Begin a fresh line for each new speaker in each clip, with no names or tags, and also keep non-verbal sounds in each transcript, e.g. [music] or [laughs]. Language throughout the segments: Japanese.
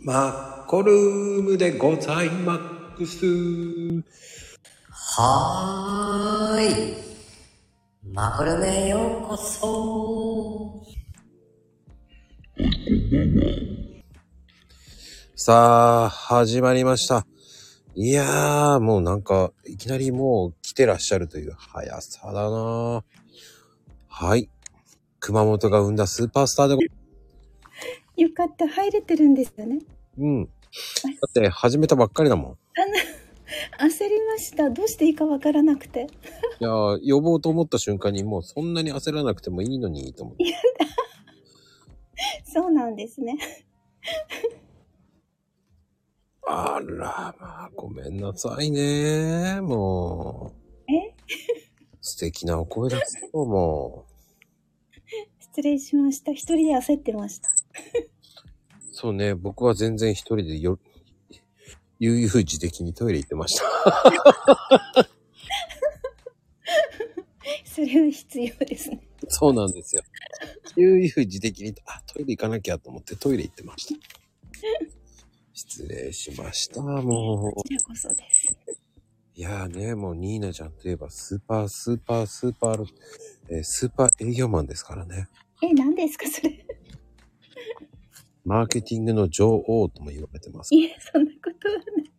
マッコルームでございまックス。
はーい。マコルメへようこそ。
さあ、始まりました。いやー、もうなんか、いきなりもう来てらっしゃるという速さだなぁはい。熊本が生んだスーパースターでご、
よかった、入れてるんですよね。
うん。だって始めたばっかりだもん。
焦りました。どうしていいかわからなくて。
いやー、呼ぼうと思った瞬間にもうそんなに焦らなくてもいいのにと思って。
そうなんですね。
あら、まあ、ごめんなさいね。もう。
え
[laughs] 素敵なお声だけども。
失礼しました。一人で焦ってました。
そうね、僕は全然一人でよ、悠々自適にトイレ行ってました。 [laughs]
それは必要ですね。
そうなんですよ。悠々自適に、あ、トイレ行かなきゃと思ってトイレ行ってました。失礼しました、も
こちらこそです。
う。いやーね、もうニーナちゃんといえばスーパー、スーパー、スーパー、えースーパー営業マンですからね。
え、何ですかそれ。
マーケティングの女王とも言われてます。
いえ、そんなことはない。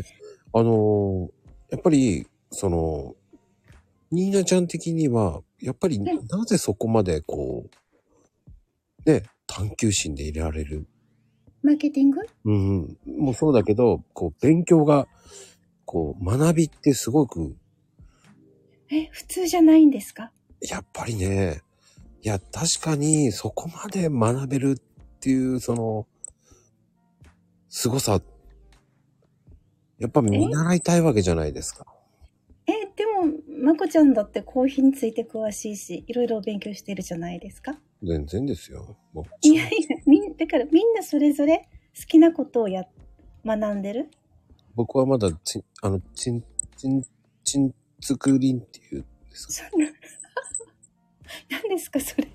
ね、あのーやっぱり、その、ニーナちゃん的には、やっぱり
うん
なぜそこまでこう、ね、探求心でいられる。
マーケティング
うん、もうそうだけど、こう、勉強が、こう、学びってすごく、
え、普通じゃないんですか
やっぱりね、いや、確かにそこまで学べるっていう、その、凄さ、やっぱ見習いたいわけじゃないですか。
え、でも、まこちゃんだってコーヒーについて詳しいし、いろいろ勉強してるじゃないですか。
全然ですよ。もう
いやいや、みん、だからみんなそれぞれ好きなことをや、学んでる
僕はまだちん、あの、ちん、ちん、ちんつくりんっていうんですか。
そんな。 [laughs] 何ですかそれ。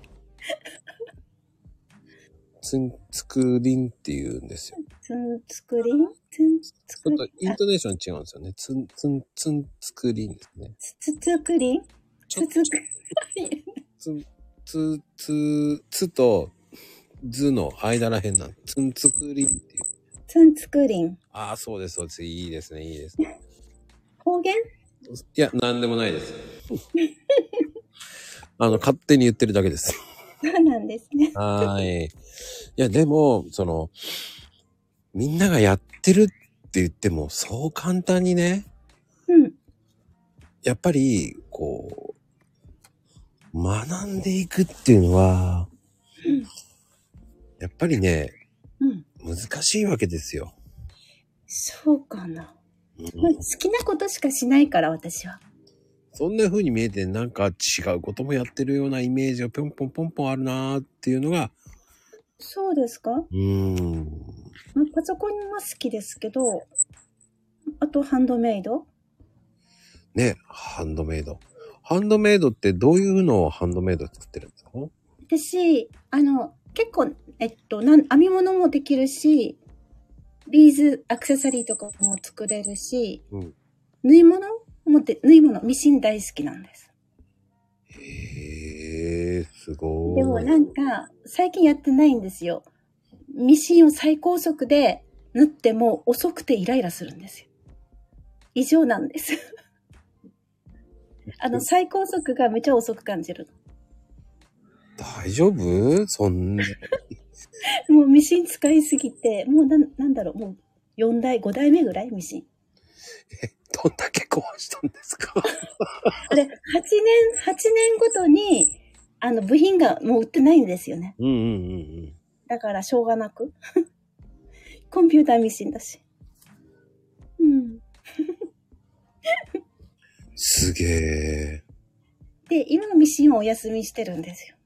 ちんつくりんっていうんですよ。
つんつくりんつんつ
ち
く
ょっ
り
とイ
ん
ン
あ
トネーション違うんですよね。つん、つん、つんつくりんですね。
つつつくりん
ちょ
つつくり
つん、つ、つ、つと、ずの間らへんなん。つんつくりんっていう。
んつんつくりん
ああ、そうです、そうです。いいですね、いいですね。
方言
いや、なんでもない
[laughs]
です。あの、勝手に言ってるだけです。
そうなんですね。
はーい。いや、でも、その、みんながやってるって言っても、そう簡単にね、
うん。
やっぱり、こう、学んでいくっていうのは、
うん
やっぱりね、
うん。
難しいわけですよ。
そうかな。
うん
まあ、好きなことしかしないから私は。
そんな風に見えて、なんか違うこともやってるようなイメージがぴょんぽんぽんぽんあるなーっていうのが、
そうですか、
うーん。
まあ、パソコンは好きですけど、あとハンドメイド
ね、ハンドメイド。ハンドメイドってどういうのをハンドメイド作ってるんですか
私、あの、結構、えっと、なん編み物もできるし、ビーズ、アクセサリーとかも作れるし、
うん
縫い物もで、縫い物、ミシン大好きなんです。
へえ、すごい。
でもなんか、最近やってないんですよ。ミシンを最高速で縫っても遅くてイライラするんですよ。異常なんです。あの、最高速がめちゃ遅く感じる。
大丈夫そんな。
もうミシン使いすぎて、もうなんなんだろう、もう4台、5台目ぐらいミシン。
どんだけ壊したんですか
あれ、8年、八年ごとに、あの、部品がもう売ってないんですよね。
うんうんうん
だから、しょうがなく。 [laughs] コンピューターミシンだし。うん。
うん。すげえ。
で、今ミシンをお休みしてるんですよ。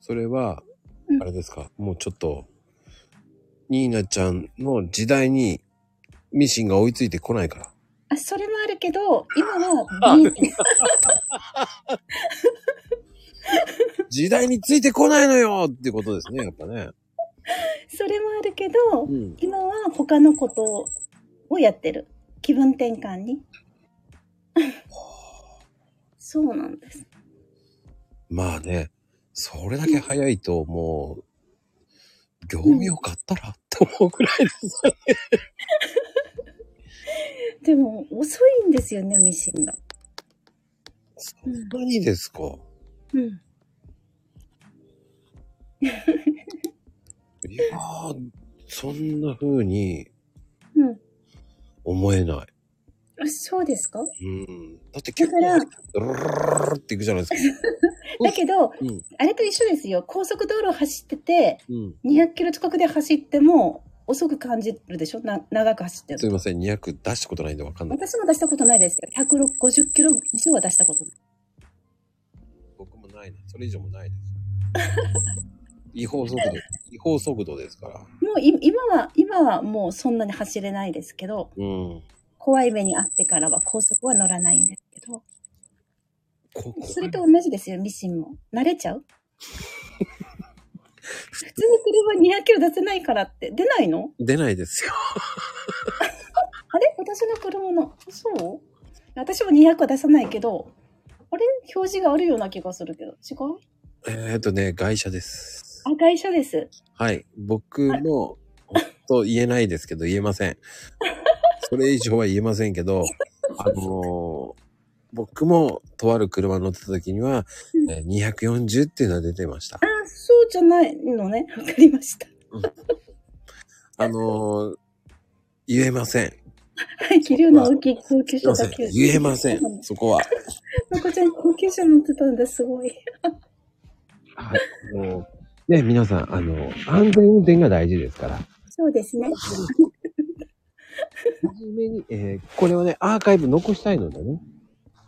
それは
う、ん
あれですか、もうちょっと、ニーナちゃんの時代にミシンが追いついてこないから。
あ、それもあるけど、今は部品、
時代についてこないのよってことですね、やっぱね。
[laughs] それもあるけど、
うん。
今は他のことをやってる。気分転換に。 [laughs] そうなんです。
まあね、それだけ早いともう、業務を買ったらって思うくらいです。
でも、遅いんですよね、ミシンが。
そんなにですか
うん。
いやー、そんな風に
うん。
思えない。
あそうですか
うん。だって結
だ
構
か、
ドロロロロっていくじゃない
[laughs]
ですか。
だけど、
うん。
あれと一緒ですよ。高速道路を走ってて、
うん。
200キロ近くで走っても、遅く感じるでしょな長く走って
す
る。
いません、200出したことないんでわかんない。
私も出したことないですよ。150キロ以上は出したことない。
僕もないな。それ以上もない
[laughs]
です。違法速度、違法速度ですから。
もうい今は、今はもうそんなに走れないですけど、
うん。
怖い目にあってからは高速は乗らないんですけど、
ここ
それと同じですよ、ミシンも。慣れちゃう普通に車200キロ出せないからって出ないの
出ないですよ。
あれ私の車の、そう私も200は出さないけど、あれ表示があるような気がするけど、違う
えーっとね、外車です。
あ、会社です。
はい。僕も、ほんと言えないですけど、言えませ [laughs] ん。それ以上は言えませんけど、あのー僕もとある車乗ってた時には、
うん
えー240っていうのは出てました。
あ、そうじゃないのね。わかりました。
あのー言えません。
はい、気流の大きい高級
言え
車
ませ
だ
ん
け。。
言えません。そこは。
まこちゃん高級車乗ってたんだ、すごい。
はい。もう、ね、皆さん、あの、安全運転が大事ですから。
そうですね。
真面目に、えーこれはね、アーカイブ残したいのでね。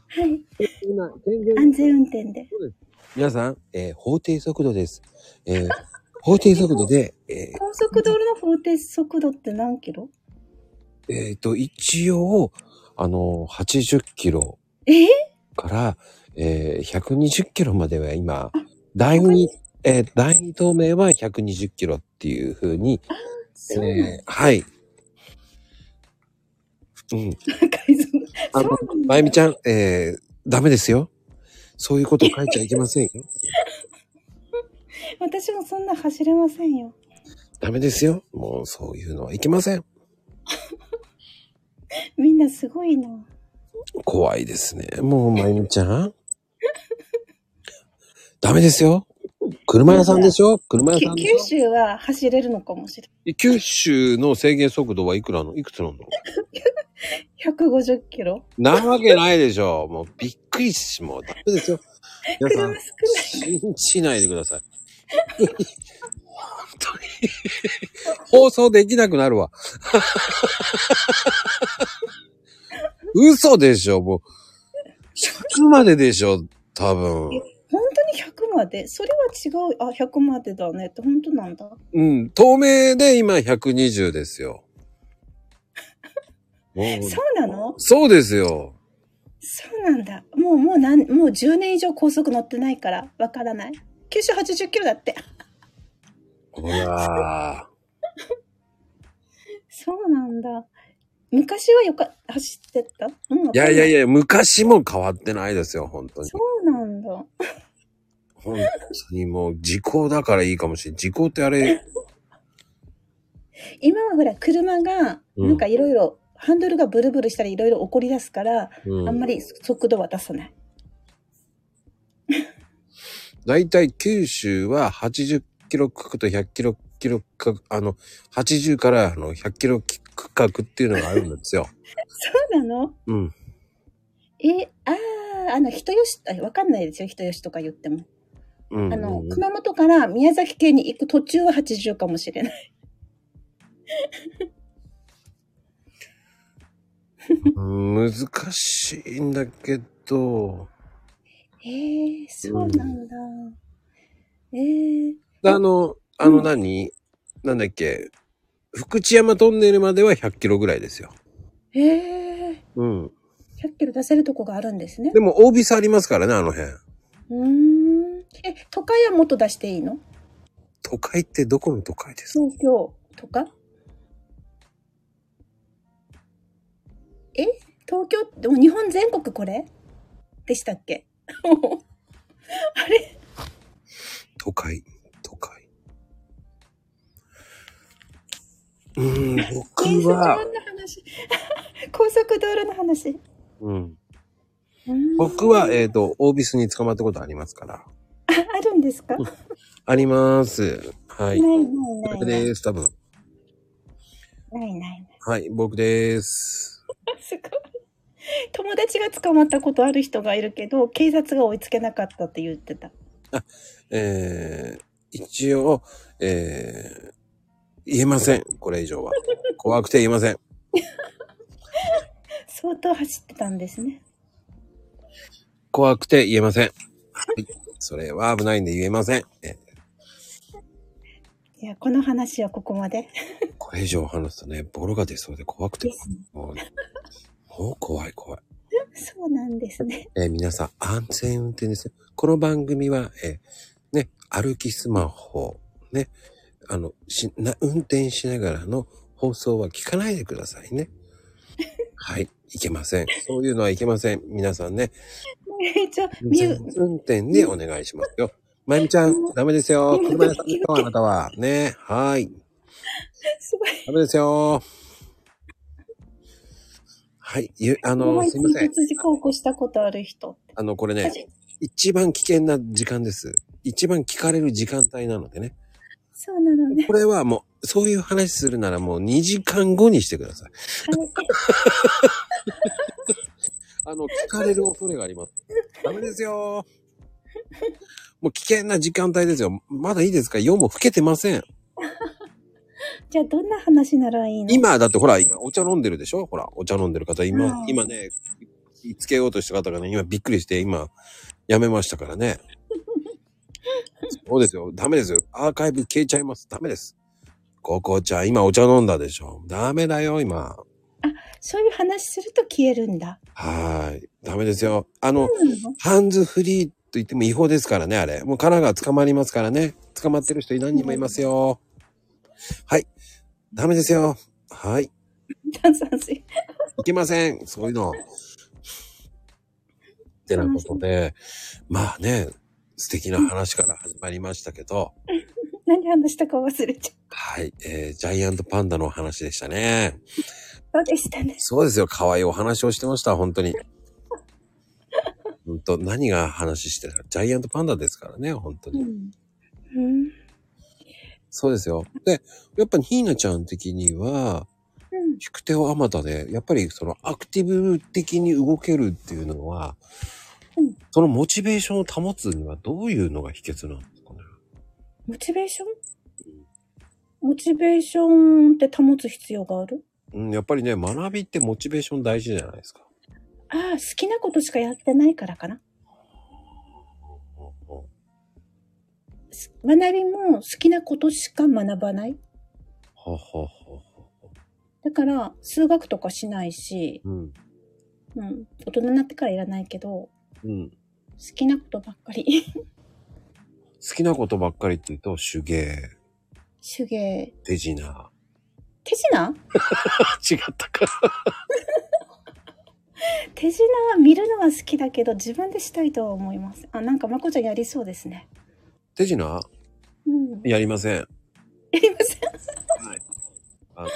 はい。
今、全然、
安全運転で。
皆さん、えー法定速度です。えー [laughs] 法定速度で、え
高速道路の法定速度って何キロ
ーえーと、一応、あの80キロ
えー
から、えー120キロまでは今、第二、えー第二透明は120キロっていう風に、
そうなん
えーはい。うん。
だ改造
あの
そうなん、だ
まゆみちゃん、えー、ダメですよ。そういうこと書いちゃいけませんよ。
私もそんな走れませんよ。
ダメですよ。もうそういうのはいけません。
みんなすごいな。
怖いですね。もう、まゆみちゃん。 [laughs] ダメですよ。車屋さんでしょ車屋
き
さんでし
九
ょ
州は走れるのかもしれ
九州の制限速度はいくらのいくつなんだろ
ない。150キロ
うなわけないでしょ。もうびっくりし、もうダメですよ。皆さん
車、少ない。
信じないでください。本当に。放送できなくなるわ。嘘でしょ、もう。100まででしょ、多分。
本当に100までそれは違う。あ、100までだねって本当なんだ。
うん、透明で今120です
[laughs]
よ。もう
そうなの
そうですよ。
そうなんだ。もう、もうなん、もう10年以上高速乗ってないから、わからない。九州80キロだって。
ほら。
[laughs] そうなんだ。昔はよか、走ってったうん。
いやいやい
や。
や、昔も変わってないですよ、本当に。
そうなんだ。
本当にもう、時効だからいいかもしれん。時効ってあれ、
今はほら、車が、
うん
なんかいろいろ、ハンドルがブルブルしたりいろいろ起こり出すから、
う
あんまり速度は出さない。
大体九州は80キロ区画と100キロキロ区画、あの、80からあの100キロ区画っていうのがあるんですよ。
そうなの
うん。
え、ああ、あの、人吉、あわかんないですよ、人吉とか言っても。
うん、
あ
う
の
ん、
熊本から宮崎県に行く途中は80かもしれない。
うん難しいんだけど、
へえ、そうなんだ。ええ、
あの、あの何、なんだっけ、福知山トンネルまでは100キロぐらいですよ。
ええ、
うん。
100キロ出せるとこがあるんですね
で。も、大ビスありますからね、あの辺。
うーん。え、都会はもっと出していいの
都都会ってどこの都会ですか
東京とかえ東京って日本全国これでしたっけあれ
都会、都会。うーん、僕
電車の
は、
話 [laughs] 高速道路の話
うん、
うん
僕は、えっ、と、オービスに捕まったことありますから。
ああるんですか、
あります。はい。
ないないない
僕
ない
です、多分。
ないない
はい、僕です。
すごい。友達が捕まったことある人がいるけど、警察が追いつけなかったって言ってた。
えー、一応、えー、言えません、これ以上は。怖くて言えません。
相当走ってたんですね。
怖くて言えません。はい。それは危ないんで言えません。え
じゃあ、この話はここまで。
これ以上話すとね、ボロが出そうで怖くて
で。すね
もうもう怖い怖い。
そうなんですね。
えー皆さん、安全運転ですね。この番組は、えーね、歩きスマホ、ね、あの、しな、運転しながらの放送は聞かないでください
[laughs]
ね。はい、いけません。そういうのはいけません。皆さんね、
一応、
安
ミ
全
ュー、
運転でお願いしますよ。まゆみちゃん、ダメですよ。車屋さんですよ、あなたは。ね、はい。
すごい。
ダメですよ。はい、ゆ、あの、
重い
すいませ
追
ん。
突事故を起こしたことある人。
あの、これね、
私
一番危険な時間です。一番聞かれる時間帯なのでね。
そうなのね。
これはもう、そういう話するならもう2時間後にしてください。あの、聞かれる恐れがあります。ダメですよ。もう危険な時間帯ですよ。まだいいですか夜も更けてません。
じゃあ、どんな話ならいいの
今、だってほら、今お茶飲んでるでしょほら、お茶飲んでる方、今、
うん
今ね、気つけようとした方がね、今びっくりして、今、やめましたから
[laughs]
ね。そうですよ。ダメですよ。アーカイブ消えちゃいます。ダメです。ココちゃん、今お茶飲んだでしょダメだよ、今。
そういう話すると消えるんだ。
はーい。ダメですよ。あの、
そうなの
ハンズフリーと言っても違法ですからね、あれ。もう神奈川捕まりますからね。捕まってる人何人もいますよ。はい。ダメですよ。はい。
炭酸水。
いけませんそういうの。ってなことで、まあね、素敵な話から始まりましたけど、
何話したか忘れちゃっ
はい、えー、ジャイアントパンダのお話でしたね。
たでしたね。
そうですよ、可愛いお話をしてました、本当に。本当何が話してたジャイアントパンダですからね、本当
う
に。
ん。うん。
そうですよ。で、やっぱりひーなちゃん的には、
うん。
引く手をあまたで、やっぱりそのアクティブ的に動けるっていうのは、
うん
そのモチベーションを保つにはどういうのが秘訣なんですかね。
モチベーションモチベーションって保つ必要がある
うん、やっぱりね、学びってモチベーション大事じゃないですか。
ああ、好きなことしかやってないからかな。
うんうん
す学びも好きなことしか学ばない。
はははは。
だから、数学とかしないし、
うん。
うん、大人になってからいらないけど、好
うん。好
きなことばっかり。 [laughs]
きなことばっかりって言うと、手芸、
手芸。
手品。
手品
あ、 [laughs] 違ったか。
手品は見るのは好きだけど、自分でしたいとは思います。あ、なんかまこちゃんやりそうですね。
手品
うん。
やりません。
やりません。
あの、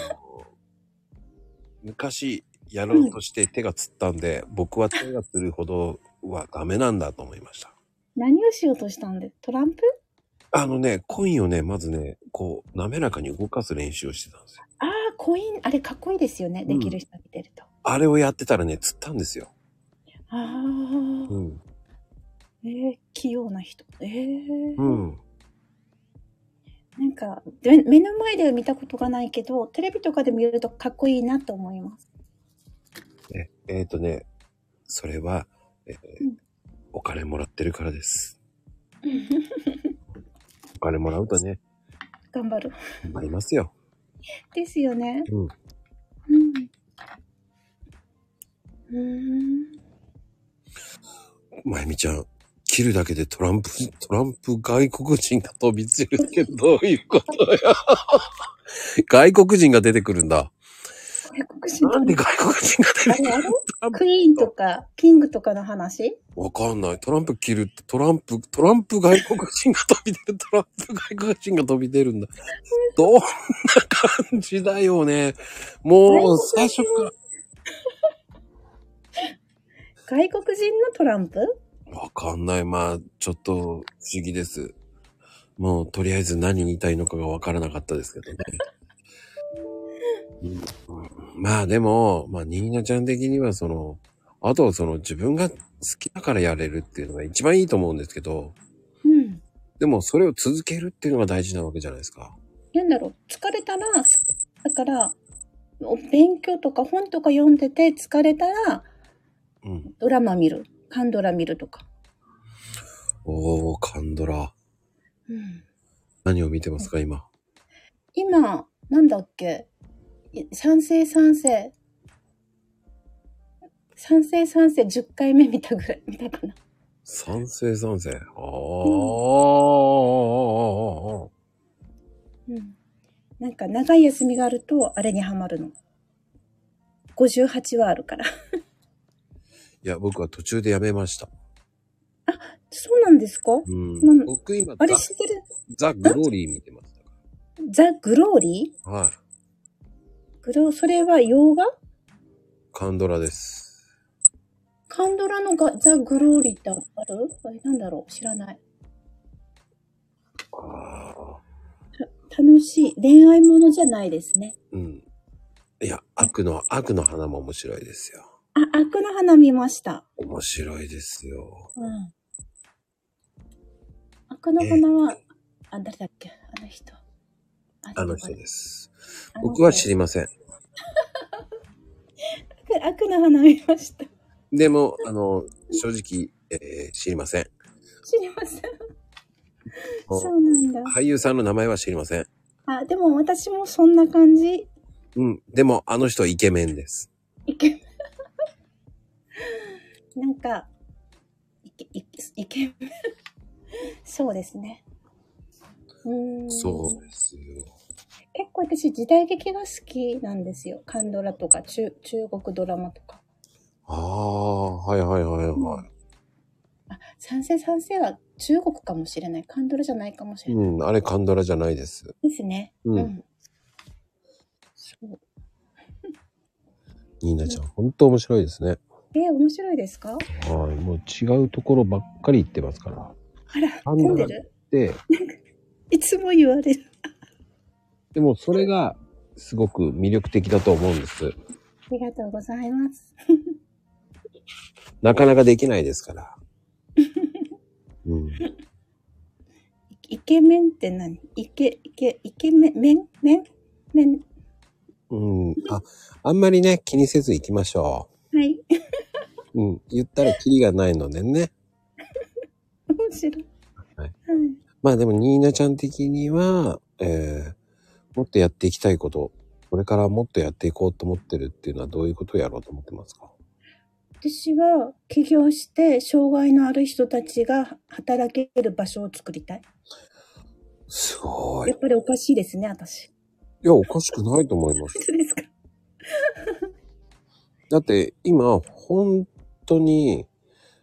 昔やろうとして手がつったんで、僕は手がつるほどはダメなんだと思いました。
何をしようとしたんでトランプ
あのね、コインをね、まずね、こう、滑らかに動かす練習をしてたんですよ。
ああ、コイン、あれかっこいいですよね。できる人見てると。
あれをやってたらね、釣ったんですよ。
ああ。
ん。
えー、器用な人。えー
うん。
なんかで目の前では見たことがないけど、テレビとかで見るとかっこいいなと思います。
ねえっ、とね、それは、えー
うん
お金もらってるからです。お金もらうとね、
頑張る。
頑張りますよ。
ですよね。
うん。
うん。うーん。
まゆみちゃん、昨切るだけでトランプ、トランプ外国人が飛び散るってどういうことよ。外国人が出てくるんだ。
外国人
な
と
んで外国人が出
あ
てくる
れあれクイーンとか、キングとかの話
わかんない。トランプ切るとトランプ、トランプ外国人が飛び出る、トランプ外国人が飛び出るんだ。どんな感じだよね。もう最初から。
外国人のトランプ
わかんない。まあ、ちょっと不思議です。もう、とりあえず何言いたいのかがわからなかったですけどね。うんまあでも、まあ、ニーナちゃん的にはその、あとはその自分が好きだからやれるっていうのが一番いいと思うんですけど、
うん。
でもそれを続けるっていうのが大事なわけじゃないですか。
なんだろう、疲れたら、だから、お勉強とか本とか読んでて疲れたら、
うん。
ドラマ見る。カンドラ見るとか。
おー、カンドラ。
うん。
何を見てますか、今。
今、なんだっけい賛成賛成。賛成賛成10回目見たぐらい、見たかな。
賛成賛成。あー。
うん。なんか長い休みがあると、あれにはまるの。58話あるから。
いや、僕は途中でやめました。
そうなんですか
う、
うんん
僕今
あ
ザ
れ、知ってる
ザ・グローリー見てます。
ザ・グローリー
はい。
グロそれは洋画
カンドラです。
カンドラのがザ・グローリーってあるえ、なんだろう知らない。
ああ。
楽しい。恋愛ものじゃないですね。
うん。いや、悪の、悪の花も面白いですよ。
あ、悪の花見ました。
面白いですよ。
うん。悪の花は、あ、誰だっけあの人。
あの人です。
あの人
僕は知りません。
悪悪の花見ました。
でも、あの、正直、えー知りません。
知りません。そ
も
うなんだ
う。俳優さんの名前は知りません。
あ、でも私もそんな感じ。
うん。でも、あの人はイケメンです。
イケメン。なんか、イケ、イケ、イケメン。そうですね。うーん。
そうですよ。
結構私時代劇が好きなんですよ。韓ドラとか中、中国ドラマとか。
ああ、はいはいはいは
あ、賛成賛成は中国かもしれない。韓ドラじゃないかもし
い。
れない。
うん、あれカンドラじゃないです。
ですね。
うん
そう。
ニーナちゃん、本当面白いですね。
えー面白いですか
はい、もう違うところばっかり行ってますから。
あら、
韓ド
混ん
ラ
でる
で、
いつも言われる。
でもそれがすごく魅力的だと思うんです。
ありがとうございます。
なかなかできないです [laughs] から。うん、
イイケメンって何イケ、イケ、イケメン、メン、メン、メン。
うん、あ、あんまりね、気にせず行きましょ
はい。
う。うん、言ったらキリがないのでね。
面白い。
はい。
はい。
まあでも、ニーナちゃん的には、えー、もっとやっていきたいこと、これからもっとやっていこうと思ってるっていうのはどういうことをやろうと思ってますか
私は起業して障害のある人たちが働ける場所を作りたい。
すごい。
や
い
っぱりおかしいです
[laughs]
ね、私。
や、おかしくないと思います。
本当ですか
だって今本当に、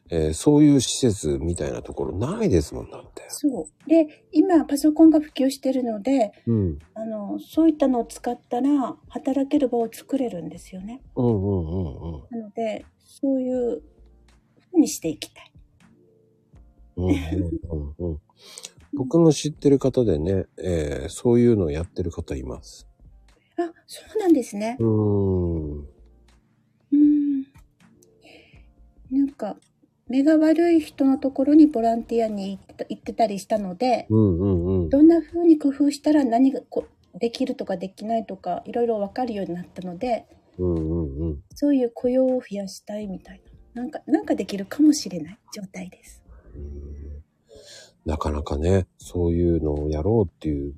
えーそういう施設みたいなところないですもんだって。
そう。で、今パソコンが普及してるので、
うん。
あの、そういったのを使ったら働ける場を作れるんですよね。
うんうんうん
なので、そういうふうにしていきたい。
うん。うんうんうんうん、僕の知ってる方でね、えーそういうのをやってる方います。
あ、そうなんですね
う。ーん。
うん。なんか、目が悪い人のところにボランティアに行ってた行ってたりしたので、
うんうんうん。
どんな風に工夫したら何がこうできるとかできないとかいろいろ分かるようになったので
うんうんうん。
そういう雇用を増やしたいみたいななんかなんかできるかもしれない状態です。
うんなかなかね、そういうのをやろうっていう、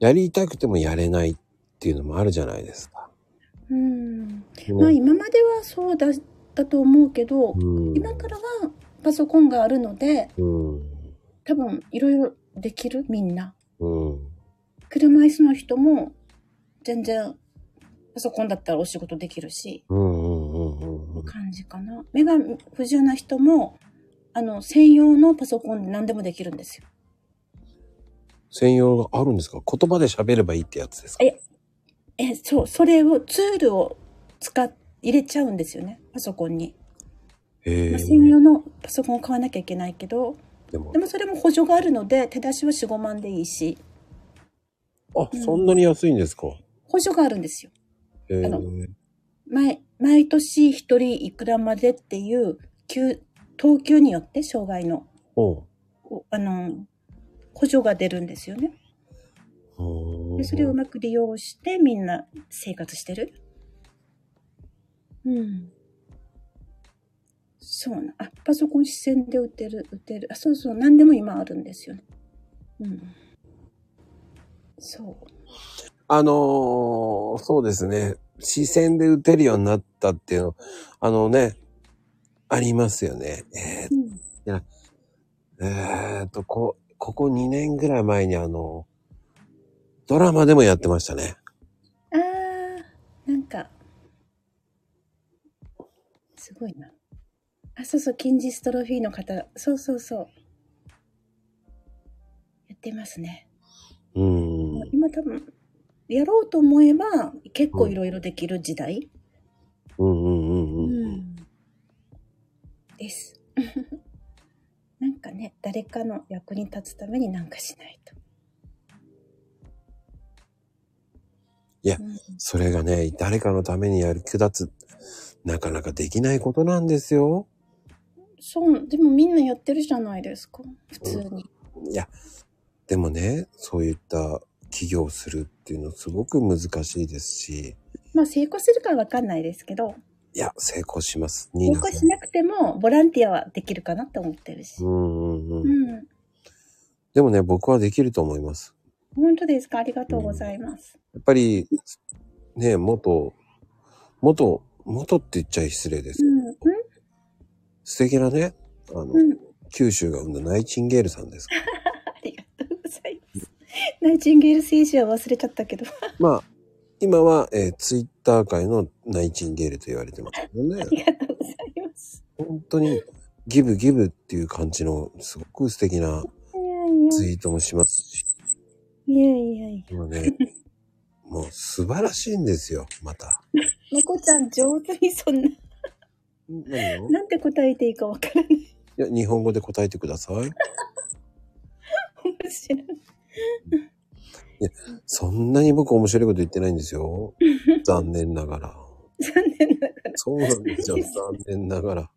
やりたくてもやれないっていうのもあるじゃないですか。
うん
でも
まあ今まではそうだったと思うけど
うん
今からはパソコンがあるので、
うん。
多分いろいろできるみんな。
うん。
車椅子の人も全然パソコンだったらお仕事できるし、
うんうんうんうんうん。
感じかな。目が不自由な人も、あの、専用のパソコンで何でもできるんですよ。
専用があるんですか言葉で喋ればいいってやつですか
ええ、そう、それを、ツールを使っ、入れちゃうんですよね、パソコンに。
え
まあ専用のパソコンを買わなきゃいけないけど、
でも
で、もそれも補助があるので、手出しは4、5万でいいし、
あ
う、ん
そんなに安いんですか
補助があるんですよ。
えー
あの毎、毎年一人いくらまでっていう、給、等級によって障害の、
ほ
おあの、補助が出るんですよね。
うほう
でそれをうまく利用してみんな生活してる。うん。そうな。あ、パソコン視線で打てる、打てる。あ、そうそう。何でも今あるんですよね。うん。そう。
あのーそうですね。視線で打てるようになったっていうの、あのね、ありますよね。え
うん、
ーえーっと、こ、ここ2年ぐらい前にあの、ドラマでもやってましたね。
あー、なんか、すごいな。あ、そうそう。筋ジストロフィーの方。そうそうそう。やってますね。
うーん。
今多分やろうと思えば結構いろいろできる時代、
うんうんうんうん。
です。 [laughs] なんかね誰かの役に立つためになんかしないと。
いや
うん
それがね、誰かのためにやる気立つ、なかなかできないことなんですよ。
そうでもみんなやってるじゃないですか普通に。
いや、でもね、そういった企業をするっていうのすごく難しいですし、
まあ成功するかはわかんないですけど
いや、成功します。
成
ニーナ
功
さ
し
ん。
なくてもボランティアはできるかなって思ってるし。
うんうん
う
うん。
ん
でもね、僕はできると思います。
本当ですかありがとうございます。
やっぱり、ね、元、元、元って言っちゃ失礼で
う
す。
んうん
素敵なね、あの、
うん
九州が生んだナイチンゲールさんです。
ありがとうございます。ナイチンゲール選手は忘れちゃったけど、
まあ、今は、えーツイッター界のナイチンゲールと言われてますけどね
あ。りがとうございます。
本当にギブギブっていう感じのすごく素敵ない
や
ツイートもしますし、
いや、いやいやいや。
今ね、もう素晴らしいんですよ、また。
猫ちゃん上手にそんな、
何をい
なんて答えていいかわからない。 [laughs]
や、日本語で答えてください。
面白い。
そんなに僕面白いこと言ってないんですよ。残念ながら。
残念ながら。
そうなんです
[laughs]
よ、残念ながら。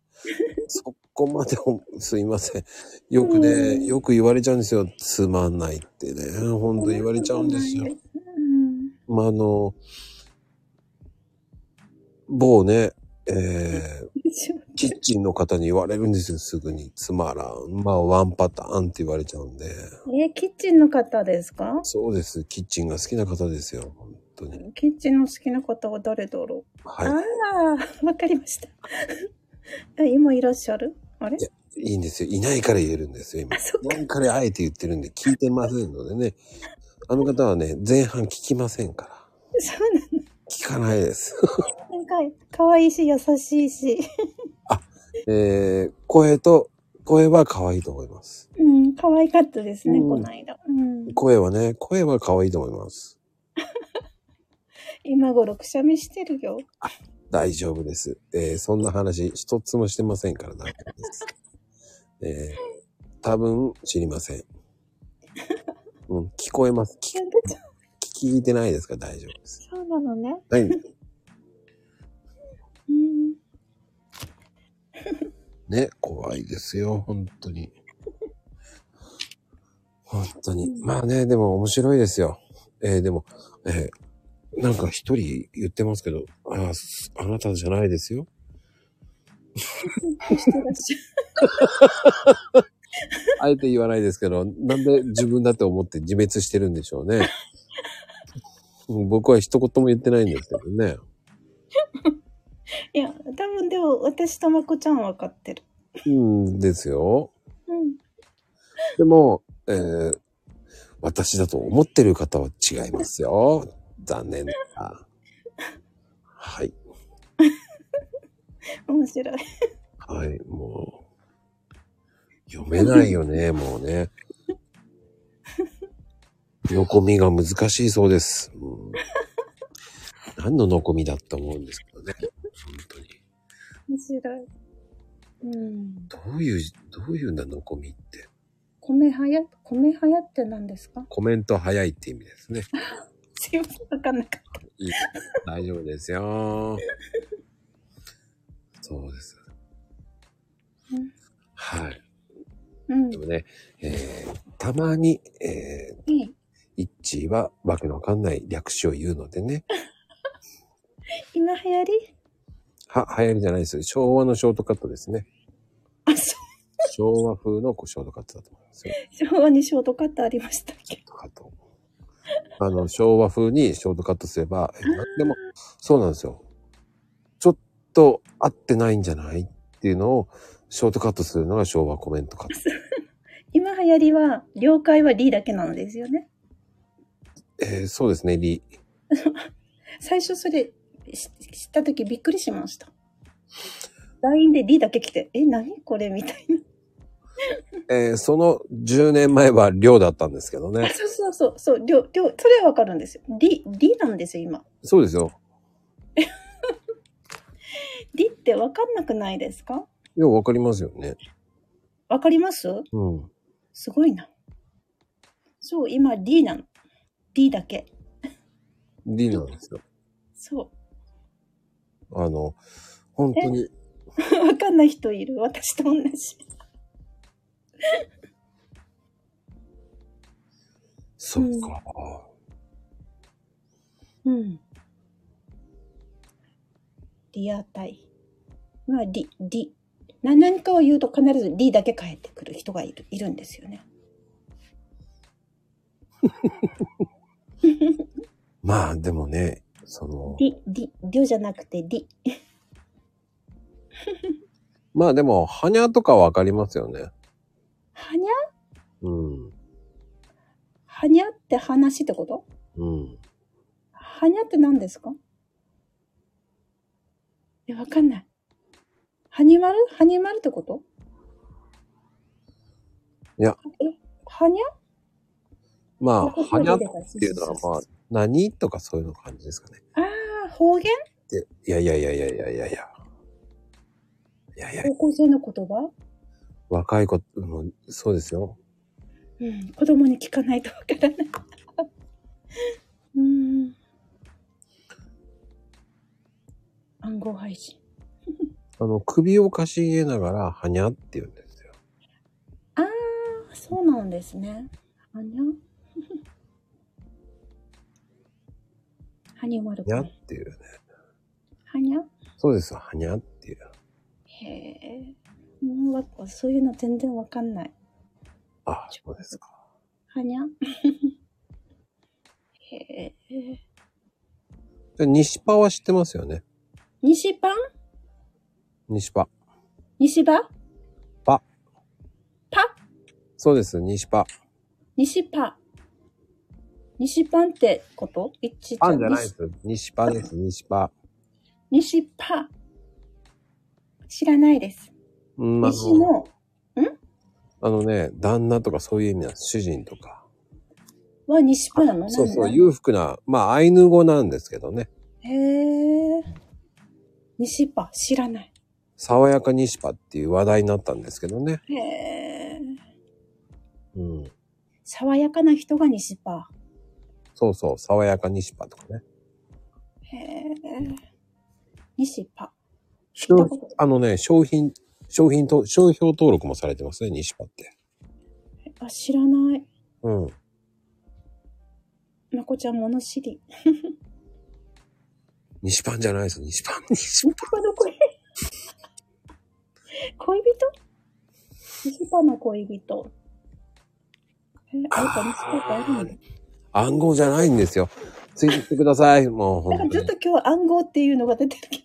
そこまでお、すいません。よく
うん
ね、よく言われちゃうんですよ。つまんないってね。ほんと言われちゃうんですよ。
うん。
まあ、あの、某ね、えー、キッチンの方に言われるんですよ、すぐに。つまらん。まあ、ワンパターンって言われちゃうんで。
え、キッチンの方ですか
そうです。キッチンが好きな方ですよ、本当に。
キッチンの好きな方は誰だろう、
は
ああ、わかりました。 [laughs] あ今いらっしゃるあれ
いやい。いいんですよ。いないから言えるんですよ、今。
あ、そっ
い
か。
ないからあえて言ってるんで、聞いてませんのでね。あの方はね、前半聞きませんから。
そうなん
聞かないです。 [laughs]
なんか、可愛いし、優しいし。
えー、声と、声は可愛いと思います。
うん、可愛かったですね、
うん
この間。うん。
声はね、声は可愛いと思います。
今頃くしゃみしてるよ。
大丈夫です。えーそんな話一つもしてませんから大丈夫です。えー多分知りません。うん、聞こえます。聞
なんかちょっ
聞いてないですから大丈夫です。
とそうなのね。
はい。
うん。
ね、怖いですよ、本当に。本当に。まあね、でも面白いですよ。えーでも、えーなんか一人言ってますけど、あー、すあなたじゃないですよ。
してらっし
あえて言わないですけど、なんで自分だって思って自滅してるんでしょう [laughs] ね。僕は一言も言ってないんですけどね。
ゃいや、多分でも私とまこちゃんは分かってる。
うんですよ。
うん。
でも、えー私だと思ってる方は違いますよ。残念ながら。はい。
面白い。
はい、もう。読めないよね、もうね。のこみが難しいそうです。うん、何ののこみだった思うんですけどね。本当に。
面白い。うん。
どういう、どういうんだ、のこみって。
米はや、米はやって何ですか
コメント早いって意味ですね。
すいません、わかんなかっ
いい [laughs] 大丈夫ですよ。そうです
うん。
はい。
た。うん。
で
は
もね、えーたまに、えー、
い。
イッチーはわけのわかんない略詞を言うのでね。
今流行り
は、流行りじゃないです。昭和のショートカットですね。
あ、そ
昭和風のこうショートカットだと思いますよ。
う昭和にショートカットありましたっけ
ショートカット。あの、昭和風にショートカットすれば、えなでも、そうなんですよ。ちょっと合ってないんじゃないっていうのを、ショートカットするのが昭和コメントカット。
今流行りは、了解はリだけなのですよね。
えーそうですね、リ。
最初それし知った時びっくりしました LINE で「リ」だけ来て「え何これ?」みたいな
えーその10年前はリョウだったんですけど
あ
ね。
そうそうそうそうりょりょそれはわかるんですよ「リ」リなんですよ今
そうですよ。
「リ」ってわかんなくないですか
ようわかりますよね。
わかります
うん。
すごいなそう今「リ」なの「リ」だけ
リなんですよ。
そ
あの、本当に、
う [laughs] わかんない人いる私と同じ
そっか。
うんリアタイまあ「リ」「リ」な何かを言うと必ず「リ」だけ返ってくる人がいるいるんですよね
まあ、でもね、その、
り、り、りょじゃなくてり。
まあでも、はにゃとかわかりますよね。
はにゃ
うん。
はにゃって話ってこと
うん。
はにゃって何ですかえ、わかんない。はにまるはにまるってこと
いや。
え、はに
まあ、
ゃ
はにゃっ
って
いうのは、まあ、何とかそういうの感じですかね。
あ。あー方言
でいやいやいやいやいやいやいや。いやいや、
高校生の言葉
若い子、うん、そうですよ。
うん。子供に聞かないとわからない。 [laughs] うん。暗号配信。
あの、首をかしげながら、はにゃって言うんですよ。
ああ、そうなんですね。はにゃ。はにゃまる
はにゃ
は
っていうね。
にゃ。
そうですよ、はにゃっていう。
へえ。もうわ、そういうの全然わかんない。
あ、そうですか。
はにゃ。 [laughs] へえ。
で西パは知ってますよね。
西パン
西パ。
西パ
パ。
パ
そうです、西パ。
西パ。西パンってこと一
パンじゃないです。西パです、西パ。
西パ。知らないです。
うん、あ
西
の、
の、
あのね、旦那とかそういう意味なんです。主人とか。
は西パなの
そうそ
な
う、
んだ
裕福な、まあ、アイヌ語なんですけどね。
へえ。西パ知らない。
爽やか西パっていう話題になったんですけどね。
へえ。
うん。
爽やかな人が西パ。
そうそう、爽やか西パとかね。
へえ。西パ。
商
どこ
あのね、商品、商品と、商標登録もされてますね、西パって。
あ、知らない。
うん。
まこちゃん物知 [laughs] り。
西パンじゃないです、西パン。西
西パの恋。恋人西パの恋人。え、あ、やっぱ西パってあるんだ。
暗号じゃないんですよ。ついてきてください、もう
なんか
本
ず
当
っ
に。
と今日暗 [laughs] 号っていうのが出てるけ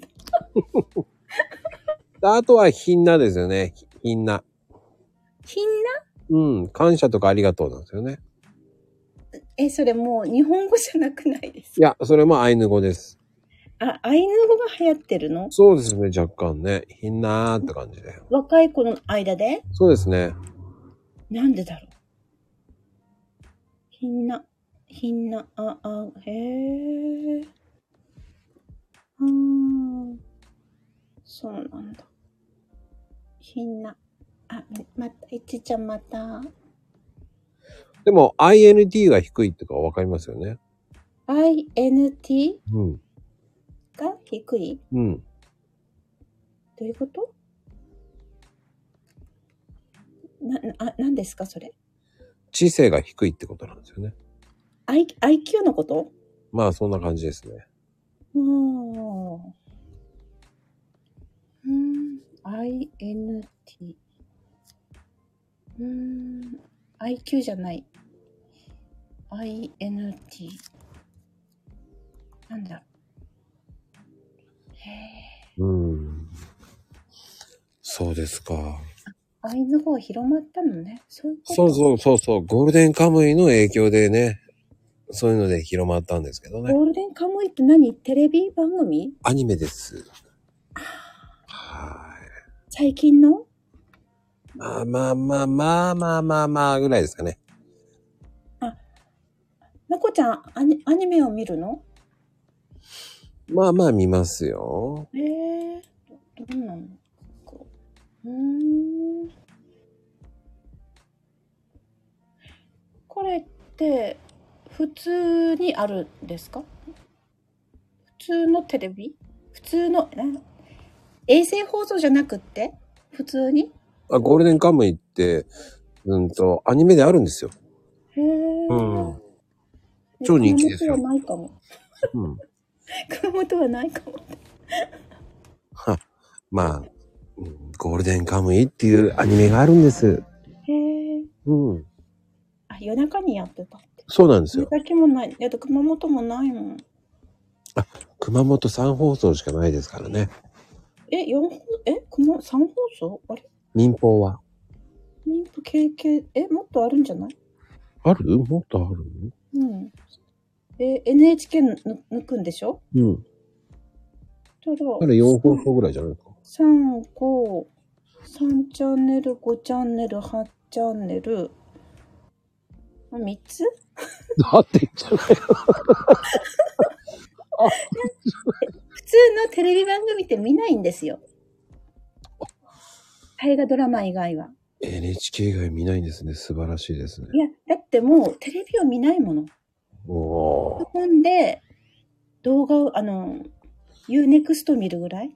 ど。
あとは、ひんなですよね。ひみんな。
ひんな
うん。感謝とかありがとうなんですよね。
え、それもう日本語じゃなくないです
いや、それもアイヌ語です。
あ、アイヌ語が流行ってるの
そうですね、若干ね。ひんなーって感じで。
若い子の間で
そうですね。
なんでだろうひんな、ひんな、あ、あ、へえ。あーそうなんだ。ひんな。あ、また、いちちゃんまた。
でも、INT が低いとかわかりますよね。
INT
うん。
が低い
うん。
どういうことな、なあ、何ですかそれ。
知性が低いってことなんですよね。
I、IQ のこと
まあ、そんな感じですね。
うーん。うーん。INT。うーん。IQ じゃない。INT。なんだろう。へえ。
うん。そうですか。
アイヌ語が広まったのね。そういうこと
そうそうそうそう。ゴールデンカムイの影響でね、そういうので広まったんですけどね。
ゴールデンカムイって何テレビ番組
アニメです。はい。
最近の
まあまあまあまあまあまあまあぐらいですかね。
まこちゃんアニ、アニメを見るの
まあまあ見ますよ。
ええど、どんなのか。うーん。これって、普通にあるんですか普通のテレビ普通の、な衛星放送じゃなくって普通に
あゴールデンカムイって、うんと、アニメであるんですよ。
へえ。
うん。超人気ですよ
熊本はないかも。
うん。
熊本はないかも。
は、まあ、うんゴールデンカムイっていうアニメがあるんです。
へえ。
うん。
あ、夜中にやってたって。
そうなんです
宮
よ。
崎もない。だって熊本もないもん。
熊本3放送しかないですからね。
え、四放、え、熊、三放送あれ
民放は。
民放経験、え、もっとあるんじゃない
あるもっとある
うん。え、NHK ぬ抜くんでしょ
うん。
ただ、
あれ4放送ぐらいじゃない [laughs] ですか。
3、5、3チャンネル、5チャンネル、8チャンネル、3つ
だって言っちゃうかよ。
普通のテレビ番組って見ないんですよ。大河ドラマ以外は。
NHK 以外見ないんですね。素晴らしいですね。
いや、だってもうテレビを見ないもの。
おー。
ほんで、動画を、あの、Unext 見るぐらい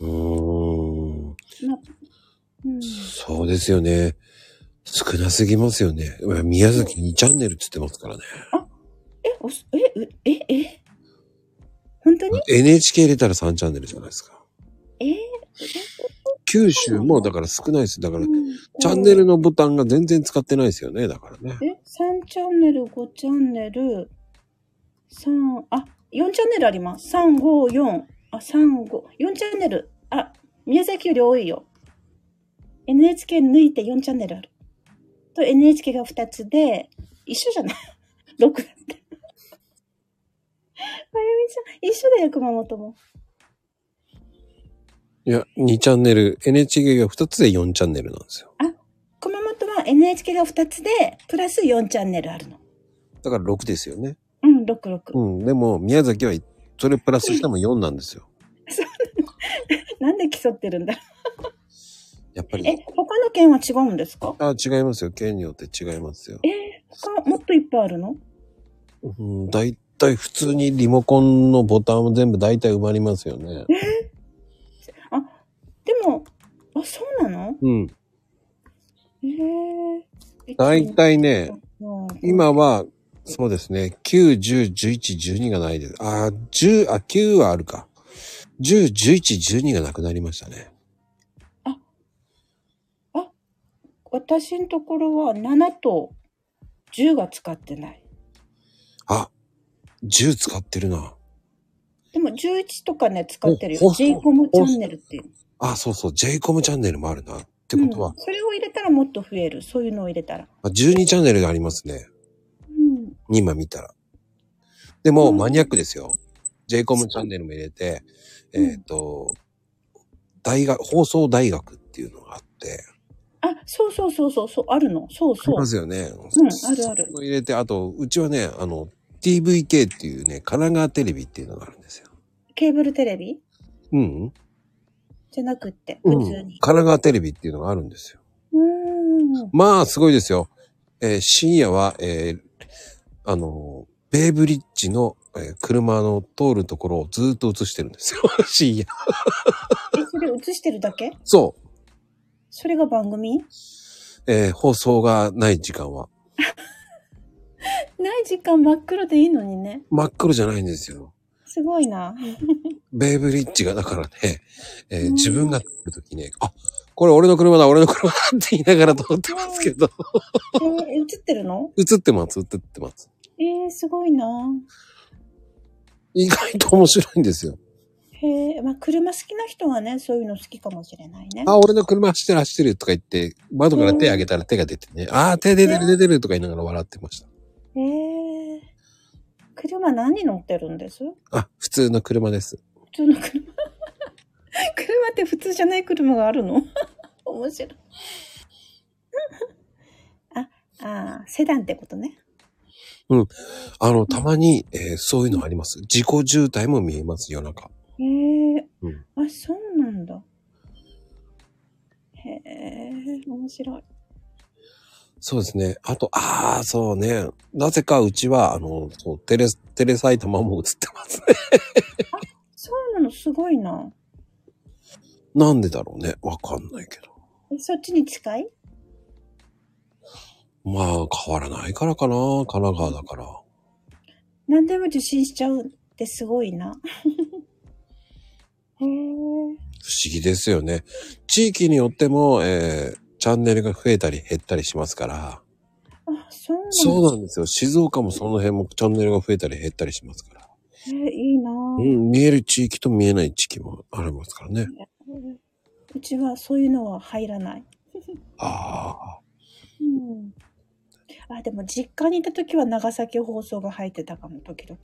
うーん。
まあ、うん。
そうですよね。少なすぎますよね。うわ宮崎2チャンネルって言ってますからね。
え、おす、え、うえ、え本当に
NHK 入れたら3チャンネルじゃないですか。
えー
九州もだから少ないです。だから、
うん
チャンネルのボタンが全然使ってないですよね。だからね。
え、3チャンネル、5チャンネル、3、あ、4チャンネルあります。3、5、4、あ、3、5、4チャンネル。あ、宮崎より多いよ。NHK 抜いて4チャンネルある。と NHK が2つで、一緒じゃない ?6 だ [laughs] って。まゆみちゃん、一緒だよ、熊本も。
いや、2チャンネル、NHK が2つで4チャンネルなんですよ。
熊本は NHK が2つで、プラス4チャンネルあるの。
だから6ですよね。
うん、6、6。
うん。でも、宮崎は、それプラスしても4なんですよ。
なんで競ってるんだ
やっぱり。
え、他の県は違うんですか
あ、違いますよ。県によって違いますよ。
他もっといっぱいあるの
うん、だいたい普通にリモコンのボタンを全部だいたい埋まりますよね。
でも、あ、そうなの
うん。
へえ。
だいたいね、
うん
今は、そうですね、9、10、11、12がないです。あー、10、あ、9はあるか。10、11、12がなくなりましたね。
私のところは7と10が使ってない。
あ、10使ってるな。
でも11とかね、使ってる
お
よ。
ほ
j コムチャンネルっていう。
あ、そうそう、j コムチャンネルもあるな。ってことは
うん、、それを入れたらもっと増える。そういうのを入れたら。
あ12チャンネルがありますね。
うん。
今見たら。でも、
うん
マニアックですよ。j コムチャンネルも入れて、
うん
えっ、と、大学、放送大学っていうのがあって、
あ、そうそうそうそう、そうあるの。そう
あり
そう
ま。すよね。
うんあるある
それも入れて、あと、うちはね、あの、TVK っていうね、神奈川テレビっていうのがあるんですよ。
ケーブルテレビ
うん、
じゃなくって、
う
普
ん、
通
神
に。
奈川テレビっていうのがあるんですよ。
うーん。
まあ、すごいですよ。えー深夜は、えーあの、ベイブリッジの、えー車の通るところをずーっと映してるんですよ。 [laughs] 深夜。
え、それ映してるだけ
そ
それが番組
う。えー放送がない時間は。
ない時間真っ黒でいいのにね。
真っ黒じゃないんですよ。
すごいな。
ベイブリッジがだからね、えー
うん
自分が通るときね、あ、これ俺の車だ、俺の車だって言いながら通ってますけど、
えー映ってるの
映ってます、映ってます。
えー、すごいな。
意外と面白いんですよ。
へえ、まあ、車好きな人はね、そういうの好きかもしれないね。
あ、俺の車走ってる走ってるとか言って、窓から手あげたら手が出てね、あー手出てる出てるとか言いながら笑ってました。
へえ。車何乗ってるんです
あ、普通の車です。
普通の車。車って普通じゃない車があるの [laughs] 面白い。 [laughs] あ、あー、セダンってことね。
あの、たまに、えーそういうのあります。自己渋滞も見えます、夜中。
へえ、
うん
あ、そうなんだ。へえ、面白い。
そうですね。あと、ああ、そうね。なぜかうちは、あの、そう、テレ、テレ埼玉も映ってますね。 [laughs]
そうなの、すごいな。
なんでだろうね。わかんないけど。
えそっちに近い
まあ、変わらないからかな。神奈川だから。
何でも受信しちゃうってすご
[laughs]
いな。
不
へえ。
思議ですよね。地域によっても、えー、チャンネルが増えたり減ったりしますから。
あ、そうなんだ。
そうなんですよ。静岡もその辺もチャンネルが増えたり減ったりしますから。
へえいいな、
う、
うん
見える地域と見えない地域もありますからね。
ちはそういうのは入らない。
ああ、
うん。あ、でも実家にいた時は長崎放送が入ってたかも、時々。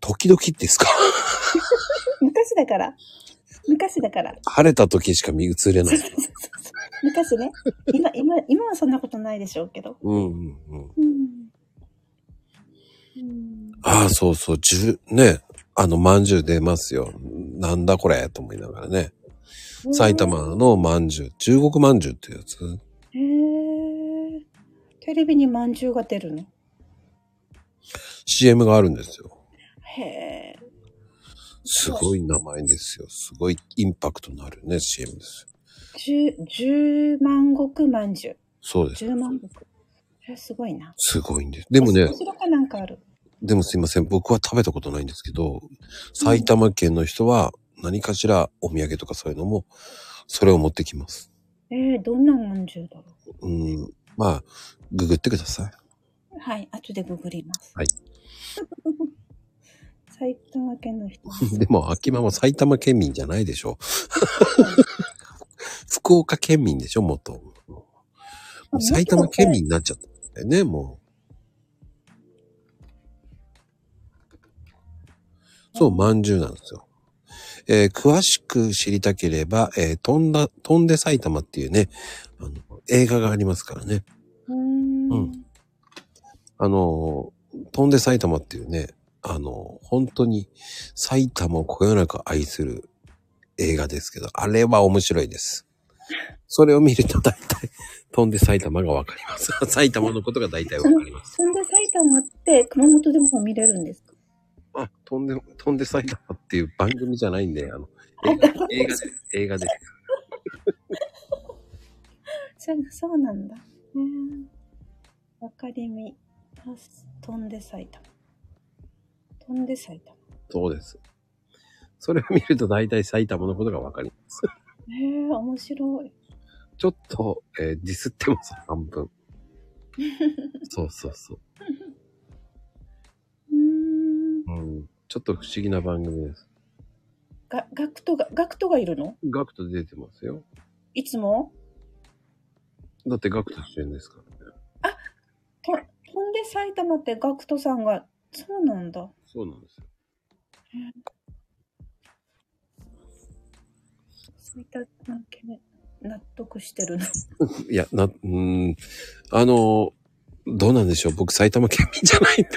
時々ですか [laughs]
昔だから。昔だから。
晴れた時しか見映れない。
昔ね。今、今、今はそんなことないでしょうけど。
うんうんうん。
うん。うん、
ああ、そうそう、十、ね、あの、まんじゅう出ますよ。なんだこれと思いながらね。埼玉のまんじゅう、中国まんじゅうっていうやつ。
へえ。テレビにまんじゅうが出るの。
CM があるんですよ。
へえ。
すごい名前ですよ。すごいインパクトのあるね、CM ですよ。
十、十万石まんじゅう。
そうです。
十万石。え、すごいな。
すごいんです。でもね
お、城かなんかある。
でもすいません。僕は食べたことないんですけど、埼玉県の人は何かしらお土産とかそういうのも、それを持ってきます。
えー、どんなまんじゅうだろ
うん。まあ、ググってください。
う。はい、後でググります。
はい。
[laughs] 埼玉県の人。
[laughs] でも、秋間も埼玉県民じゃないでしょ。 [laughs] 福岡県民でしょ、元。もう埼玉県民になっちゃったんだよね、もう。そう、まんじゅうなんですよ。えー詳しく知りたければ、えー飛んだ、飛んで埼玉っていうね、あの、映画がありますからね。
うーん。
うんあのー、飛んで埼玉っていうね、あのー、本当に埼玉をこよなく愛する映画ですけど、あれは面白いです。それを見ると大体、飛んで埼玉がわかります。 [laughs] 埼玉のことが大体わかります。
そんで埼玉って熊本でも見れるんですか
あ、飛んで、飛んで埼玉っていう番組じゃないんで、あの、映画、映画です。映画です。
そうそうなんだ。えーわかりみ。あ飛んで埼玉。飛んで埼玉。
そうです。それを見ると大体埼玉のことがわかります。
えー、面白い。
ちょっと、えーディスってます、半分。そうそうそう。
うーん。
うんちょっと不思議な番組です。
が、ガクトが、ガクトがいるの
ガクト出てますよ。
いつも
だってガクト主演ですからね。
と、飛んで埼玉ってガクトさんが、そうなんだ。
そうなんですよ。
埼玉県、納得して [laughs] るな。
いや、な、うーん、あの、どうなんでしょう。僕埼玉県民じゃないんで。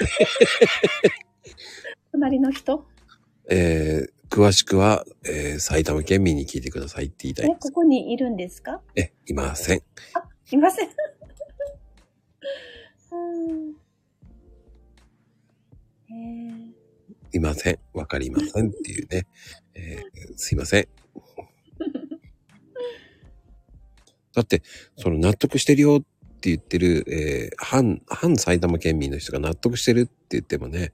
[laughs]
隣の人
えー、詳しくは、えー、埼玉県民に聞いてくださいって言いたい
え、
で
こ
す。
こにいるんですか
え、いません。
いません。 [laughs] うんえ
いません。わかりませんっていうね。えーすいません。だって、その納得してるよって言ってる、えー反、反埼玉県民の人が納得してるって言ってもね、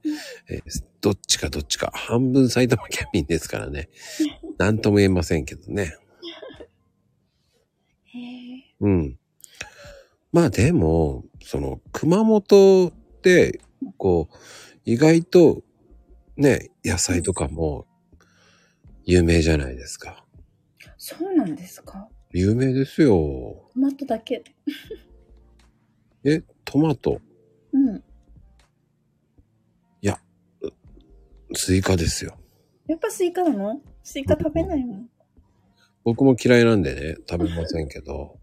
えーどっちかどっちか、半分埼玉県民ですからね。なんとも言えませんけどね。
ーえ
うん。まあでも、その、熊本って、こう、意外と、ね、野菜とかも、有名じゃないですか。
ーそうなんですか
有名ですよ。
トマトだけ。
え、トマト、
うん。
スイカですよ。
やっぱスイカなのスイカ食べないもん。
僕も嫌いなんでね、食べませんけど。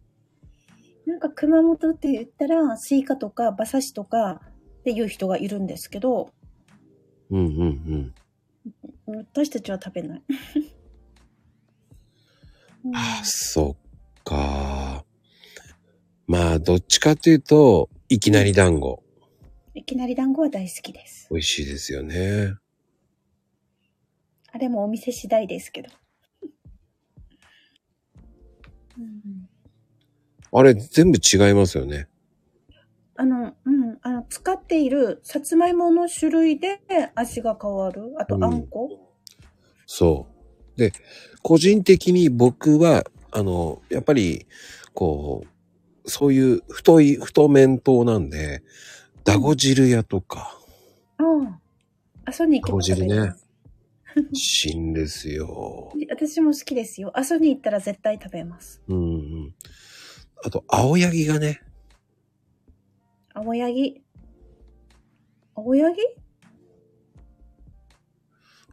なんか熊本って言ったら、スイカとか馬刺しとかっていう人がいるんですけど、
うんうんうん。
私たちは食べない。 [laughs] うん
あ、そっか。まあ、どっちかというと、いきなり団子。
いきなり団子は大好きです。
美味しいですよね。
あれもお店次第ですけど。うん、
あれ、全部違いますよね。
あの、うん、あの、使っているさつまいもの種類で味が変わる。あと
う、ん
あんこ。
そう。で、個人的に僕は、あの、やっぱり、こう、そういう太い、太麺党なんで、ダゴ汁屋とか、
うん。阿蘇に行けば食べれます。
しんですよ。
私も好きですよ。阿蘇に行ったら絶対食べます。
うんうん。あと、青柳がね、
青柳。青柳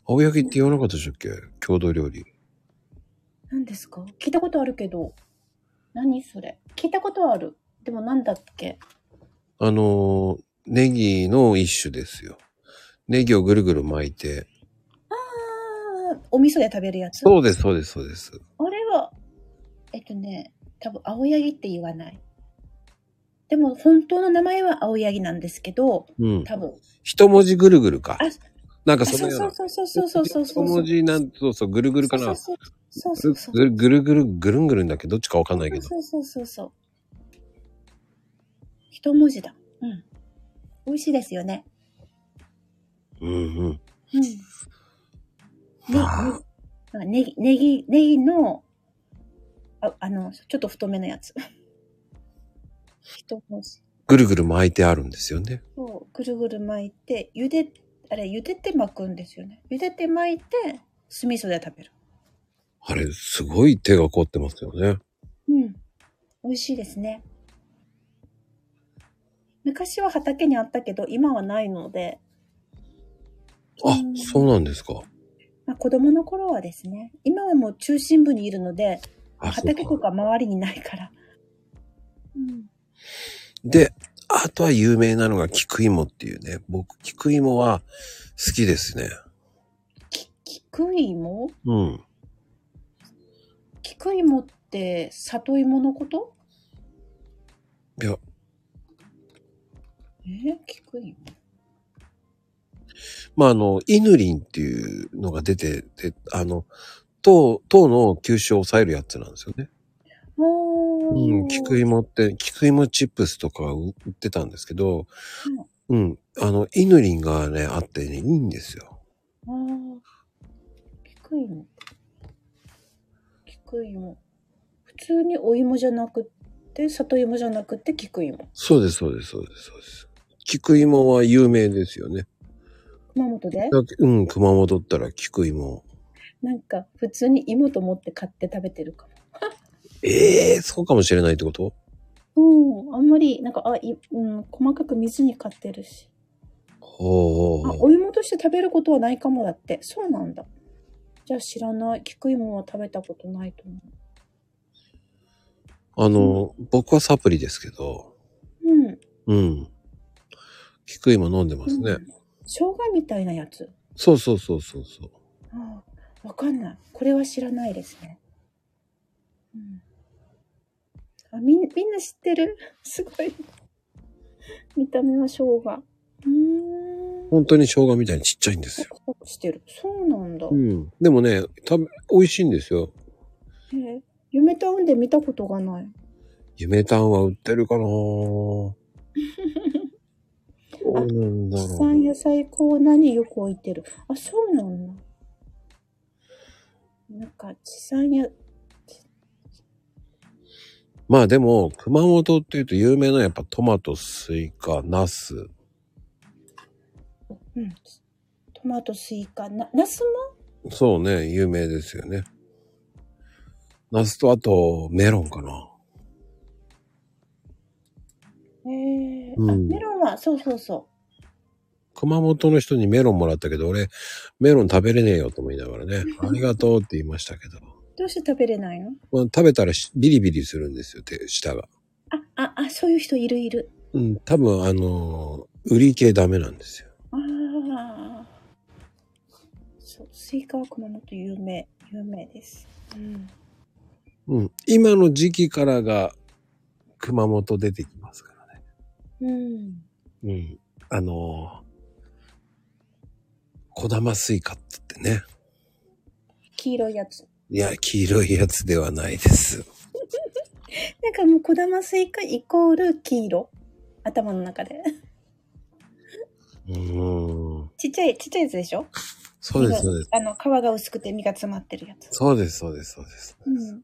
青柳って言わなかったでしたっけ郷土料理。
何ですか聞いたことあるけど。何それ聞いたことはある。でもなんだっけ
あのー、ネギの一種ですよ。ネギをぐるぐる巻いて。
あーお味噌で食べるやつ
そうです、そうです、そうです。
あれは、えっとね、多分青柳って言わない。でも本当の名前は青柳なんですけど、
うん。
多分。
一文字ぐるぐるか
あ。
なん
あ
かそ
そ
の
う
ような
そう。そうそうそうそうそうそう。
小文字なんそうそう、ぐるぐるかな。
そうそうそうそう。
ぐるぐるぐるぐるんぐるんだっけど、どっちかわかんないけど。
そうそうそうそう。一文字だ。うん。美味しいですよね。
うんうん。
うん。ね
まあ、
ねネギ、ネギ、ネギの、ああの、ちょっと太めのやつ。 [laughs] 一文字。
ぐるぐる巻いてあるんですよね。
そう、ぐるぐる巻いて、茹で、あれ、茹でて巻くんですよね。茹でて巻いて、酢味噌で食べる。
あれ、すごい手が凝ってますよね。
うん。美味しいですね。昔は畑にあったけど、今はないので、
あ
う、ん
そうなんですか。
まあ、子供の頃はですね、今はもう中心部にいるので、
あ、そう
畑と
か。
か周りにないから。うん。
で、あとは有名なのが菊芋っていうね。僕、菊芋は好きですね。
き、菊芋
うん。
菊芋って里芋のこと
いや、
え菊芋
まあ、あの、イヌリンっていうのが出てて、あの、糖、糖の吸収を抑えるやつなんですよね。
おー。
うん、菊芋って、菊芋チップスとか売ってたんですけど、うん、あの、イヌリンがね、あってね、いいんですよ。
ああ、菊芋。菊芋。普通にお芋じゃなくって、里芋じゃなくって菊芋。
そうです、そうです、そうです、そうです。菊芋は有名ですよね。
熊本で
だけうん、熊本ったら菊芋。
なんか普通に芋と思って買って食べてるか
ええそうかもしれないってこと
も。うん、あんまり、なんか、あ、いうん、細かく水に買ってるし。
ほう
あ、
ほうほう。
お芋として食べることはないかもだって。そうなんだ。じゃあ知らない。菊芋は食べたことないと思
あの、僕はサプリですけど、
う。うん。
うん。菊芋飲んでますね。
うん生姜みたいなやつ。
そうそうそうそうそう。
ああ、わかんない。これは知らないですね。うん。あ、みん、みんな知ってる [laughs] すごい。見た目は生姜。うーん。
本当に生姜みたいにちっちゃいんです
サ
よ。
クサクしてる。そうなんだ。
うん。でもね、食べ、美味しいんですよ。
へえ夢タウンで見たことがない。
夢タンは売ってるかなどうなんだ
地
ろ
産野
う。
菜コーナーによく置いてる。あ、そうなんだ。なんか、地産野、
まあでも、熊本っていうと有名なやっぱトマト、スイカ、ナス。
うん。トマト、スイカ、な、ナスも
そうね、有名ですよね。ナスとあと、メロンかな。
へえ、
う
あ、
ん
メロンは、そうそうそう。
熊本の人にメロンもらったけど、俺、メロン食べれねえよと思いながらね、ありがとうって言いましたけど。
どうして食べれないの
まあ、食べたらしビリビリするんですよ、手、舌が。
あ、あ、あ、そういう人いるいる。
うん、多分、あのー売り系ダメなんですよ。
ああ。そう、スイカは熊本有名、有名です。うん。
うん、今の時期からが熊本出てきますからね。
うん。
うん。あのー、小玉スイカって言ってね。
黄色いやつ。
いや、黄色いやつではないです。
なんかもう小玉スイカイコール黄色。頭の中で。 [laughs]
うーん。
ちっちゃい、ちっちゃいやつでしょ
そうです、そうです。
あの、皮が薄くて身が詰まってるやつ。
そうです、そうです、そうです。
うん。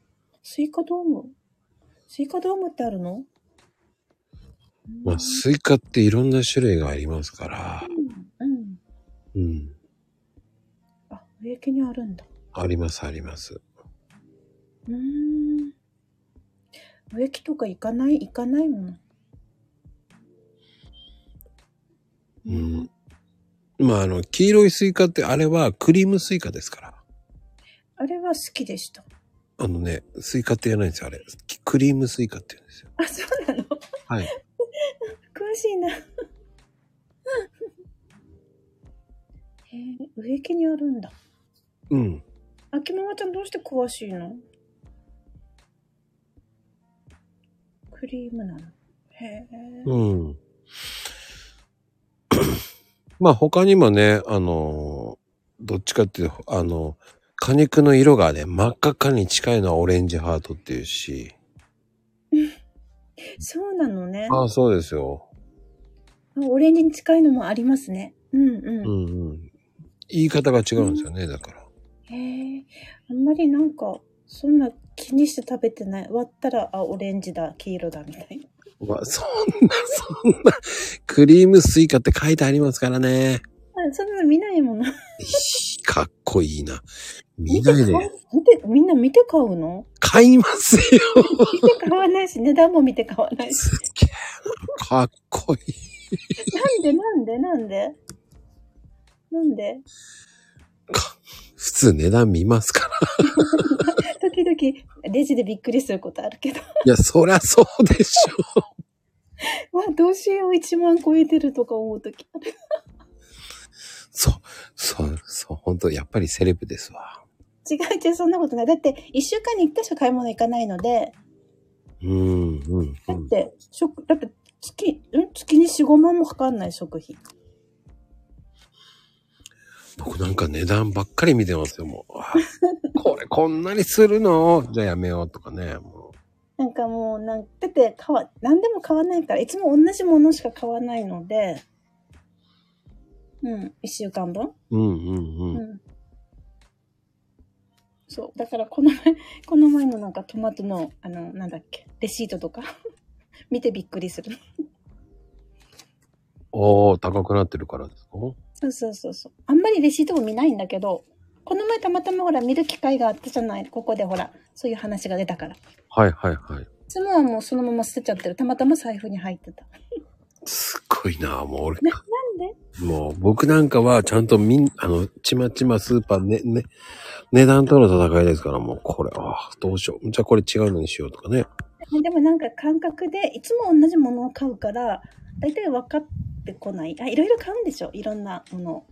[laughs] スイカドームスイカドームってあるの
まあ、スイカっていろんな種類がありますから。
うん。うん。
うん。
あ、植木にあるんだ。
あります、あります。
うーん。植木とか行かない行かないもの。
うん。まあ、あの、黄色いスイカってあれはクリームスイカですから。
あれは好きでした。
あのね、スイカって言わないんですよ、あれ。クリームスイカって言うんですよ。
あ、そうなの詳
はい。
しいな。へえ、植木にあるんだ。
うん。
秋ママちゃんどうして詳しいのクリームなの。へえ。
うん。まあ他にもね、あのー、どっちかっていうと、あの、果肉の色がね、真っ赤っかに近いのはオレンジハートっていうし。
そうなのね。
ああ、そうですよ。
オレンジに近いのもありますね。うんうん。
うんうん。言い方が違うんですよね、だから。
へえ、あんまりなんか、そんな気にして食べてない。割ったら、あ、オレンジだ、黄色だ、みたいな。
まあ、そんな、そんな、クリームスイカって書いてありますからね。
[laughs] あそんなの見ないもの。
いいかっこいいな。見ないで。
見て、みんな見て買
[laughs]
うの
買いますよ。
見て買わないし、値段も見て買わない
[laughs]
し。
すげえな。かっこいい。
なんで、なんで、なんでなんで
普通値段見ますから。
時々、レジでびっくりすることあるけど。 [laughs]
いや、そりゃそうでしょ。
わ、どうしよう、1万超えてるとか思うとき。
そう、そう、そう、本当やっぱりセレブですわ。
違う違う、そんなことない。だって、1週間に1箇所買い物行かないので、
うん、うん、う
だっ
ん。
て、食、だって、月、ん月に4、5万もかかんない食費。
僕なんか値段ばっかり見てますよ、もう。あ
[laughs]
これこんなにするのじゃあやめようとかね。も
なんかもうなんだって買わ何でも買わないからいつも同じものしか買わないのでうん1週間分、
ううん、うん、
う
うん。
ん、そうだからこの前 [laughs] この前のなんかトマトのあの [laughs] なんだっけレシートとか見てびっくりする
おー、高くなってるからですか
そうそうそうそう。あんまりレシートを見ないんだけど、この前たまたまほら見る機会があったじゃない。ここでほら、そういう話が出たから。い
はいはいはい。
つもはもうそのまま捨てちゃってる。たまたま財布に入ってた。
すっごいなもう俺、
な、なんで
もう僕なんかはちゃんとみん、あの、ちまちまスーパーね、ね、値段との戦いですから、もうこれ、あーどうしよう。じゃあこれ違うのにしようとかね。
でもなんか感覚で、いつも同じものを買うから、大体分かってこない。あ、いろいろ買うんでしょ。いろんなもの。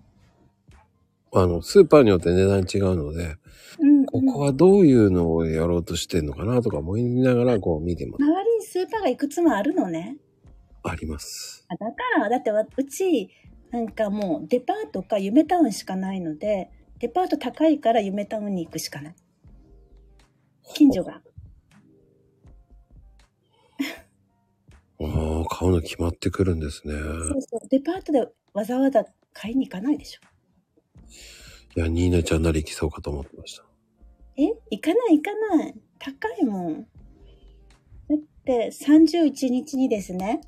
あの、スーパーによって値段違うので、
うん、うん。
ここはどういうのをやろうとしてんのかなとか思いながらこう見てます。
周りにスーパーがいくつもあるのね。
あります。
あだから、だってわうち、なんかもうデパートか夢タウンしかないので、デパート高いから夢タウンに行くしかない。近所が。
ああ、買うの決まってくるんですね。
そうそう。デパートでわざわざ買いに行かないでしょ。
いや、ニーナちゃんなり行きそうかと思ってました。
え行かない行かない。高いもん。だって31日にですね、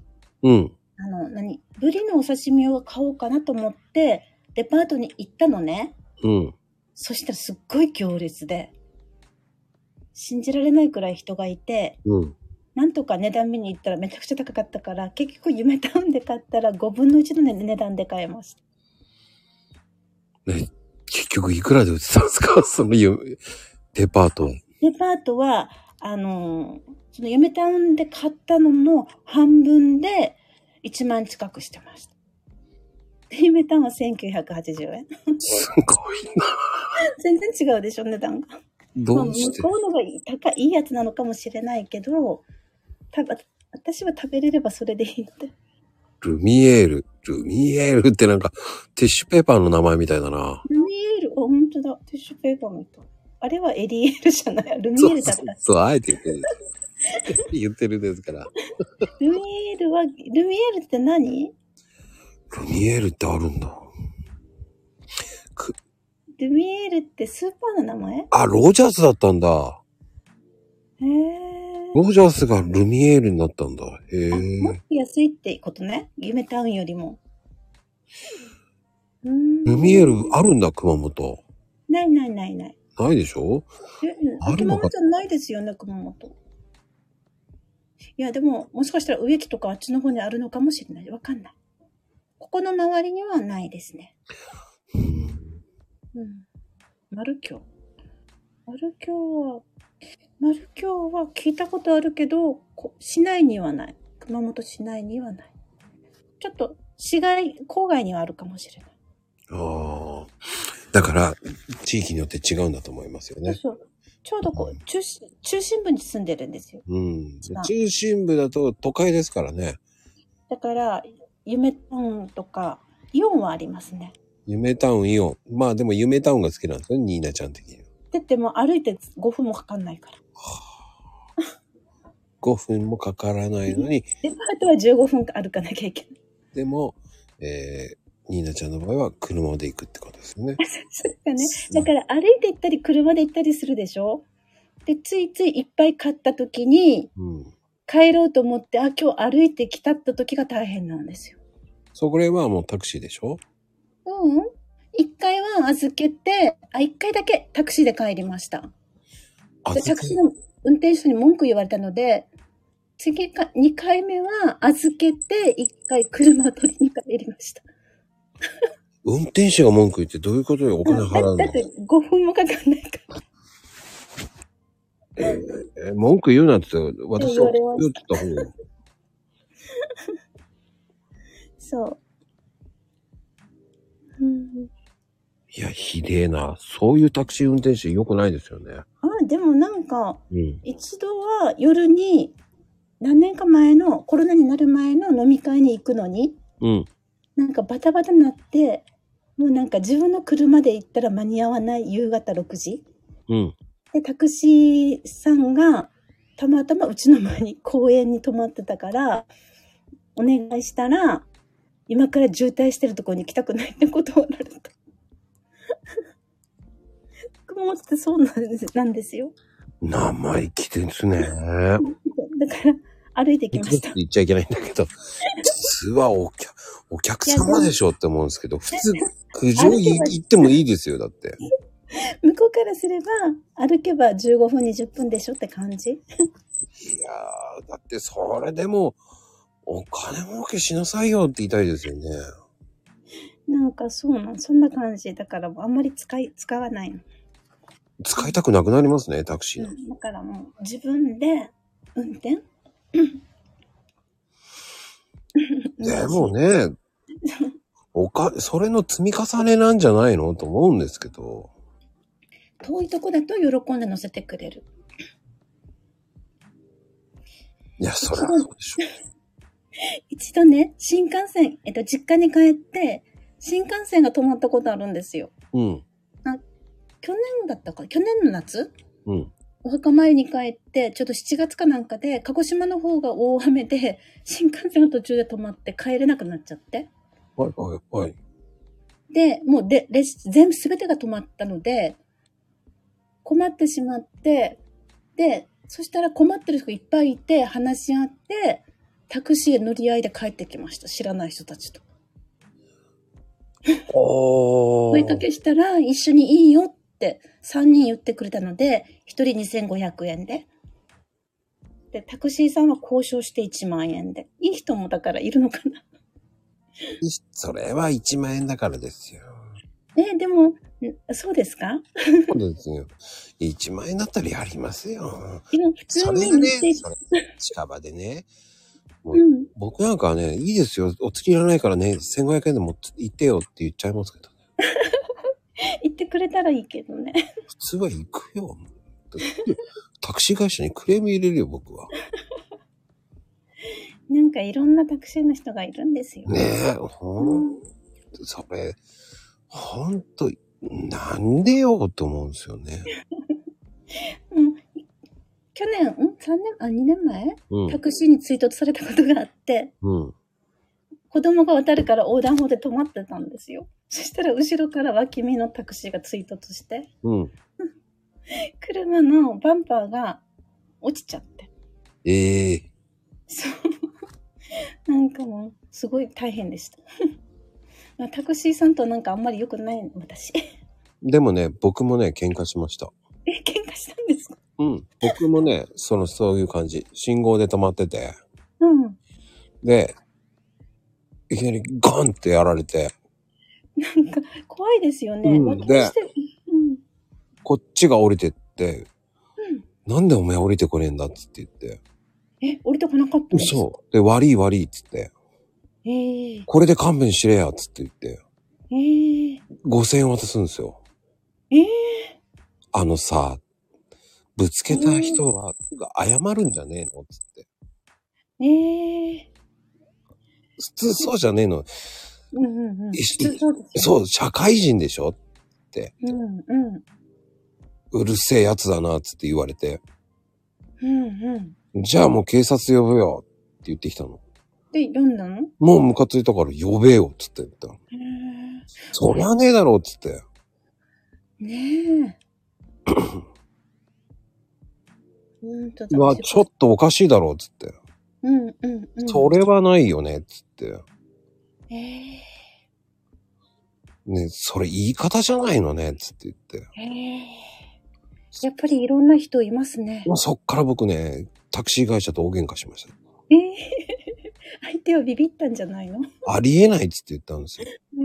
うん。
あの、何ブリのお刺身を買おうかなと思って、デパートに行ったのね。
うん。
そしたらすっごい行列で、信じられないくらい人がいて、
うん。
なんとか値段見に行ったらめちゃくちゃ高かったから、結局夢タウンで買ったら5分の1の値段で買えました。
ね、結局いくらで売ってたんですかそのゆデパート。
デパートは、あのーその夢タウンで買ったのの半分で1万近くしてました。で夢タウンは1980円。 [laughs]
すごいな。
全然違うでしょ、値段が。まあ
どう
向
して
こうのがいい高いいいやつなのかもしれないけど、たぶん私は食べれればそれでいいって。
ルミエール。ルミエールってなんかティッシュペーパーの名前みたいだな。
ルミエール、あ、本当だ。ティッシュペーパーみたい。あれはエリエールじゃない。ルミエールだっ
そう
た。
そう、あえて言ってる。 [laughs] 言ってるですから。
ルミエールは、ルミエールって何
ルミエールってあるんだ。
ルミエールってスーパーの名前へ
あ、ロジャースだったんだ。
え。
ロジャースがルミエールになったんだ。へ
もっ
え。
と安いってことね。夢タウンよりも。うーん
ルミエールあるんだ、熊本。
ないないないない。
ないでしょ
え、
あ
うん。
る
熊
のか
本ないですよね、熊本。いや、でも、もしかしたら植木とかあっちの方にあるのかもしれない。わかんない。ここの周りにはないですね。
うん
うん。丸京。丸京は、丸京は聞いたことあるけど、こ市内にはない。熊本市内にはない。ちょっと、市外、郊外にはあるかもしれない。
ああ。だから、地域によって違うんだと思いますよね。
そう。ちょうどこう、中心、中心部に住んでるんですよ。
うん。で
あ
中心部だと都会ですからね。
だから、夢タウンとか、イオンはありますね。
夢タウン、イオン。まあでも夢タウンが好きなんですよね、ニーナちゃん的には。
だってもう歩いて5分もかかんないから。
5分もかからないのに、
デパートは15分歩かなきゃいけない。
でも、えー、ニーナちゃんの場合は車で行くってことですよね。
[laughs] そうだね。だから歩いて行ったり車で行ったりするでしょで、ついついいっぱい買った時に
うん。
帰ろうと思って、あ、今日歩いてきたって時が大変なんですよ。
そこら辺はもうタクシーでしょ
うんうん。一回は預けて、あ、一回だけタクシーで帰りました。
あ
でタクシーの運転手に文句言われたので、次か、二回目は預けて、一回車を取りに帰りました。
運転手が文句言ってどういうことでお金払うの
だだって5分もかかんないから。
えー文句言うなって言って私は
言われま
言っ
して
た方が。
そう。うん。
いや、ひでえな。そういうタクシー運転手良くないですよね。
あ、でもなんか、
うん。
一度は夜に、何年か前の、コロナになる前の飲み会に行くのに、
うん。
なんかバタバタになって、もうなんか自分の車で行ったら間に合わない夕方6時。
うん。
で、タクシーさんが、たまたまうちの前に公園に泊まってたから、お願いしたら、今から渋滞してるところに来たくないって断られた。 [laughs] 熊本ってそうなんですなんですよ。
生意気ですね。
だから、歩いてきま
肉っ
した
[laughs] て。言っちゃいけないんだけど、普通はお客、お客様でしょって思うんですけど、普通、苦情言い言ってもいいですよ、だって。
向こうからすれば、歩けば15分、20分でしょって感じ。
いやー、だってそれでも、お金儲けしなさいよって言いたいですよね。
なんかそうなん、そんな感じ。だからもうあんまり使い、使わないの。
使いたくなくなりますね、タクシー
う
なんて
んだからもう自分で運転
でもね、おか、それの積み重ねなんじゃないのと思うんですけど。
遠いとこだと喜んで乗せてくれる。
いや、それはそうでしょ
一度ね、新幹線、えっと、実家に帰って、新幹線が止まったことあるんですよ。
[laughs] う。うん、
去年だったか、去年の夏
うん。
お墓参りに帰って、ちょっと7月かなんかで、鹿児島の方が大雨で、 [laughs] 新幹線の途中で止まって帰れなくなっちゃって。
はい、はい、はい。
で、もうで、列、全部全てが止まったので、困ってしまって、で、そしたら困ってる人がいっぱいいて、話し合って、タクシー乗り合いで帰ってきました。知らない人たちと。
お
声か
ー。
けしたら、一緒にいいよって3人言ってくれたので、1人2500円で。で、タクシーさんは交渉して1万円で。いい人もだからいるのかな。 [laughs]
それは1万円だからですよ。
え、でも、んそうですか
そうですよ。1万円だったらやりますよ。
でも普通
それ
に
が
乗
ね
って、、
それ近場でね、
うん。
僕なんかはね、いいですよ。お釣りいらないからね、1500円でも行ってよって言っちゃいますけどね。
言ってくれたらいいけどね。 [laughs]
普通は行く [laughs] よ。タクシー会社にクレーム入れるよ、僕は。
なんかいろんなタクシーの人がいるんですよ。
ねえ、ほん、それ、ほんと、なんでよ、と思うんですよね。
うん、去年、ん ?3 年、あ、2年前
う
タ
ん。
クシーに追突されたことがあって、
うん。
子供が渡るから横断歩で止まってたんですよ。そしたら後ろから脇見のタクシーが追突して、
うん。
車のバンパーが落ちちゃって。
ええ
そう。なんかもう、すごい大変でした。 [laughs] まあタクシーさんとなんかあんまり良くない私。 [laughs] え、
でもね、僕もね、喧嘩しました。
喧嘩したんですか
うん。僕もね、その、そういう感じ。信号で止まってて。
うん。
で、いきなりガンってやられて、
なんか怖いですよね。
うん
脇見してうん。
こっちが降りてって、
うん。
なんでお前降りてこねえんだっつって言って。
え、降りてこなかったんですか
嘘。で、悪い悪いっつって。
ええ
これで勘弁しれやっつって言って。
ええ
5000円渡すんですよ。
ええ
あのさ、ぶつけた人は、謝るんじゃねえのっつって。
ええ
普通そうじゃねえの。
うんうんうん。
いし
そうですよ
そう、社会人でしょ
うんうん。
うるせえやつだな、つって言われて。
うんうん。
じゃあもう警察呼ぶよ、って言ってきたの。
で、読んだの
もうムカついたから呼べよ、つって言ったの。
へえ
そりゃねえだろ、つって。
ねえ。
[coughs]
うんと
うわ、ちょっとおかしいだろ、つって。
うんうんうん。
それはないよね、つって。
ええ
ね、それ言い方じゃないのね、つって言って。
ええやっぱりいろんな人いますね。
まあそっから僕ね、タクシー会社と大喧嘩しました。
ええ [laughs] 相手はビビったんじゃないのね
ありえないっつって言ったんですよ。
え。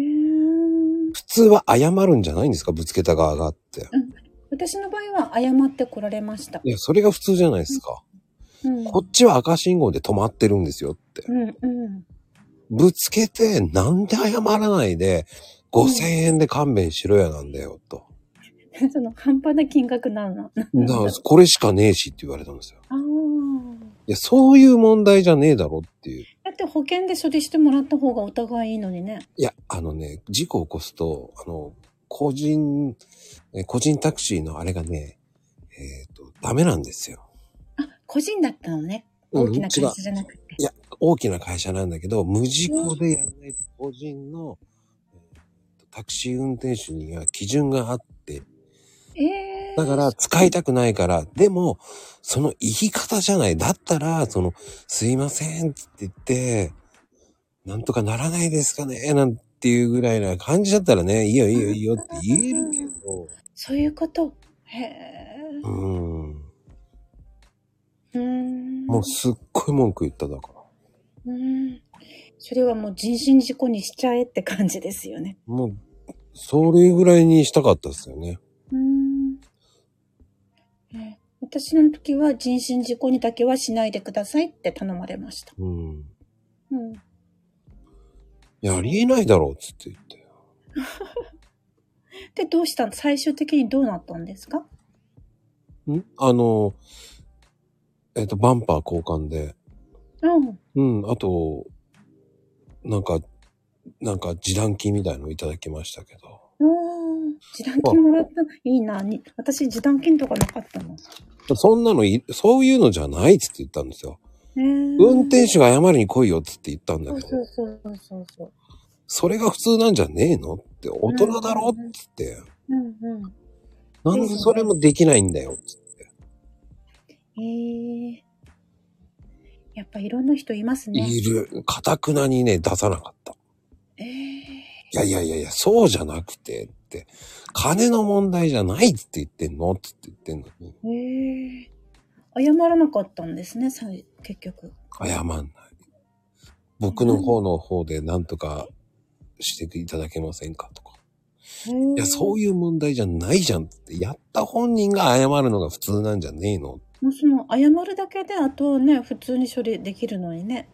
普通は謝るんじゃないんですかぶつけた側がって。
私の場合は謝って来られました。
いや、それが普通じゃないですか。
うん。
こっちは赤信号で止まってるんですよって。
うんうん。 [laughs]
ぶつけて、なんで謝らないで、5000円で勘弁しろやなんだよ、と。
その半端な金額なの。あ
だから、これしかねえしって言われたんですよ。
あー。
いや、そういう問題じゃねえだろっていう。
だって保険で処理してもらった方がお互いいいのにね。
いや、あのね、事故起こすと、あの、個人、え個人タクシーのあれがね、えっ、と、ダメなんですよ。
あ、個人だったのね。
うん
大きな会
違う
社じゃなくて。
大きな会社なんだけど、無事故でやらないと個人の、えータクシー運転手には基準があって、
ええ
だから使いたくないから、でも、その言い方じゃない。だったら、その、すいませんって言って、なんとかならないですかねなんていうぐらいな感じだったらね、いいよいいよいいよって言えるけど、
そういうこと。へえ。
うん。
うーん。
もうすっごい文句言っただから。
うーん。それはもう人身事故にしちゃえって感じですよね。
もう、それぐらいにしたかったですよね。
うーん。え私の時は人身事故にだけはしないでくださいって頼まれました。
うん。
うん。
いや、ありえないだろうっつって言って。
で、どうしたん最終的にどうなったんですか
んあの、えっ、と、バンパー交換で、
うん。
うん、あと、なんか、なんか示談金みたいのをいただきましたけど。
おー示談金もらったいいな。に私、示談金とかなかったの。
そんなのい、そういうのじゃないっつって言ったんですよ。運
運
転手が謝りに来いよっつって言ったんだ
そ
け
う
ど、
そうそうそうそう。
それが普通なんじゃねえのって、大人だろっつって。
うんうん。
なんでそれもできないんだよっつって。
ええやっぱいろんな人いますね。
いる。かたくなにね、出さなかった。
ええ
いやいやいやいや、そうじゃなくてって、金の問題じゃないっつって言ってんのっつって言ってんのに、
ええ謝らなかったんですね、さい結局。
謝んない。僕の方の方でなんとかしていただけませんかとか。いや、そう
い
いう問題じゃないじゃんっつって、やった本人が謝るのが普通なんじゃねえの
う。もうその、謝るだけで、あとね、普通に処理できるのにね。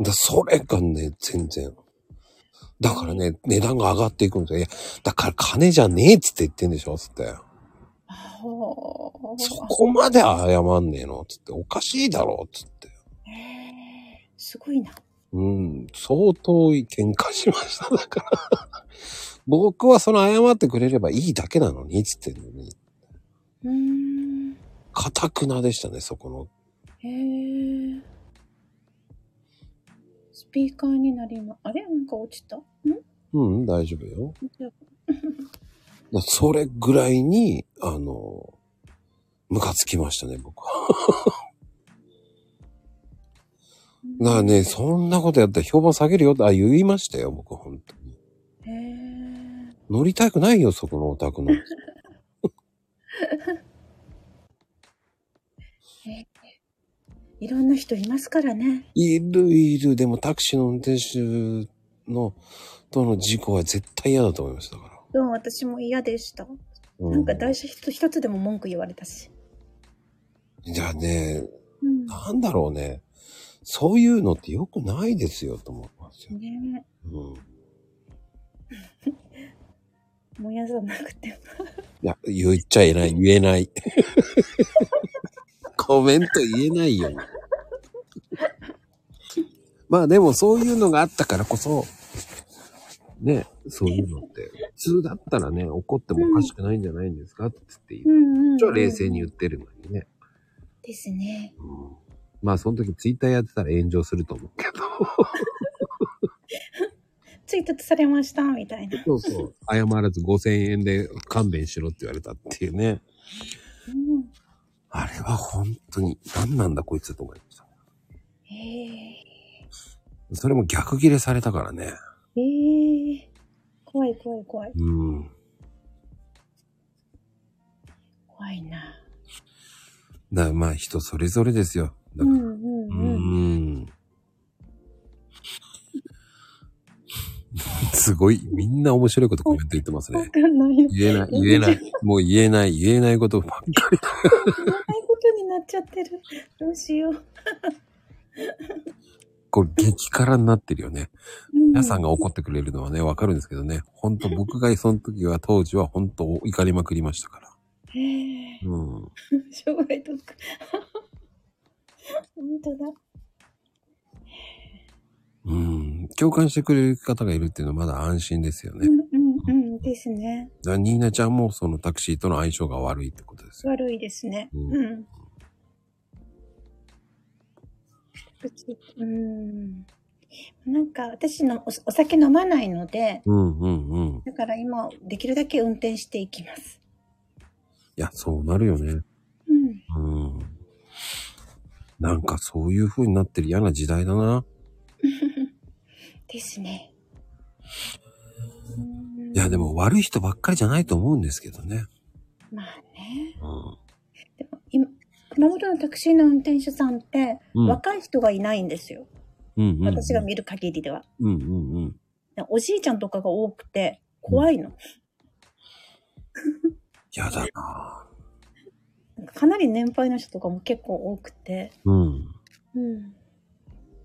だそれがね、全然。だからね、値段が上がっていくんですよ。いや、だから金じゃねえっつって言ってんでしょっつって。
あほ
そこまで謝んねえのっつって、おかしいだろっつって。
ええすごいな。
うん、相当喧嘩しました。だから、 [laughs] 僕はその謝ってくれればいいだけなのに、つってんのに。
うーん。
かたくなでしたね、そこの。
へえ。スピーカーになりま、あれなんか落ちたん
うん、大丈夫よ。
じゃあ
だそれぐらいに、あの、ムカつきましたね、僕は。だからね、そんなことやったら評判下げるよって、あ、言いましたよ、僕、本当に。
へえ。
乗りたくないよ、そこのお宅
[laughs]
の。
いろんな人いますからね。
いるいる、でもタクシーの運転手の、との事故は絶対嫌だと思いました、だから。
どうも私も嫌でした。
う
なんか大事一つ一つでも文句言われたし。
じゃあね、
うん。
なんだろうね。そういうのって良くないですよ、と思いますよ。
ね
うん。
え、もやさなくて。
いや、言っちゃいない、言えない。 [laughs] コメント言えないよ。まあでもそういうのがあったからこそ、ね、そういうのって、普通だったらね、怒ってもおかしくないんじゃないんですかって言って、
んう
一応冷静に言ってるのにね。
ですね。
うん、まあその時ツイッターやってたら炎上すると思うけど。
追突されました、みたいな。
そうそう。謝らず5000円で勘弁しろって言われたっていうね。
うん。
あれは本当に何なんだこいつと思いました。
え
それも逆切れされたからね。
えええ怖い怖い怖い。
うん。
怖いな。
だからまあ人それぞれですよ。だか
う
ら
んう
う
んうん。
ん。すごい、みんな面白いことコメント言ってます
わ
ね。
かんない。言
言えない、言えない。もう言えない、言えないことばっかり。
えないことになっちゃってる。どうしよう。
こう激辛になってるよね。皆
皆
さんが怒ってくれるのはね、わかるんですけどね。本当僕がその時は、当時は本当怒りまくりましたから。
ええ
うん。
障害とか。 [laughs] 本当だ。
うん。共感してくれる方がいるっていうのはまだ安心ですよ
う
ね。
んうんうんですね。
だからニーナちゃんもそのタクシーとの相性が悪いってことですよ。
悪いですね。
うん
うん。うちうん。なんか私のおお酒飲まないので、
うんうんうん。
だから今できるだけ運転していきます。
や、そうなるよね。
う
う
ん。
ん。なんかそういう風になってる嫌な時代だな。
ですね。
いや、でも悪い人ばっかりじゃないと思うんですけどね。
まあね。
うん。
でも今、熊本のタクシーの運転手さんって、
うん
若い人がいないんですよ。
うんうん、うん。
私が見る限りでは。
うんうんうん。
でおじいちゃんとかが多くて、怖いの。
嫌だな
なんかかなり年配の人とかも結構多くて。
うん。
うん。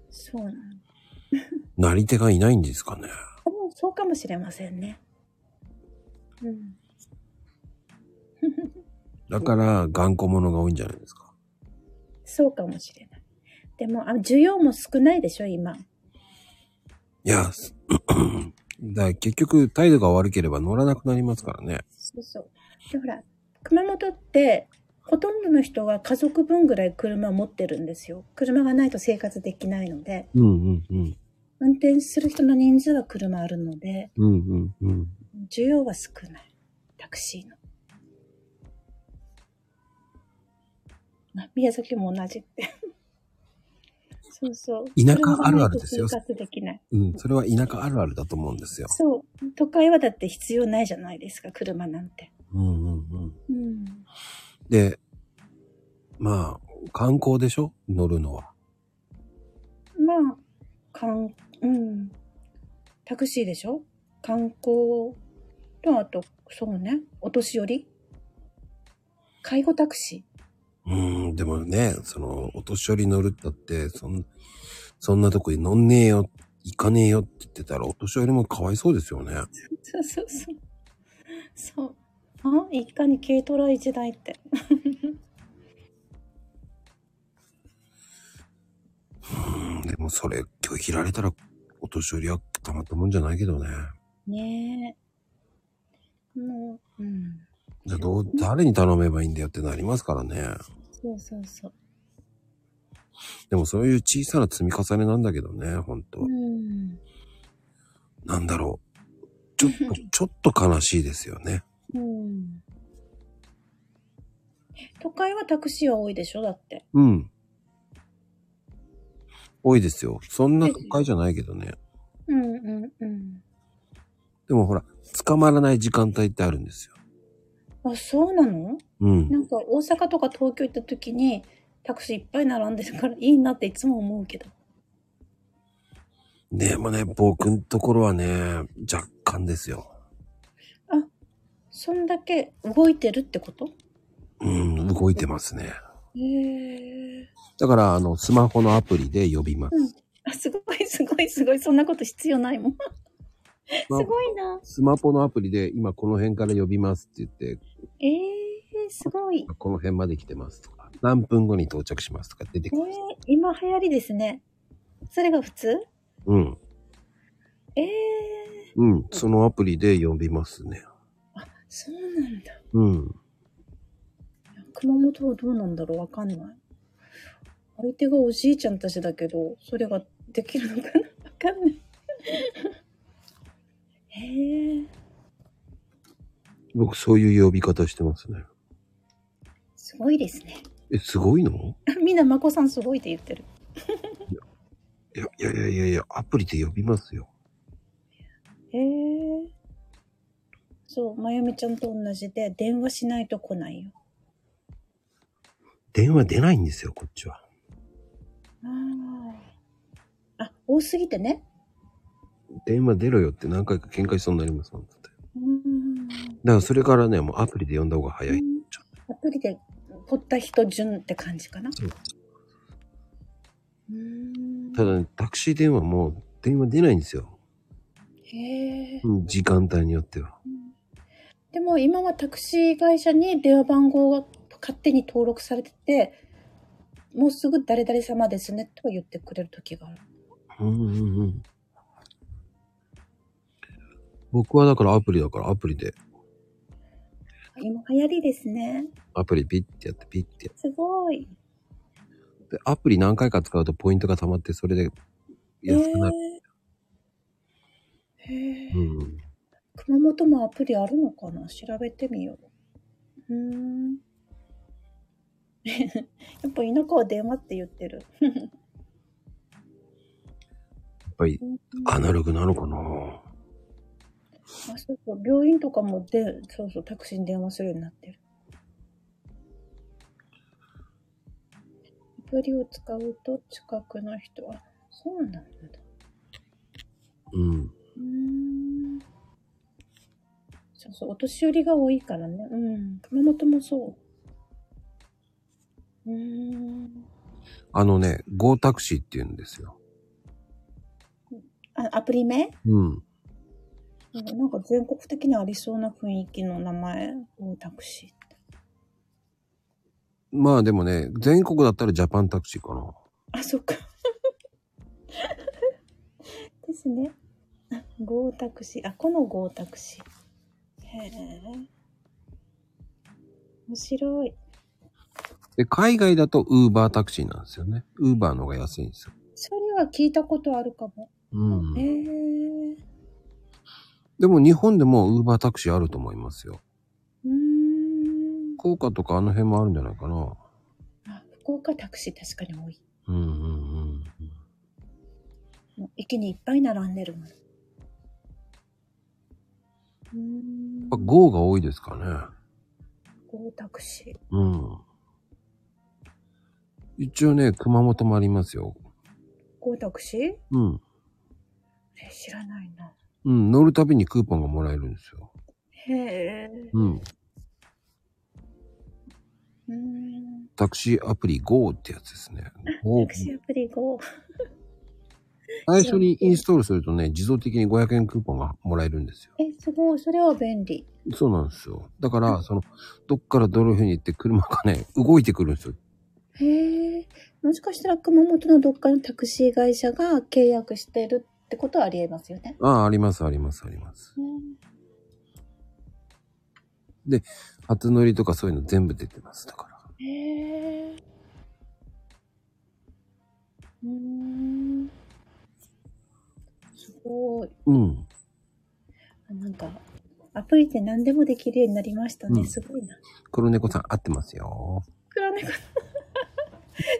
そうなの。で
なり手がいないんですかね。
もそうかもしれませんね。うん。
だから、頑固者が多いんじゃないですか。
そうかもしれない。でも、あ需要も少ないでしょ、今。
いや、 [clears throat] すだから結局、態度が悪ければ乗らなくなりますからね。
そうそう。で、ほら、熊本って、ほとんどの人が家族分ぐらい車持ってるんですよ。車がないと生活できないので、
うんうんうん。
運転する人の人数は車あるので、
うんうんうん。
需要は少ない。タクシーの。まあ、宮崎も同じって。 [laughs] そうそう。
田舎あるあるですよ
車がないと生活できない。
うん、それは田舎あるあるだと思うんですよ。
そう。都会はだって必要ないじゃないですか、車なんて。
うんうんうん。
うん。
で、まあ、観光でしょ乗るのは。
まあ、観、うん。タクシーでしょ観光と、あと、そうね、お年寄り介護タクシ
うん、でもね、その、お年寄り乗るったって、そん、そんなとこに乗んねえよ、行かねえよって言ってたら、お年寄りもかわいそうですよね。
ー。そうそうそう。そう。あいかに軽トラ一台って。
うん、でもそれ、拒否られたら、お年寄りはたまったもんじゃないけどね。
ねえ。もう、うん。
じゃあどう、誰に頼めばいいんだよってなりますからね。
そうそうそう。
でもそういう小さな積み重ねなんだけどね、本当
うん。
なんだろう。ちょっと、ちょっと悲しいですよね。
うん。都会はタクシーは多いでしょだって。
うん。多いですよ。そんな都会じゃないけどね。
うんうんうん。
でもほら、捕まらない時間帯ってあるんですよ。
あ、そうなの
うん。
なんか大阪とか東京行った時にタクシーいっぱい並んでるからいいなっていつも思うけど。
でもね、僕んところはね、若干ですよ。
そんだけ動いてるってこと
うん、動いてますね。
へえ。
だから、あの、スマホのアプリで呼びます。
あ、すごいすごいすごい。そんなこと必要ないもん。す
ま
ごいな。
スマホのアプリで、今この辺から呼びますって言って、
ええすごい。
この辺まで来てますとか、何分後に到着しますとか出て
え
く
ー
る。、
今流行りですね。それが普通
うん。
ええ
うん。そのアプリで呼びますね。
そうなんだ。
うん。
熊本はどうなんだろうわかんない。相手がおじいちゃんたちだけど、それができるのかなわかんない。へえ、
僕、そういう呼び方してますね。
すごいですね。
え、すごいの
みんな、まこさんすごいって言ってる。
いや、いやいやいやいや、アプリで呼びますよ。
へえ。そう、まゆみちゃんと同じで、電話しないと来ないよ。
電話出ないんですよ、こっちは。
ああ。あ、多すぎてね。
電話出ろよって何回か喧嘩しそうになりますもん。だって
うーん。
だからそれからね、もうアプリで呼んだ方が早い。
アプリで、取った人順って感じかな。うーん。
ただね、タクシー電話も電話出ないんですよ。
へえ。
うん時間帯によっては。
でも今はタクシー会社に電話番号が勝手に登録されてて、もうすぐ誰々様ですねとか言ってくれる時がある。
うんうんうん。僕はだからアプリだからアプリで、
今流行りですね。
アプリピッてやってピッてや
すごい。
って、アプリ何回か使うとポイントが溜まってそれで安くなる。
へえへえ
うんうん。
熊本もアプリあるのかな調べてみよう。うーん。 [laughs] やっぱ田舎は電話って言ってる。
っぱりアナログなのかな
あそうそう病院とかもで、そうそう、タクシーに電話するようになってる。アプリを使うと近くの人は、そうなんだ。
うん。
うーん。そうそう、お年寄りが多いからね。うん。熊本もそう。うーん。
あのね、ゴータクシーって言うんですよ。
あ、アプリ名
うん。
うんなんか全国的にありそうな雰囲気の名前、ゴータクシーって。
まあでもね、全国だったらジャパンタクシーかな。
あ、そっか。 [laughs] ですね。あゴータクシー。あ、このゴータクシー。へえ。面白い。
で、海外だとウーバータクシーなんですよね。ウーバーの方が安いんですよ。
それは聞いたことあるかも。
うん。
へえ。
でも日本でもウーバータクシーあると思いますよ。
うーん。
福岡とかあの辺もあるんじゃないかな。
あ、福岡タクシー確かに多い。
うんうんうん。
もう駅にいっぱい並んでるもん。うーん。
やっぱ GO が多いですかね。
ゴータクシー。
うん。一応ね、熊本もありますよ。
ゴータクシー
うん。
え知らないな。
うん、乗るたびにクーポンがもらえるんですよ。
へえ。
うん。
うーん。
タクシーアプリ GO ってやつですね。GO
タクシーアプリ GO。
最初にインストールするとね、自動的に500円クーポンがもらえるんですよ。
え、すごい。それは便利。
そうなんですよ。だから、その、どっからどういう風に行って車がね、動いてくるんですよ。
へえ。もしかしたら熊本のどっかのタクシー会社が契約してるってことはありえますよね。
ああ、あります、あります、あります。初乗りとかそういうの全部出てます。だから。
へえ。うーん。すごい。
うん。
なんか、アプリで何でもできるようになりましたね。
うん
すごいな。
黒猫さん合ってますよ。
黒猫。 [laughs]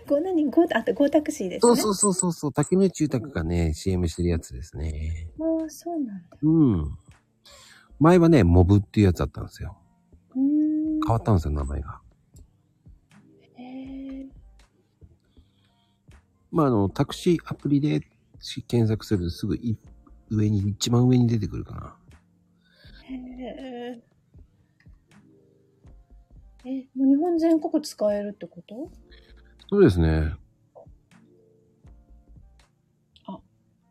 こんなにゴータ、あとゴータクシーです
そう
ね。
そうそうそうそう。竹内豊がね、CM してるやつですね。
ああ、そうなんだ。
うん。前はね、モブっていうやつだったんですよ。
うーん。
変わったんですよ、名前が。
へえ。
まあ、あの、タクシーアプリで検索するとすぐい上に、一番上に出てくるかな。
へえ。え、もう日本全国使えるってこと
そうですね。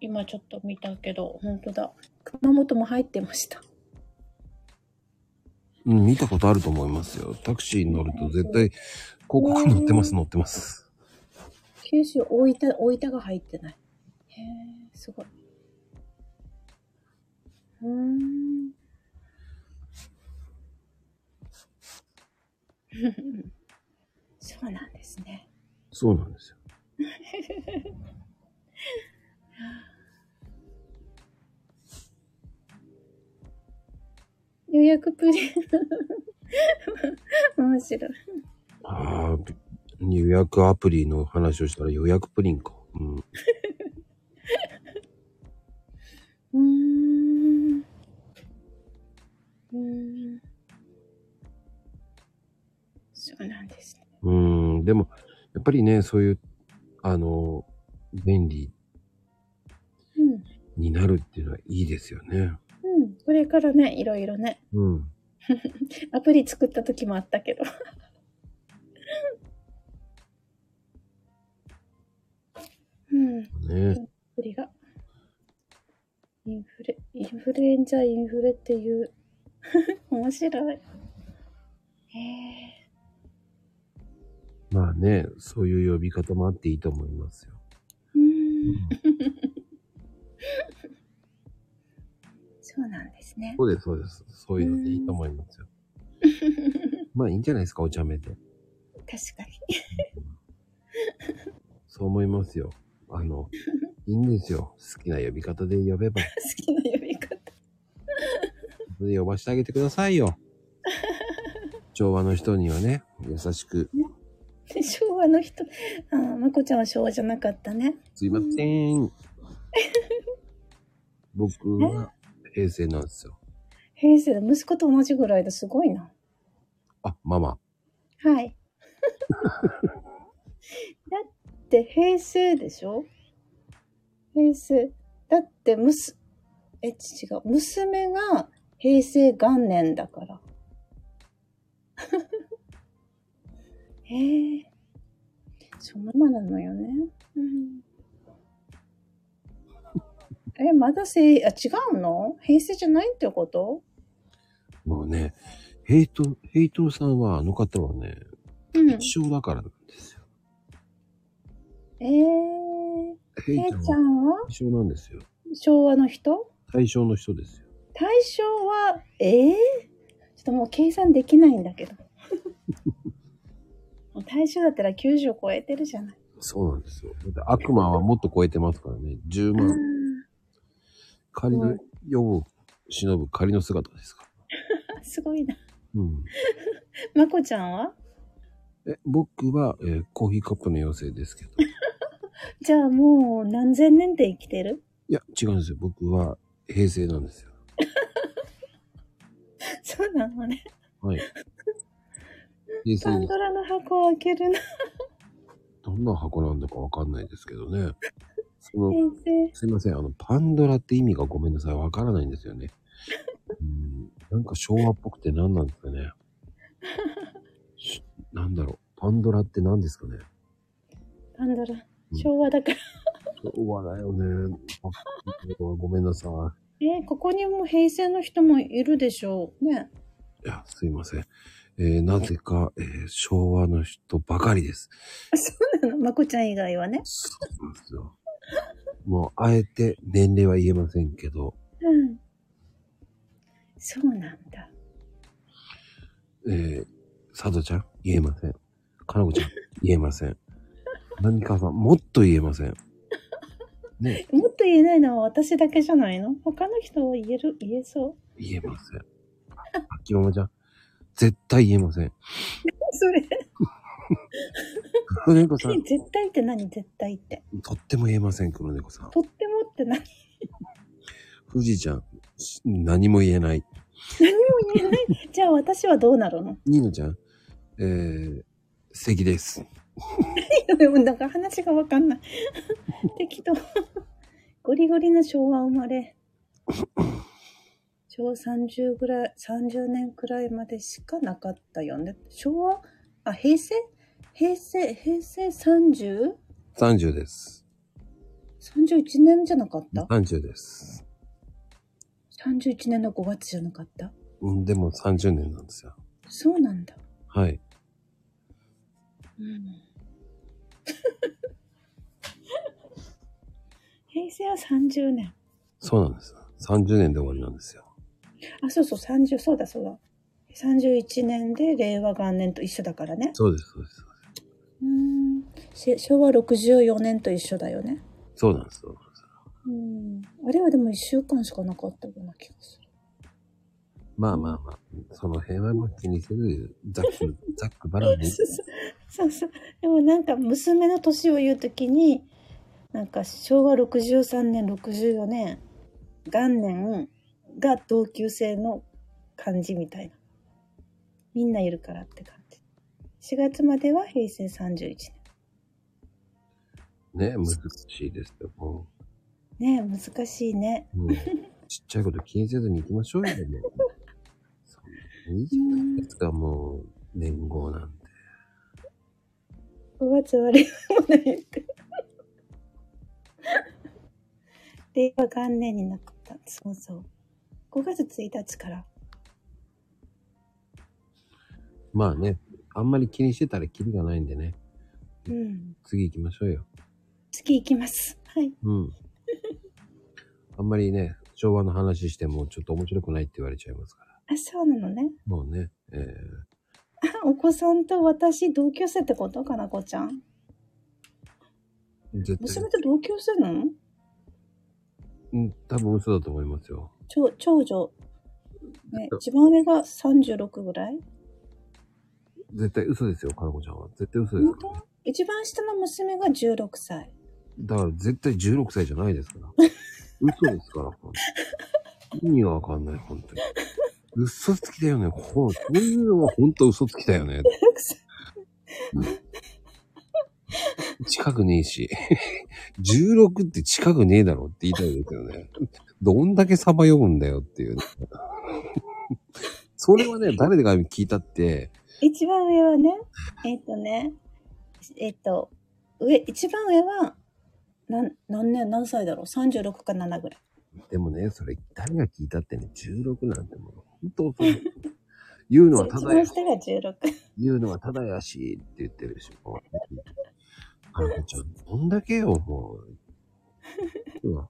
今ちょっと見たけど、本当だ。熊本も入ってました。
うん、見たことあると思いますよ。タクシーに乗ると絶対、広告載ってます、載ってます。
九州大分、大分が入ってない。へえ、すごい。うーん。 [laughs] そうなんですね。
そうなんですよ。
予約プリン。 [laughs] 面白い。
ああ、予約アプリの話をしたら予約プリンか。うん。
うーん。うーん。そうなんですね。
うん、でも、やっぱりね、そういう、あの、便利
うん。
になるっていうのはいいですよね。
うん。これからね、いろいろね、
うん。
アプリ作った時もあったけど。 [laughs] うん。ア
ね
プリが。インフレ、インフルエンザインフレっていう。 [laughs] 面白い。へえ。
まあね、そういう呼び方もあっていいと思いますよ。
うん。そうなんですね。
そうです、そうです。そういうのでいいと思います
[laughs]
よ。まあいいんじゃないですか、お茶目で。
確かに。
そう思いますよ。あの、いいんですよ。好きな呼び方で呼べば、
好きな呼び方。 [laughs]
それで呼ばしてあげてくださいよ。昭和の人にはね、優しく、
で昭和の人、ああ、まこちゃんは昭和じゃなかったね。
すいません。
[laughs]
僕は平成なんですよ。
平成で息子と同じぐらいですごいな。
あ、ママ。
はい。 [laughs] だって平成でしょ平成。だってむす、え、違う。娘が平成元年だから。 [laughs] へえ。そう、ママなのよね。うん。え、まだせ、あ、違うの平成じゃないってこと
もうね、ヘイト、ヘイトさんはあの方はね、
うん。
一生だからなんですよ。
えー、
ヘ
え
イ
い
ちゃん
ちゃ
は
んは
一生なんですよ。
昭和の人
対象の人ですよ。
対象は、ええちょっともう計算できないんだけど。もう対象だったら90超えてるじゃない。
そうなんですよ。だって悪魔はもっと超えてますからね。10
あー
万、仮の世を忍ぶ仮の姿ですから。
すごいな。
うん。
まこちゃんは
え、僕は、えーコーヒーカップの妖精ですけど。
じゃあもう何千年って生きてる [laughs]
いや、違うんですよ。僕は平成なんですよ。
そうなのね。
はい。平
パ
成
ン
です
ドラの箱を開けるな。
どんな箱なんだかわかんないですけどね。その、
平成。
すいません。あの、パンドラって意味がごめんなさい。わからないんですよね。うん。なんか昭和っぽくて何なんですかね。 [laughs] しなんだろう。パンドラって何ですかね。
パンドラ。昭和だから。
昭和だよね。あごめんなさい。
えーここにも平成の人もいるでしょうね。 [laughs]
いや、すいません。えーなぜか、えー昭和の人ばかりです。
そうなのまこちゃん以外はね。
そうなんですよ。もう、あえて年齢は言えませんけど、
うん。そうなんだ。
えー、佐藤ちゃん言えません。かなこちゃん言えません。何かさんもっと言えません。ね、
もっと言えないのは私だけじゃないの他の人は言える、言えそう。
言えません。あきままちゃん、絶対言えません。
[laughs] それ、
黒猫さん、
[laughs] 絶対って何絶対って。
とっても言えません、黒猫さん。
とってもって何
富士ちゃん、し何も言えない。
何も言えない。 [laughs] じゃあ私はどうなるの [laughs]
ニーノちゃん、えー、素敵です。
でもなんか話がわかんない。 [laughs] 適当。 [laughs] ゴリゴリの昭和生まれ。 [coughs] 昭和30ぐらい、30年くらいまでしかなかったよね。昭和あ、平成平成、平成 30?31
30です。
年じゃなかった
30です。
31年の5月じゃなかった
うんでも30年なんですよ。
そうなんだ。
はい。
うん、 [laughs] 平成は30年。
そうなんですよ。30年で終わりなんですよ。
あ、そうそう、30、そうだそうだ。31年で令和元年と一緒だからね。
そうです、そうです。
うん。し昭和64年と一緒だよね。
そうなんです、そうなんです。
うん。あれはでも1週間しかなかったような気がする。
まあまあまあ、その辺はもう気にせず、ざっく、ざっくばらんに。
[laughs] そうそうそうそう。でもなんか娘の年を言うときに、なんか昭和63年、64年、元年が同級生の感じみたいな。みんないるからって感じ。4月までは平成31
ね、難しいですよ。も
年。ねえ、難しいね。
う、もうちっちゃいこと気にせずに行きましょうよ、もう。そんなにいいじゃないですか、もう、年号なんて。
5月は令和もないって。 [laughs] 令和元年になった。そうそう。5月1日から。
まあね、あんまり気にしてたらキリがないんでね、
うん。
次行きましょうよ。
次行きます。はい。
うん。あんまりね、昭和の話してもちょっと面白くないって言われちゃいますから。
あ、そうなのね。 [laughs]
もうね、えー、
あお子さんと私同級生ってことかなこちゃん。
絶対
娘、と同級生なの
うん、多分嘘だと思いますよ。
長長女。ね、一番上が36ぐらい
絶対嘘ですよ、かなこちゃんは。絶対嘘です
本
か
当一番下の娘が16歳。
ら。だから絶対16歳じゃないですから。嘘ですから、ほんと意味がわかんない、本当に。嘘つきだよね。ほう、そういうのは本当嘘つきだよね。近くねえし。16って近くねえだろって言いたいですよね。どんだけサバ読むんだよっていう。それはね、誰が聞いたって、
一番上はね、えっ、とね、えっ、と、上、一番上は、なん何年、何歳だろう ?36 か7ぐらい。
でもね、それ誰が聞いたってね、16なんてもう、本当そう。言うのはた
一
だや
番、下が16。
言うのはただやしって言ってるし、もう。あのちゃん、どんだけよ、もう。うわ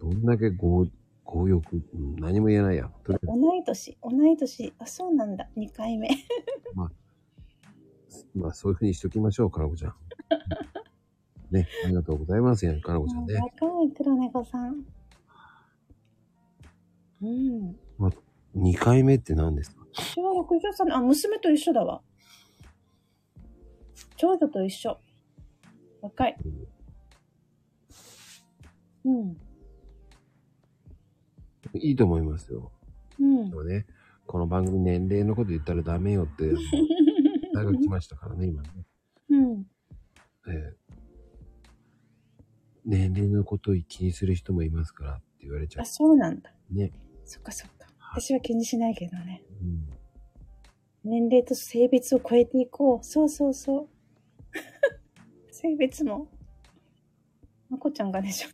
どんだけ強、強欲、うん何も言えないや。とりあ
同い年、同い年。あ、そうなんだ。2回目。
えず、まあそういうふうにしときましょう、かなこちゃん。ね、ありがとうございます、かなこちゃんね。
若い黒猫さん。うん。
2回目って何ですか
私は63、あ、娘と一緒だわ。長女と一緒。若い。うん。
いいと思いますよ。
うん
で。もね、この番組年齢のこと言ったらダメよって、大学来ましたからね、今ね。
うん。
えー年齢のことを気にする人もいますからって言われちゃ
あ、そうなんだ。
う。ね。
そっかそっか。私は気にしないけどね。
うん、
年齢と性別を超えていこう。そうそうそう。 [laughs] 性別も。まこちゃんがでしょ。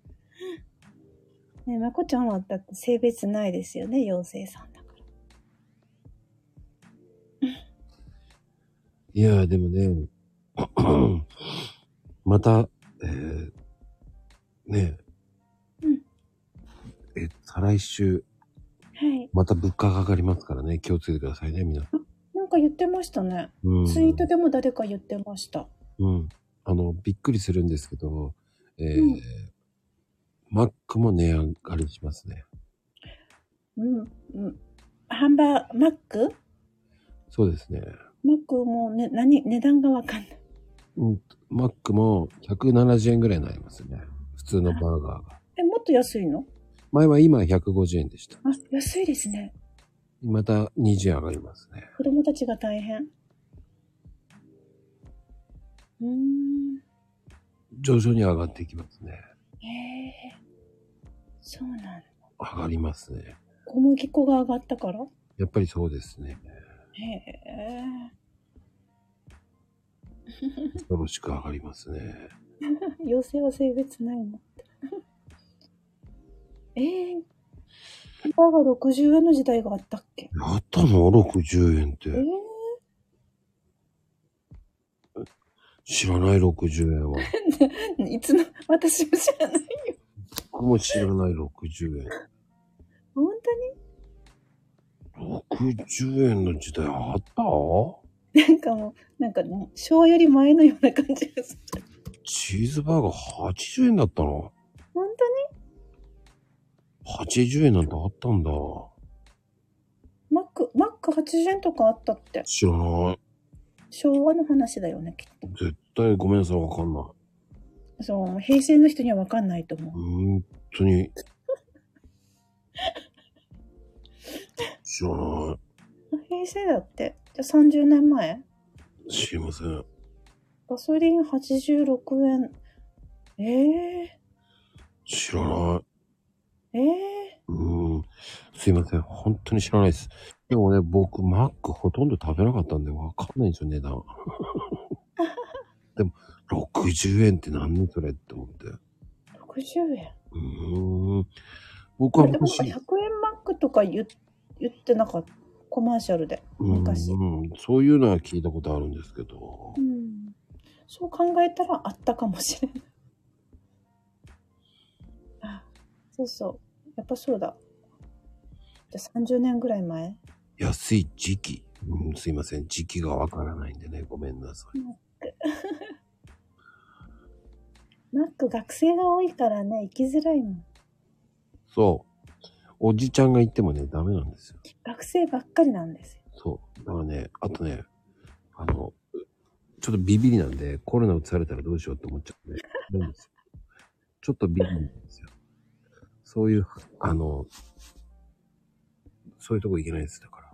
[laughs] ねえまこちゃんはだって性別ないですよね、妖精さんだから。
いやー、でもね、 [clears throat] また、えーね
うん
え、え、再来週、
はい。
また物価が上がりますからね、気をつけてくださいね、皆さん。
なんか言ってましたね。
うん、
ツイートでも誰か言ってました。
うん。あの、びっくりするんですけど、えー
うん
マックも値上がりしますね。
うん。うん。ハンバー、マック
そうですね。
マックもね、何、値段がわかんない。
うん、マックも170円ぐらいになりますね。普通のバーガーが。
え、もっと安いの
前は今150円でした。
あ、安いですね。
また20円上がりますね。
子供たちが大変。うーん。
徐々に上がっていきますね。
へえ。そうなんだ。
上がりますね。
小麦粉が上がったから
やっぱりそうですね。
へえ。 [laughs]
よろしく上がりますね。
妖精は性別ないのって。 [laughs] ええー。バーが60円の時代があったっけ
やったの ?60 円っ
え
て
え。
知らない60円は。
ー。いつの、 [laughs] 私も知らない。
僕も知らない60円。
本当に [laughs]
60円の時代あった
なんかもう、なんかもう昭和より前のような感じがする。
チーズバーガー80円だったの
本
?80 円なんてあったんだ。
当にマック、マック80円とかあったって。
知らない。
昭和の話だよね、きっと。
絶対ごめんなさい、わかんない。
そう、平成の人には分かんないと思う。
本当に。知らな
平成だって。じゃあ30年前
い。知りません。
ガソリン86円。ええ
知らない。
ええ
うん。すいません。本当に知らないです。でもね、僕、マックほとんど食べなかったんで、わかんないんですよ、値段。 [laughs] でも、60円って何それって思って。
60円。
うーん。僕
で
は
も
昔
100、円マックとか言言ってなかった。コマーシャルで。
うん
昔。
うん、そういうのは聞いたことあるんですけど
う。ん。そう考えたらあったかもしれない。あ、そうそう。やっぱそうだ。じゃあ30年ぐらい前
安い時期。うん、すいません。時期がわからないんでね、ごめんなさい。
マック学生が多いからね、行きづらいもん。
そう。おじちゃんが行ってもね、ダメなんですよ。
学生ばっかりなんですよ。
そう。だからね、あとね、あの、ちょっとビビりなんで、コロナ移されたらどうしようって思っちゃうんで、なんですよちょっとビビりなんですよ。そういう、あの、そういうとこ行けないです、だから。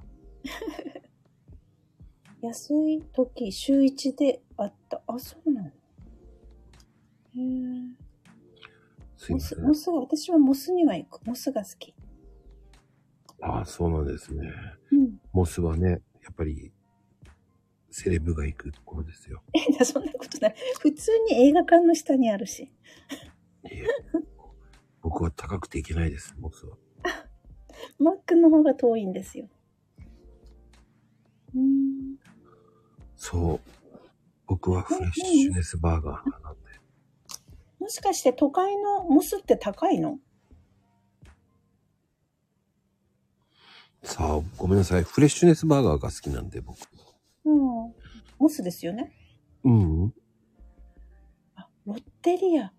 安い時、週1であった。あ、そうなのへえ。
すい
モ
ま
ス、
せん。
モスが、私はモスには行く。モスが好き。
ああ、そうなんですね。
[laughs] うん。
モスはね、やっぱり、セレブが行くところですよ。
え、いやそんなことない。普通に映画館の下にあるし。
いえ僕は高くて行けないです、モスは。
マックの方が遠いんですよ。うーん。
そう。僕はフレッシュネスバーガー派なんで。
もしかして都会のモスって高いの
さあ、ごめんなさい。フレッシュネスバーガーが好きなんで、僕。
うん。モスですよね。
うん、うん。
あ、ロッテリア。
い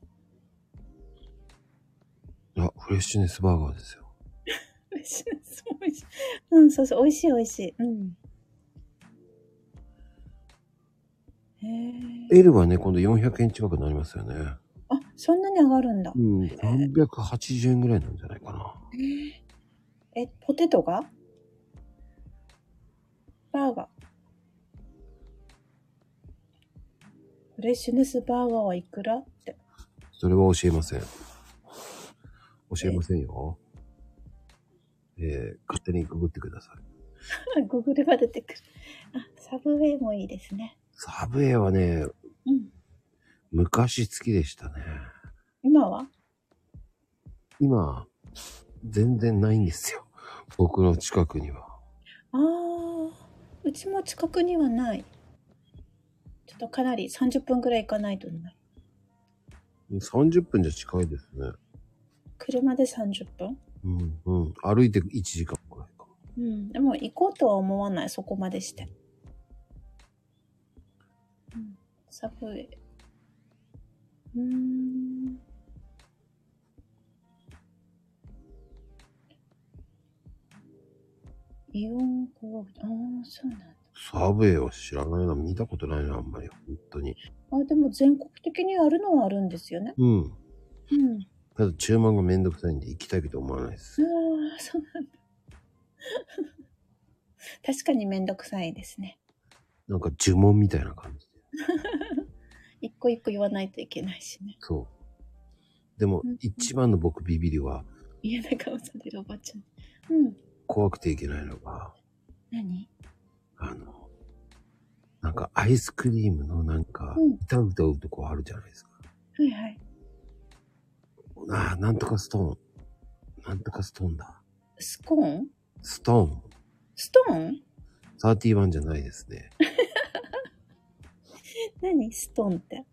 や、フレッシュネスバーガーですよ。
美味しいです。美味しい。うん、そうそう。美味しい、美味しい。うん。へえ。
L はね、今度400円近くなりますよね。
あ、そんなに上がるんだ。
うん。380円ぐらいなんじゃないかな。
え、ポテトがバーガー。フレッシュネスバーガーはいくらって。 [laughs]
それは教えません。教えませんよ。えー、勝手にググってください。
ググれば出てくる。あ、サブウェイもいいですね。
サブウェイはね、
うん。
昔好きでしたね。
今は
今、全然ないんですよ。僕の近くには。
あー、うちも近くにはない。ちょっとかなり30分くらい行かないとない。
30分じゃ近いですね。
車で30分
うん、うん。歩いて1時間くらいか。
うん。でも行こうとは思わない、そこまでして。うん。サブウェイ。うーん。イオンコール、ああ、そうなんだ。
サブウェイは知らないな。見たことないな、あんまり。本当に。
あ、でも全国的にあるのはあるんですよね。
うん。
うん。
ただ注文がめんどくさいんで行きたいけど思わないです。
ああ、そうなんだ。確かにめんどくさいですね。
なんか呪文みたいな感じで。
一個一個言わないといけないしね。
そう。でも
うんうん、
一番の僕ビビりは、
嫌な顔されるおばちゃん。うん。
怖くていけないのが、
何
あの、なんかアイスクリームのなんか
うん、
歌う歌うとこあるじゃないですか。
はいはい。
ああ、なんとかストーン。なんとかストーンだ。
スコーン
ストーン。
ストーン
31じゃないですね。
何ストーンって。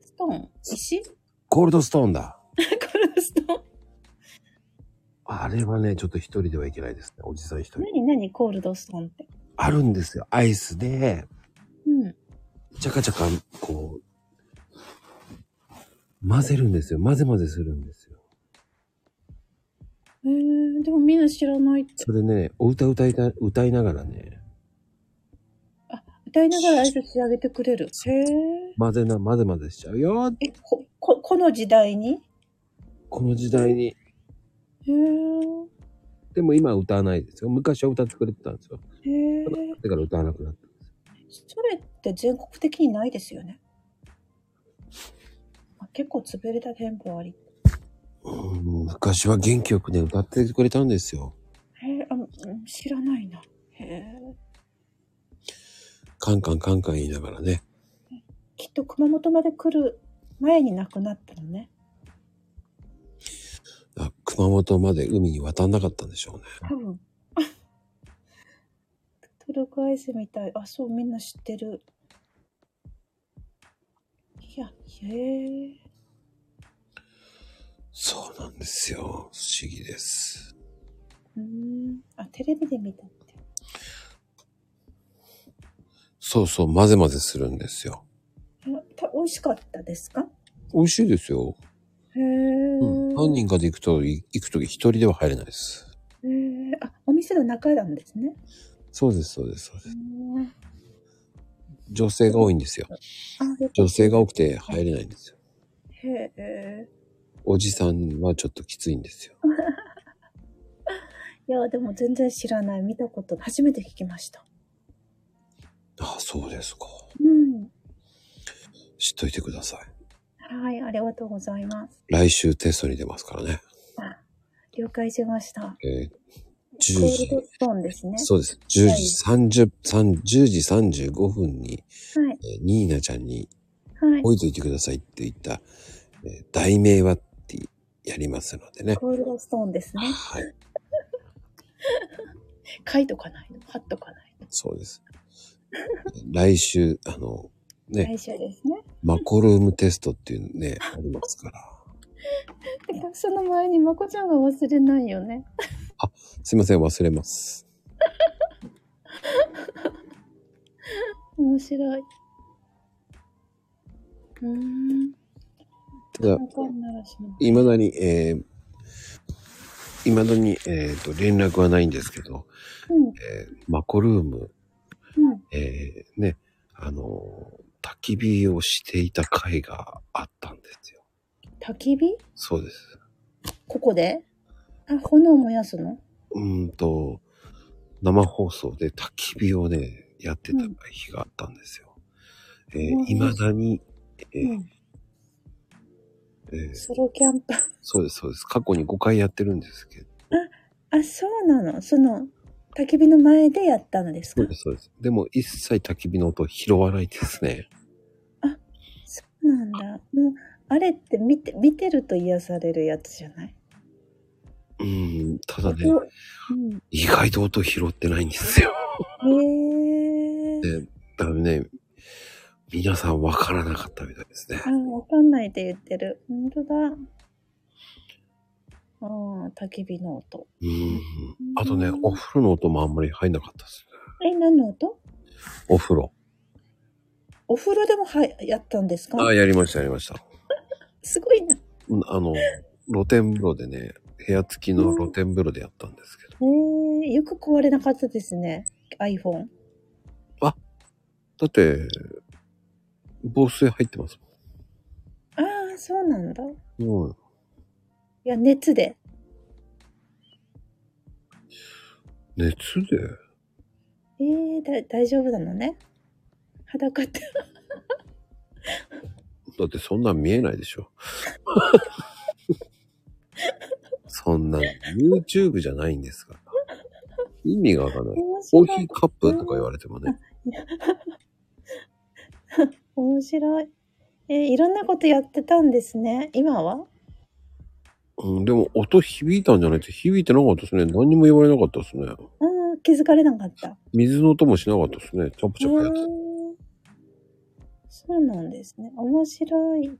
ストーン石こ
コールドストーンだ。
れストーン。
あれはね、ちょっと一人ではいけないですね。おじさん一人。
何何コールドストーンって。
あるんですよ。アイスで、
うん。
ちゃかちゃか、こう、混ぜるんですよ。混ぜ混ぜするんですよ。
えー、でもみんな知らないって。
それね、お歌歌いた、歌いながらね、
歌いながら挨拶してあげてくれる。へえ。
混ぜな、混ぜ混ぜしちゃうよ。
え、こ、こ、この時代に
この時代に。
へえ。
でも今は歌わないですよ。昔は歌ってくれてたんですよ。
へえ。
だから歌わなくなった。
それって全国的にないですよね。まあ結構潰れた店舗あり。
うん昔は元気よくね、歌ってくれたんですよ。
へえ、あの、うん知らないな。へえ。
カンカンカンカン言いながらね。
きっと熊本まで来る前に亡くなったのね。
あ熊本まで海に渡んなかったんでしょうね。
多分。 [laughs] トルコアイスみたい。あ、そう、みんな知ってる。いや、へえ。
そうなんですよ。不思議です。
うん。あ、テレビで見たって。
そうそう、混ぜ混ぜするんですよ。
いやた美味しかったですか
美味しいですよ。
へえ。
うん。何人かで行くと、い行くとき一人では入れないです。
へえ。あ、お店店の中なんですね。
そうです、そうです、そうです。女性が多いんですよ。
あ、よ
女性が多くて入れないんですよ。
へえ。
おじさんはちょっときついんですよ。
いや、でも全然知らない。見たこと、初めて聞きました。
ああ、そうですか。
うん。
知っといてください。
はい、ありがとうございます。
来週テストに出ますからね。
了解しました。
えー、
ゴ
10
ール
時
ド、ストーンですね。
そうです。10時30、三10時35分に、
はい、
えーニーナちゃんに
はい。
置いといてくださいって言った、えー題名はってやりますのでね。
ゴールドストーンですね。
はい。
書いとかないと、貼っとかないと。
そうです。来週、あの、ね、
来週ですね。
マコルームテストっていうね、ありますから。
てかその前にまこちゃんが忘れないよね。
すいません、忘れます。
面白い。うーん。
ただ、
わかんないらしいな。
いまだに、えー、いまだに、えー、と、連絡はないんですけど、
うん、
えーマコルーム、
うん。
えーね、あのー、焚き火をしていた回があったんですよ。
焚き火
そうです。
ここであ、炎燃やすの
うーんと、生放送で焚き火をね、やってた日があったんですよ。え
うん
ー、いまだに、えー
うん。
えー
ソロキャンプ。
そうです、そうです。過去に5回やってるんですけど、
あ、そうなのその、焚き火の前でやったのです
そ
か
うです、そうです。でも一切焚き火の音拾わないですね。
そうなんだ。もう、あれって見て、見てると癒されるやつじゃない
うん、ただね、
うん。
意外と音拾ってないんですよ。
へえー。
だからね、皆さんわからなかったみたいですね。
あ、わかんないって言ってる。本当だ。ああ、焚き火の音。
うん。あとね、お風呂の音もあんまり入んなかったです
え、何の音
ね。お風呂。
お風呂でもはやったんですか
あ、やりました、やりました。
すごいな。へ
うんあの、露天風呂でね、部屋付きの露天風呂でやったんですけど。
えよく壊れなかったですね。iPhone。
だって、防水入ってます
ああ、そうなんだ。い
もん。うん。
や、熱で。
熱で
ええだ大丈夫なのね。裸って。
だってそんなん見えないでしょ。そんなん YouTube じゃないんですから。意味がわかんない。
面
コー
白
ヒー
い。
カップとか言われてもね。
面白い。えーいろんなことやってたんですね。今は
うん、でも音響いたんじゃないって響いてなかったですね。何にも言われなかったですね。
ああ、気づかれなかった。
水の音もしなかったですね。チャプチャプや
へ
っ
え
て
そうなんですね。面白い。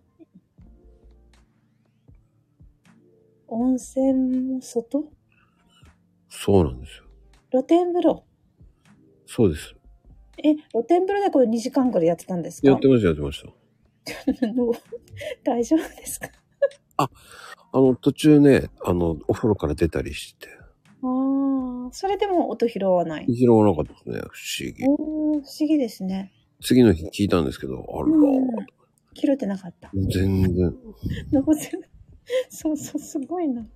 温泉も外
そうなんですよ。
露天風呂。
そうです。
え、露天風呂でこれ2時間くらいやってたんですか
やってました、やってました。
[laughs] どう大丈夫ですか
あの、途中ね、あの、お風呂から出たりして。
ああ、それでも音拾わない。
拾わなかったですね。不思議。
おお不思議ですね。
次の日聞いたんですけど、あら、
うん拾ってなかった。
全然。
残せない。そうそう、すごいな。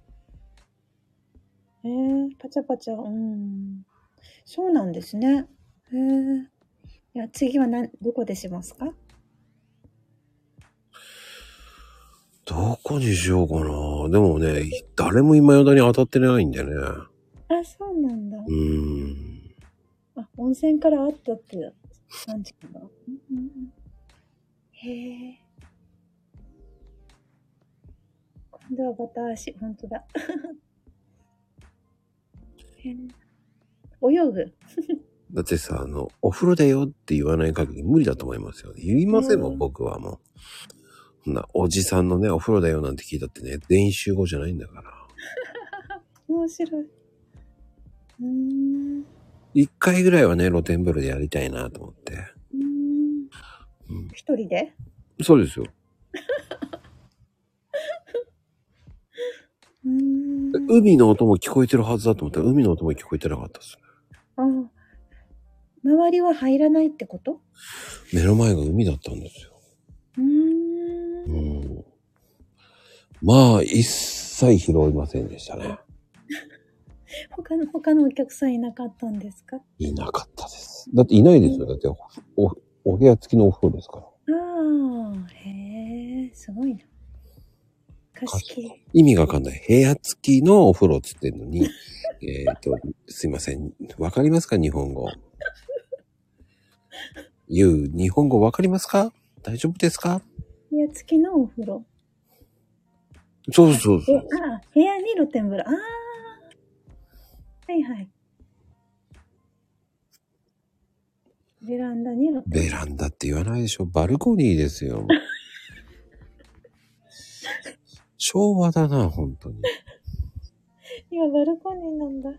えー、パチャパチャ、うん。そうなんですね。えー。いや、次は何、どこでしますか
どこにしようかな。でもね、誰も今だに当たってないんでね。う
あ、そうなんだ。
ーん。
あ、温泉からあったって感じかな。うんうんうんへえ。今度はバタ足、本当だ。 [laughs] へえ泳ぐ。
だってさ、あの、お風呂だよって言わない限り無理だと思いますよ。言いませんも
うん
ん、僕はもう。そんな、おじさんのね、お風呂だよなんて聞いたってね、全員集合じゃないんだから。
面白い。うーん。う
一回ぐらいはね、露天風呂でやりたいなと思って。
ーん
うん
一人で
そうですよ。
うーん。
海の音も聞こえてるはずだと思ったら、海の音も聞こえてなかったです
あー周りは入らないってこと
ね。目の前が海だったんですよ。
うーん
う。ん。まあ、一切拾いませんでしたね。
他の、他のお客さんいなかったんですか
いなかったです。だっていないですよ。だってお、お、お部屋付きのお風呂ですから。
ああ、へえ、すごいな。貸し切り。
意味がわかんない。部屋付きのお風呂っつってんのに、 [laughs] えっと、すいません。わかりますか日本語。ゆう、日本語わかりますか大丈夫ですか
部屋付きのお風呂。
そうそうそ
え、
う。
ああ、部屋に露天風呂。ああ。はいはい。ベランダに露天
ベランダって言わないでしょ。バルコニーですよ。昭和だな、本当に。
今バルコニーなんだ。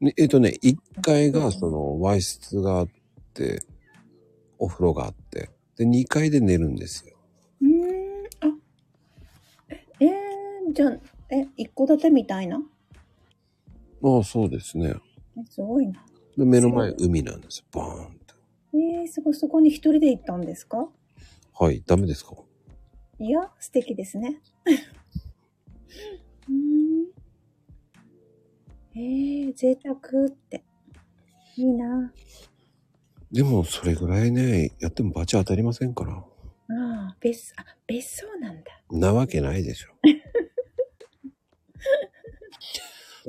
ねえっとね、1階がその、和室があって、お風呂があって、で、2階で寝るんですよ。
うーん、あ。え、えー、じゃあ、え、一戸建てみたいな
ああ、そうですね。
えすごいな。
で、目の前海なんですよ。バーンって。
えー、すごい、そこに一人で行ったんですか
はい、ダメですか
いや、素敵ですね。 [laughs] うーんえー、贅沢って。いいな
でも、それぐらいね、やってもバチ当たりませんから。
ああ、別、あ、別荘なんだ。
なわけないで
[laughs]
しょ。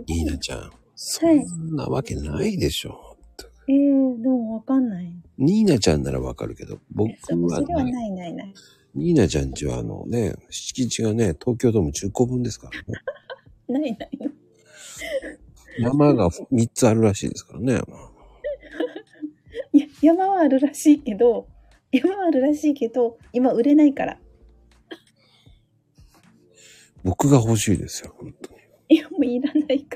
ニーナちゃん、そんなわけないでしょ。
えー、でもわかんない。
ニーナちゃんならわかるけど、僕
そそ
は
れは
ね、
ないないない。
ニーナちゃんちはあのね、敷地がね、東京ドーム10個分ですからね。
ないないない。
山
[laughs]
が3つあるらしいですからね。
いや、山はあるらしいけど、山はあるらしいけど、今売れないから。
僕が欲しいですよ、本当に。
いや、もういらないか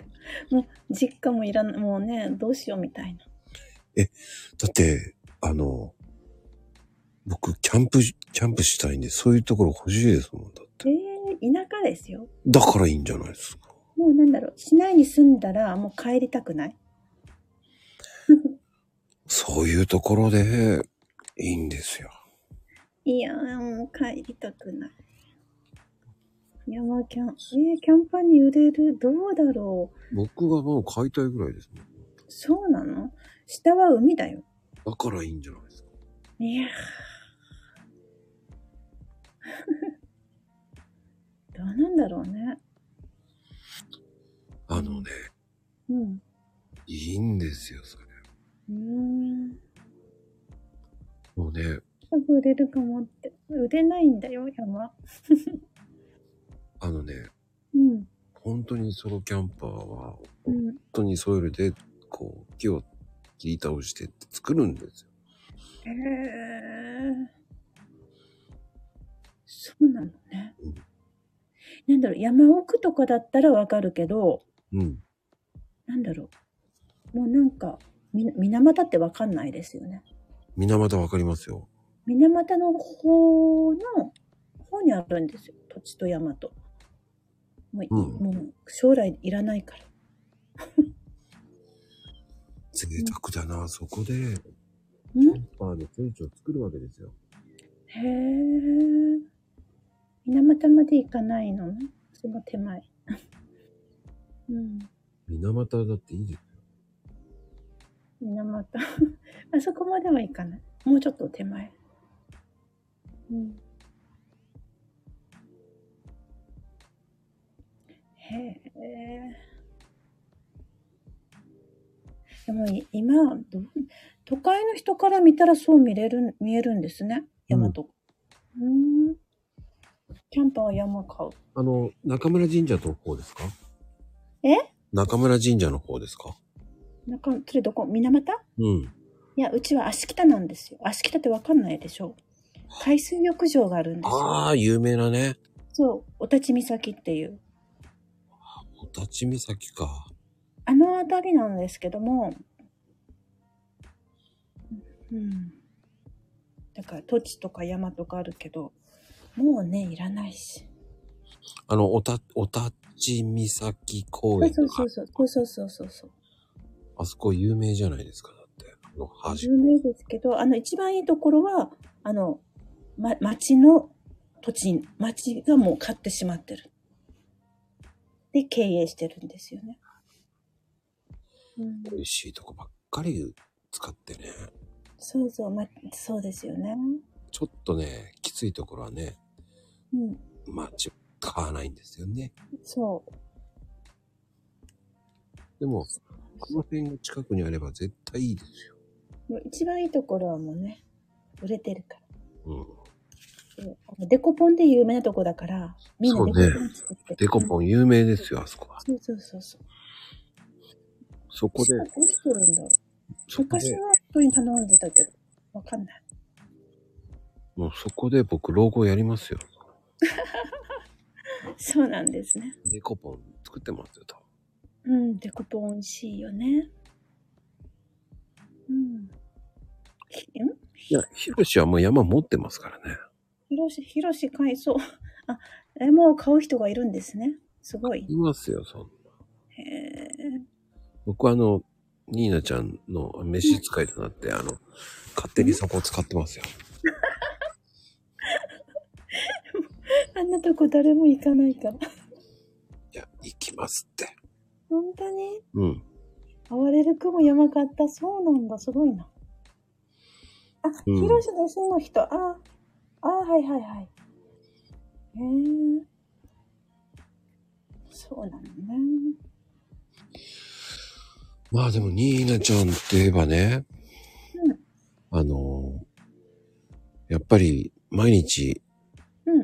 ら。もう、実家もいらない。もうね、どうしようみたいな。
だって、あの、僕、キャンプ、キャンプしたいんで、そういうところ欲しいですもん、だって。
えー、田舎ですよ。
だからいいんじゃないですか。
もうなんだろう、市内に住んだらもう帰りたくない。
そういうところで、いいんですよ。
いやー、もう帰りたくない。山キャン、えー、キャンパーに揺れる、どうだろう。
僕がもう買いたいぐらいですもん。
そうなの下は海だよ。
だからいいんじゃないですか。
いやー。 [laughs] どうなんだろうね。
あのね、
うん。
いいんですよ、それ。
うーん。
もうね、
多分売れるかもって。売れないんだよ、山。
あのね、
うん。
本当にソロキャンパーは、本
うん。
当にソイルで、こう、木を切り倒して作るんですよ。
へえ。そうなのね
うん。
なんだろう、山奥とかだったらわかるけど、
うん。
なんだろう。もうなんか、み、水俣ってわかんないですよね。
水俣わかりますよ。
水俣の方の、方にあるんですよ。土地と山と。もうい、
うん
もう将来いらないから。
贅沢だな、そこで、
うん
パーの聖地を作るわけですよ。
へえ。水俣まで行かないのね。その手前。うん。
水俣だっていいです
水俣 [laughs] あそこまでは行かないもうちょっと手前うんへえでもい今どう都会の人から見たらそう見れる見えるんですね
うん
山とうんんキャンパーは山買う
あの、中村神社の方ですか
え
中村神社の方ですか
なんかそれどこ水俣
うん。
いやうちは芦北なんですよ芦北ってわかんないでしょ海水浴場があるんですよ
ああ、有名なね。
そう、お立ち岬っていう。
お立ち岬か。
あの辺りなんですけども、うん。だから土地とか山とかあるけど、もうね、いらないし。
あの、おた、おたち岬公
そう
園
そうそうそう。そうそうそうそう。
あそこ有名じゃないですか、だって。あの、端。
有名ですけど、あの、一番いいところは、あの、ま、町の土地、町がもう買ってしまってる。で、経営してるんですよね。うん、
美味しいとこばっかり使ってね。
そうそう、ま、そうですよね。
ちょっとね、きついところはね、
うん、
まあ、ち買わないんですよね。
そう。
でも、この辺が近くにあれば絶対いいですよ。
もう一番いいところはもうね、売れてるか
う
ら。
ん。
うんあのデコポンで有名なとこだから、みんなデ
そうね
コポン作って。
デコポン有名ですよ、あそこは。
そうそうそうそう。
そこで、
どうしてるんだろう。
そこ
昔
で、
はそういうの頼んでたけど、わかんない。
もうそこで僕、老後やりますよ。
そうなんですね。
デコポン作ってますよ、多分。
うん、デコポン美味しいよね。うん。ひん
いや、ヒロシはもう山持ってますからね。
ひろし、ひろし買いそう。あ、え、もう買う人がいるんですね。すごい。
いますよ、そんな。
へえ。
僕はあの、ニーナちゃんの飯使いとなって、あの、勝手にそこを使ってますよ。
あんなとこ誰も行かないから。
いや、行きますって。
本当に
うん。
哀れる雲山かった。そうなんだ。すごいな。あ、
うん
ひろしの住の人。あ、あ、はいはいはい。へえ。そうなのね。
まあでも、ニーナちゃんって言えばね、
うん
あのーやっぱり毎日
うん。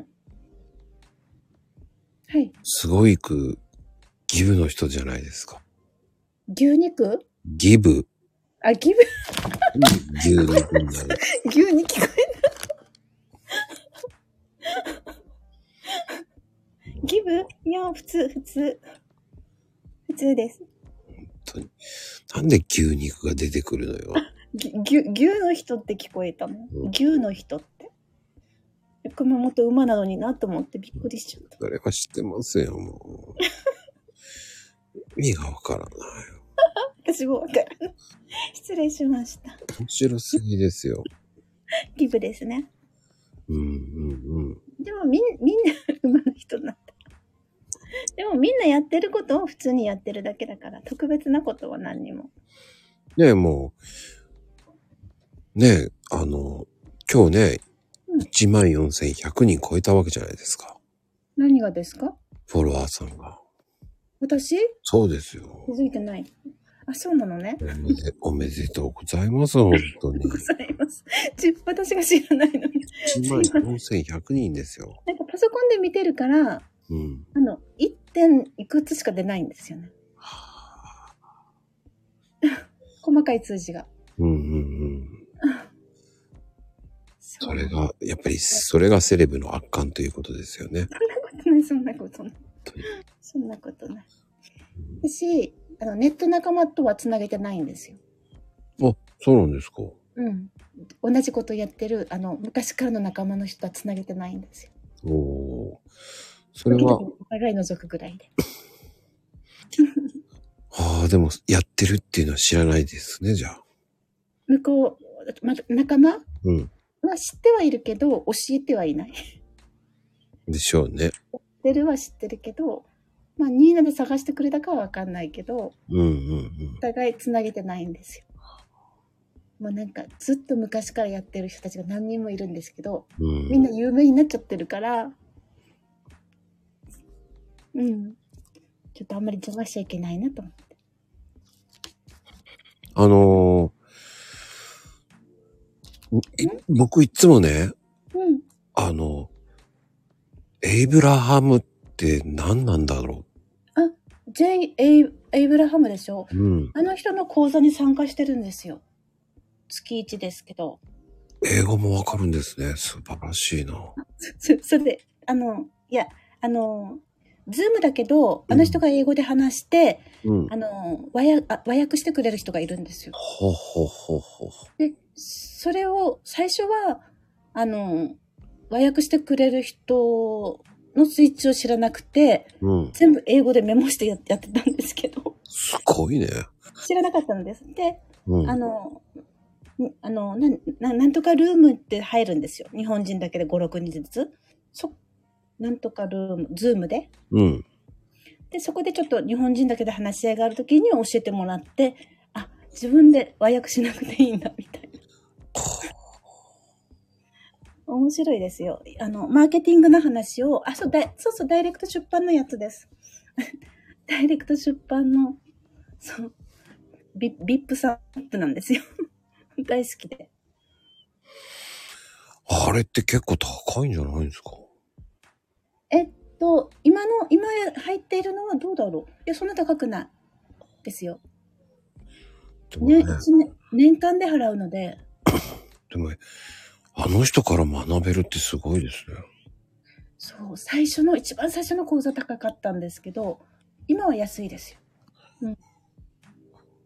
はい。
すごいくギブの人じゃないですか。
牛肉
ギブ。
あ、ギ
牛肉にな [laughs] る。
ブ、 [laughs] 牛に聞こえた。 [laughs] ギブいや、普通、普通。普通です。
なんで牛肉が出てくるのよ。
ぎ牛、牛の人って聞こえたも
うん
ん。牛の人って。熊本馬なのになと思ってびっくりしちゃった。
それは知ってますよ、もう。意味がわからない。
私もわからない。 [laughs] 失礼しました。
面白すぎですよ。
ギブですね。
うんうんうん。
でもみん、みんな馬の人なんだ。でもみんなやってることを普通にやってるだけだから、特別なことは何にも。
ねえ、もう、ねえ、あの、今日ね
うん、
14,100人超えたわけじゃないですか。
何がですか
フォロワーさんが。
私
そうですよ
気。づいてない。あ、そうなのね
お。めでおめでとうございます、本当に。
ございます。ち私が知らないのに。
14,100人ですよ。
なんかパソコンで見てるから、
うん。
あの、1点いくつしか出ないんですよね。細かい数字が。
うんうんうん。
そ
それが、やっぱり、それがセレブの圧巻ということですよね。
そんなことない。そんなことない。私、あのネット仲間とはつなげてないんですよ。
あ、そうなんですか。
うん。同じことやってる、あの、昔からの仲間の人はつなげてないんですよ。
おおー。それ
時
は
々、お互い覗くぐらいで。
ああ、でも、やってるっていうのは知らないですね、じゃあ。
向こう、ま、仲間は
うん。
知ってはいるけど、教えてはいない。知っ
でしょうね。
てるは知ってるけど、まあ、ニーナで探してくれたかはわかんないけど、
うんうん
お互いつなげてないんですよ。もうなんか、ずっと昔からやってる人たちが何人もいるんですけど、
うん。うん、
みんな有名になっちゃってるから、うん。ちょっとあんまり邪魔しちゃいけないなと思って。
あのーい僕いつもね、
うん。
あの、エイブラハムって何なんだろ
J. エイエイブラハムでしょ
う。うん。
あの人の講座に参加してるんですよ。月1ですけど。 [laughs]
英語もわかるんですね。素晴らしいな。
そそれで、あの、いや、あの、ズームだけど、あの人が英語で話して、
うん。
あの和訳あ、和訳してくれる人がいるんですよ。
ほほほほほ。
で、それを最初は、あの、和訳してくれる人のスイッチを知らなくて、
うん。
全部英語でメモしてややってたんですけど、
すごいね。
知らなかったんです。で、
うん。
あの、んあのなんななんとかルームって入るんですよ。日本人だけで5、6人ずつ。そ、なんとかルーム、ズームで。
うん。
で、そこでちょっと日本人だけで話し合いがあるときに教えてもらって、あ、自分で和訳しなくていいんだ、みたいな。面白いですよ。あの、マーケティングの話を、あ、そう、だいそうそう、ダイレクト出版のやつです。 [laughs] ダイレクト出版の、そう、ビビップさんなんですよ。 [laughs] 大好きで。
あれって結構高いんじゃないんですか
えっと、今の、今入っているのはどうだろういや、そんな高くない。ですよ。
でもね、
ね、一年年間で払うので、
でも、あの人から学べるってすごいですね。
そう、最初の、一番最初の講座高かったんですけど、今は安いですよ。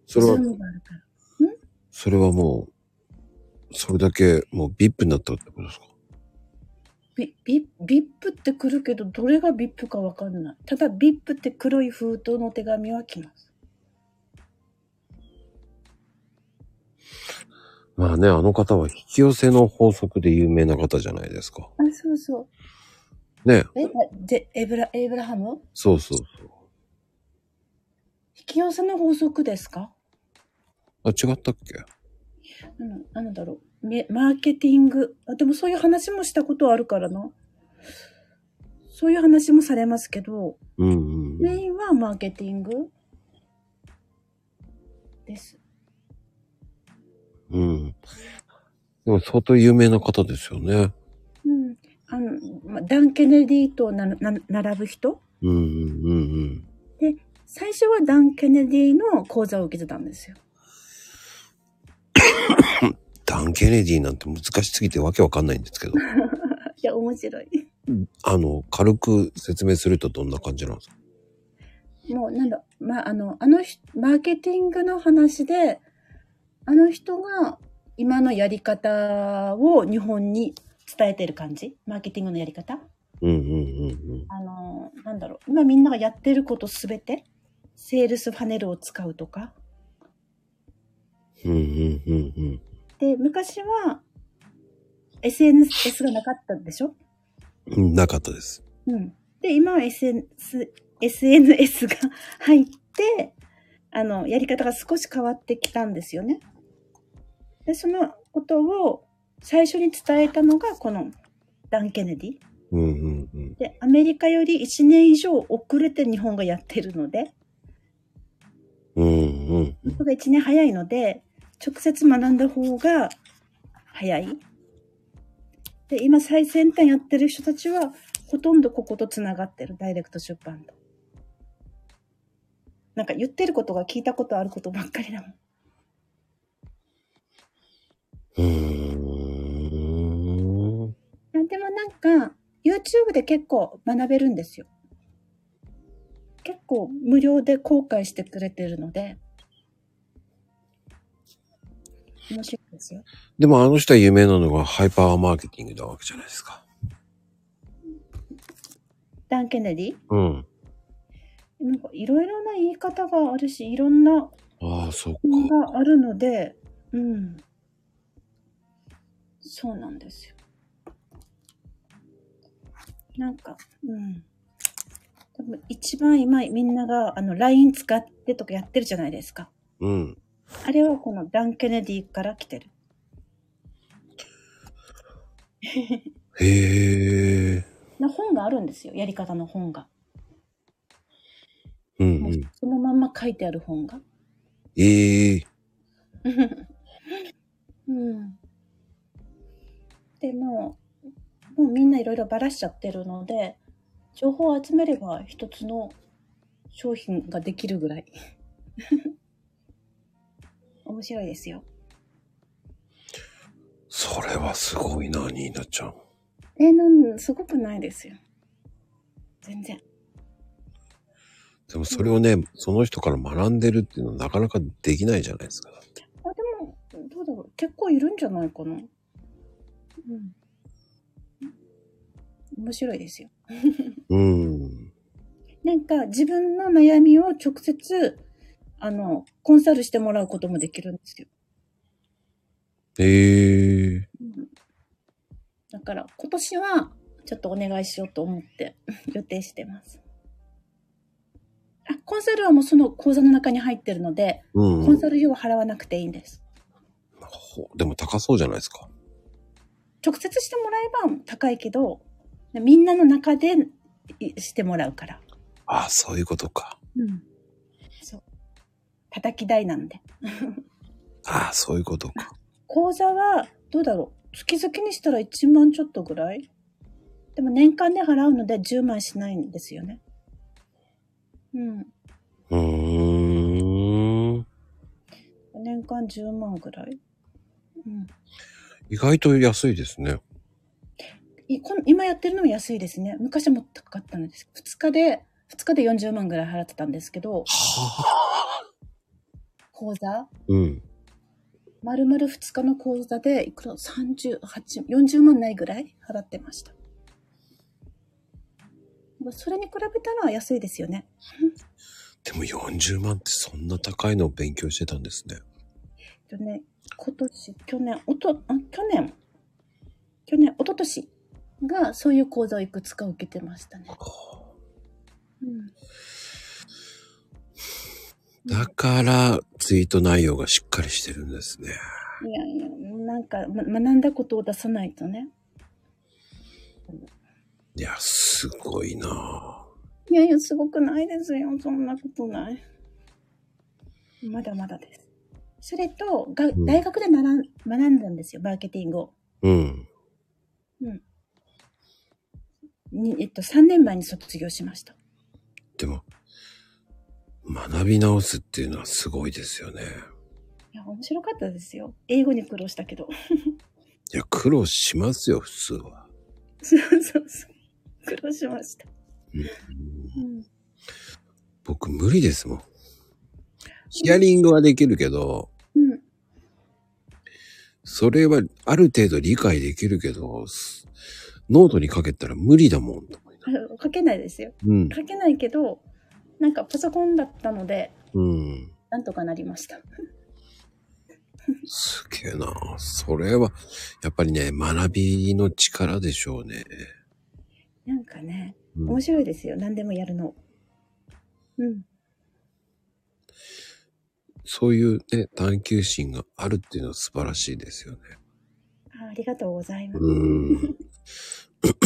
それは
ズー、ムがあるから。
それはもう、それだけもう VIP になったってことですか
ビビビップって来るけど、どれがビップかわかんない。ただ、ビップって黒い封筒の手紙は来ます。
まあね、あの方は引き寄せの法則で有名な方じゃないですか。
あ、そうそ
ね、
う。え、でエブラ、エイブラハム
そうそうそう。
引き寄せの法則ですか
あ、違ったっけ
うん、なんだろう。めマーケティング。あ、でもそういう話もしたことあるからな。そういう話もされますけど、
うんうんう
メ
ん。
インはマーケティングです。
うん。でも相当有名な方ですよね。
うん。あの、まダン・ケネディとなな並ぶ人
うんうんうんうん。
最初はダン・ケネディの講座を受けてたんですよ。
ダン・ケネディなんて難しすぎてわけわかんないんですけど、 [laughs]
いや、面白い。
あの、軽く説明するとどんな感じなんですか
もうなんだ、まあ、あの、あのひ、マーケティングの話で、あの人が今のやり方を日本に伝えてる感じマーケティングのやり方
うんうんうん
あの、なんだろう、今みんながやってることすべて、セールスパネルを使うとか。
うん。うんうんうんうん。
で、昔は SNS がなかったでしょ
うんなかったです。
うん。で、今は SNS、SNS が [laughs] 入って、あの、やり方が少し変わってきたんですよね。で、そのことを最初に伝えたのが、このダン・ケネディ。
うんうんうん。
で、アメリカより1年以上遅れて日本がやってるので、
うんうんう
日
ん。
本が1年早いので、直接学んだ方が早い。で、今最先端やってる人たちは、ほとんどここと繋がってる、ダイレクト出版と。なんか言ってることが聞いたことあることばっかりだもん。
うーん。
あでもなんか、YouTube で結構学べるんですよ。結構無料で公開してくれてるので、面白いですよ。
でもあの人は有名なのがハイパーマーケティングなわけじゃないですか。
ダン・ケネディ
うん。
なんかいろいろな言い方があるし、いろんな
ああ、そっか。
のがあるので、うん。そうなんですよ。なんか、うん。多分一番今みんながあの LINE 使ってとかやってるじゃないですか。
うん。
あれはこのダン・ケネディから来てる。
へえ。
な本があるんですよ。やり方の本が。
うん
も
う。
うんそのまんま書いてある本が。
ええ
うん。でも、もうみんないろいろばらしちゃってるので、情報を集めれば一つの商品ができるぐらい。 [laughs] 面白いですよ。
それはすごいな、ニーナちゃん。
え、なん、すごくないですよ。全然。
でもそれをね、その人から学んでるっていうのはなかなかできないじゃないですか。
あ、でも、どうだろう。結構いるんじゃないかな。うん。面白いですよ。
うん。
なんか自分の悩みを直接、あの、コンサルしてもらうこともできるんですよ。
ええ
うんだから今年はちょっとお願いしようと思って [laughs] 予定してます。あ、コンサルはもうその講座の中に入ってるので、
うん
コンサル料は払わなくていいんです。
ほでも高そうじゃないですか。
直接してもらえば高いけど、みんなの中でいしてもらうから。
ああ、そういうことか。
うん。そう。叩き台なんで。
ああ、そういうことか。
講座は、どうだろう。月々にしたら1万ちょっとぐらいでも年間で払うので10万しないんですよね。うん。
うーん。
年間10万ぐらい。うん。
意外と安いですね。
いこん今やってるのも安いですね。昔はもっと高かったんです。2日で、2日で40万ぐらい払ってたんですけ
は
ど、
あ。
講座
うん。
丸々2日の講座でいくら38 40万ないぐらい払ってましたそれに比べたら安いですよね
でも40万ってそんな高いのを勉強してたんですね。
えっとね今年去年おとあ去年去年一昨年がそういう講座をいくつか受けてましたね、うん、
だから、ツイート内容がしっかりしてるんですね。
いやいやなんか、ま、学んだことを出さないとね
いや、すごいなあ
いやいやすごくないですよそんなことないまだまだですそれとが
ん
大学でならん学んだんですよマーケティングを
うん。
に、えっと、3年前に卒業しました
でも、学び直すっていうのはすごいですよね。
いや面白かったですよ英語に苦労したけど [laughs]
いや、苦労しますよ、普通は。
そうそうそう苦労しました、
うん
うん、
僕無理ですもん。ヒアリングはできるけど、
うん
それはある程度理解できるけど、すノートにかけたら無理だもん。
あの書けないですよ
うん。
書けないけどなんかパソコンだったので
うん。
なんとかなりました
すげえな。それは、やっぱりね、学びの力でしょうね。
なんかね
うん
面白いですよ何でもやるのうん
そういうね、探求心があるっていうのは素晴らしいですよね。
あありがとうございます、
うん [clears throat] 普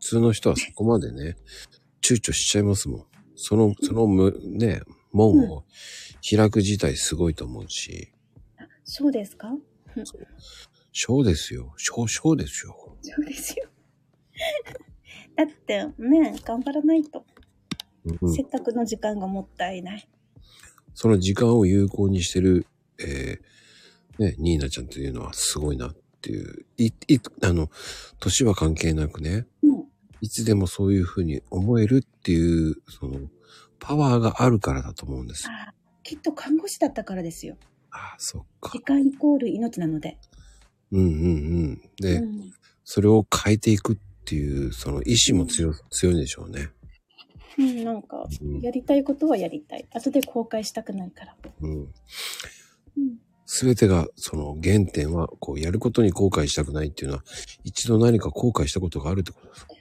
通の人はそこまでね、躊躇しちゃいますもん。その、そのむ、ね、門を開く自体すごいと思うし、
そうですか
小ですよ。小、小ですよ。
そうですよ。 [laughs] だってね、頑張らないと、
うん
せっかくの時間がもったいない。
その時間を有効にしてる、えー、ね、ニーナちゃんというのはすごいなっていう、い、い、あの、年は関係なくね、
うん、
いつでもそういうふうに思えるっていう、その、パワーがあるからだと思うんです。
あきっと看護師だったからですよ。
ああ、そっか
時。間イコール命なので。
うんうんうん。で、
うん、
それを変えていくっていう、その意志も強、強いんでしょうね。
うん、なんか、やりたいことはやりたい。後で後悔したくないから。
うん。
うん、
すべてが、その原点は、こう、やることに後悔したくないっていうのは、一度何か後悔したことがあるってことですか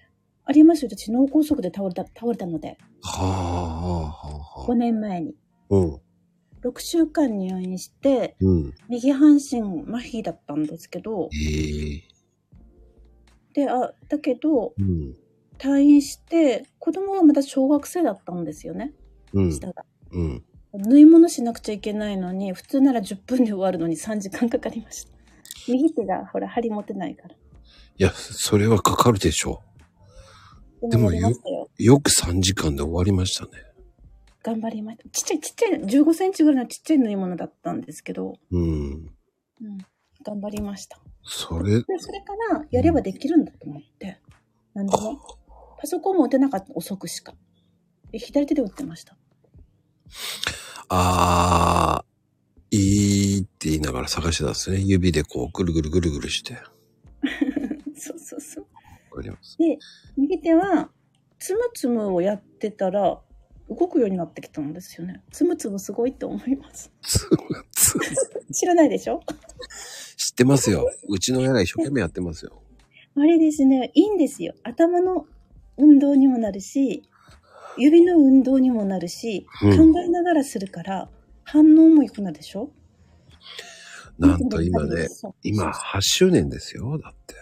ありますよ。私、脳梗塞で倒れた、倒れたので、
はあ、はあ、は
5
あ。
年前に。
うん、
6週間入院して、
うん。
右半身麻痺だったんですけど、
ええ
で、あ、だけど、
うん、
退院して、子供はまだ小学生だったんですよね。
うん、
下が。
うん。
縫い物しなくちゃいけないのに、普通なら10分で終わるのに3時間かかり
[laughs]
ました。右手がほら、針持てないから。
いや、それはかかるでしょでも
やりましたよ。
う。よく3時間で終わりましたね。
頑張りました。ちっちゃいちっちゃい、15センチぐらいのちっちゃい縫い物だったんですけど、
うん。
うん、頑張りました。
それ、
で、それからやればできるんだと思って。なんでも。パソコンも打てなかった、遅くしか。で左手で打ってました。
あー、いいって言いながら探してたんですね。指でこう、ぐるぐるぐるぐるして。わ
そうそうそう。
かります。
で、右手はつむつむをやってたら、動くようになってきたんですよね。つむつむすごいと思います。
つつ
[laughs] 知らないでしょ
知ってますよ。うちの親が一生懸命やってますよ。
あれですね、いいんですよ。頭の運動にもなるし、指の運動にもなるし、
う
考
ん
えながらするから、反応も良くなるでしょ
なんと今
いいことになり
ね
ま、す
今8周年ですよ。だって。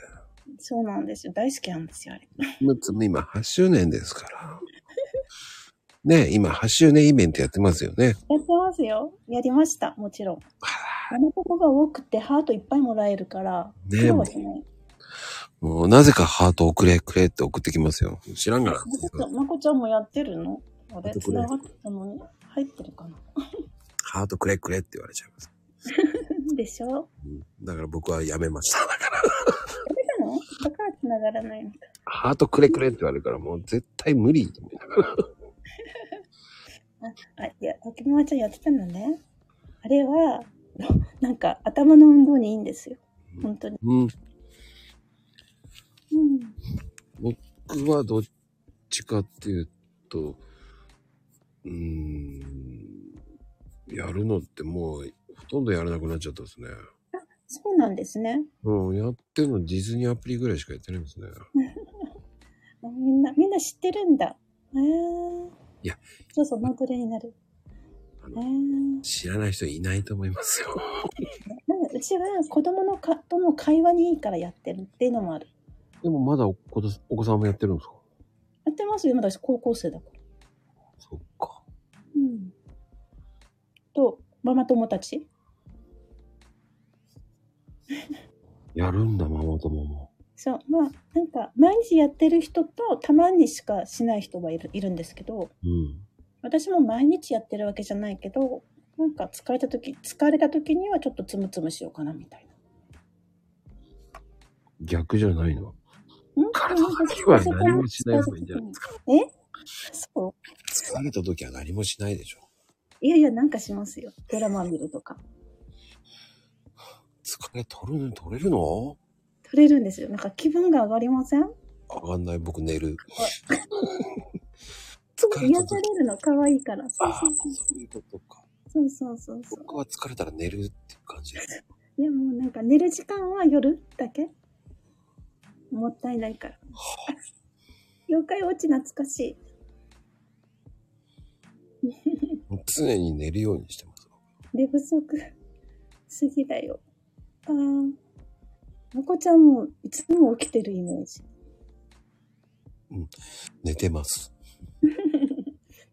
そうなんですよ。大好きなんですよ、あれ。
むつむ今8周年ですから。 [laughs] ね今8周年イベントやってますよね。
やってますよ。やりました、もちろん。あの子が多くてハートいっぱいもらえるから、
ね
苦労はしない。
もうなぜかハートをくれくれって送ってきますよ。知らんから。
まこちゃんまこちゃんもやってるのあれ、
やってく
つ
れ
ながったのに入ってるかな
ハートくれくれって言われちゃいます。
でしょ
うんだから僕はやめました。だから。
ダメなのだからつながらないのか。
ハートくれくれって言われるからもう絶対無理と思いながら。
あ、いや、竹村ちゃんやってたのね。あれは、 [laughs] なんか頭の運動にいいんですよ。本当に。
うん。
うん。
僕はどっちかっていうと、うーん、やるのってもうほとんどやらなくなっちゃったですね。
そうなんですね。
うん、やってるのディズニーアプリぐらいしかやってないですね。
あみんな、みんな知ってるんだ。えー、
いや。
そうそう、マグレになる。
あ
え
の
ー。
知らない人いないと思いますよ。
なんかうちは子供のかとの会話にいいからやってるっていうのもある。
でもまだお子お子さんもやってるんですか
やってますよ、今だし高校生だから。
そっか。
うん。と、ママ友たち
やるんだ、ママ友も。
そう、まあ、なんか、毎日やってる人と、たまにしかしない人はいるいるんですけど、
うん。
私も毎日やってるわけじゃないけど、なんか疲れた時、疲れた時にはちょっとつむつむしようかなみたいな。
逆じゃないの。
うん
体の時は何もしない方がいいんじゃないですか。
えそう
疲れた時は何もしないでしょ。
いやいや、なんかしますよ。ドラマ見るとか。
疲れ取るの取れるの
取れるんですよ。なんか気分が上がりません
上がんない、僕寝る。
そう
疲れた
癒
時
されるの可愛いから。そう
ああ、
そうそう
そういうことか。
そうそうそうそう。
僕は疲れたら寝るっていう感じです。
いやもうなんか寝る時間は夜だけもったいないから。妖怪ウォッチ懐かし
もう常に寝るようにしてます。
い。寝不足すぎだよ。ああ。まこちゃんもいつも起きてるイメージ。
寝てます。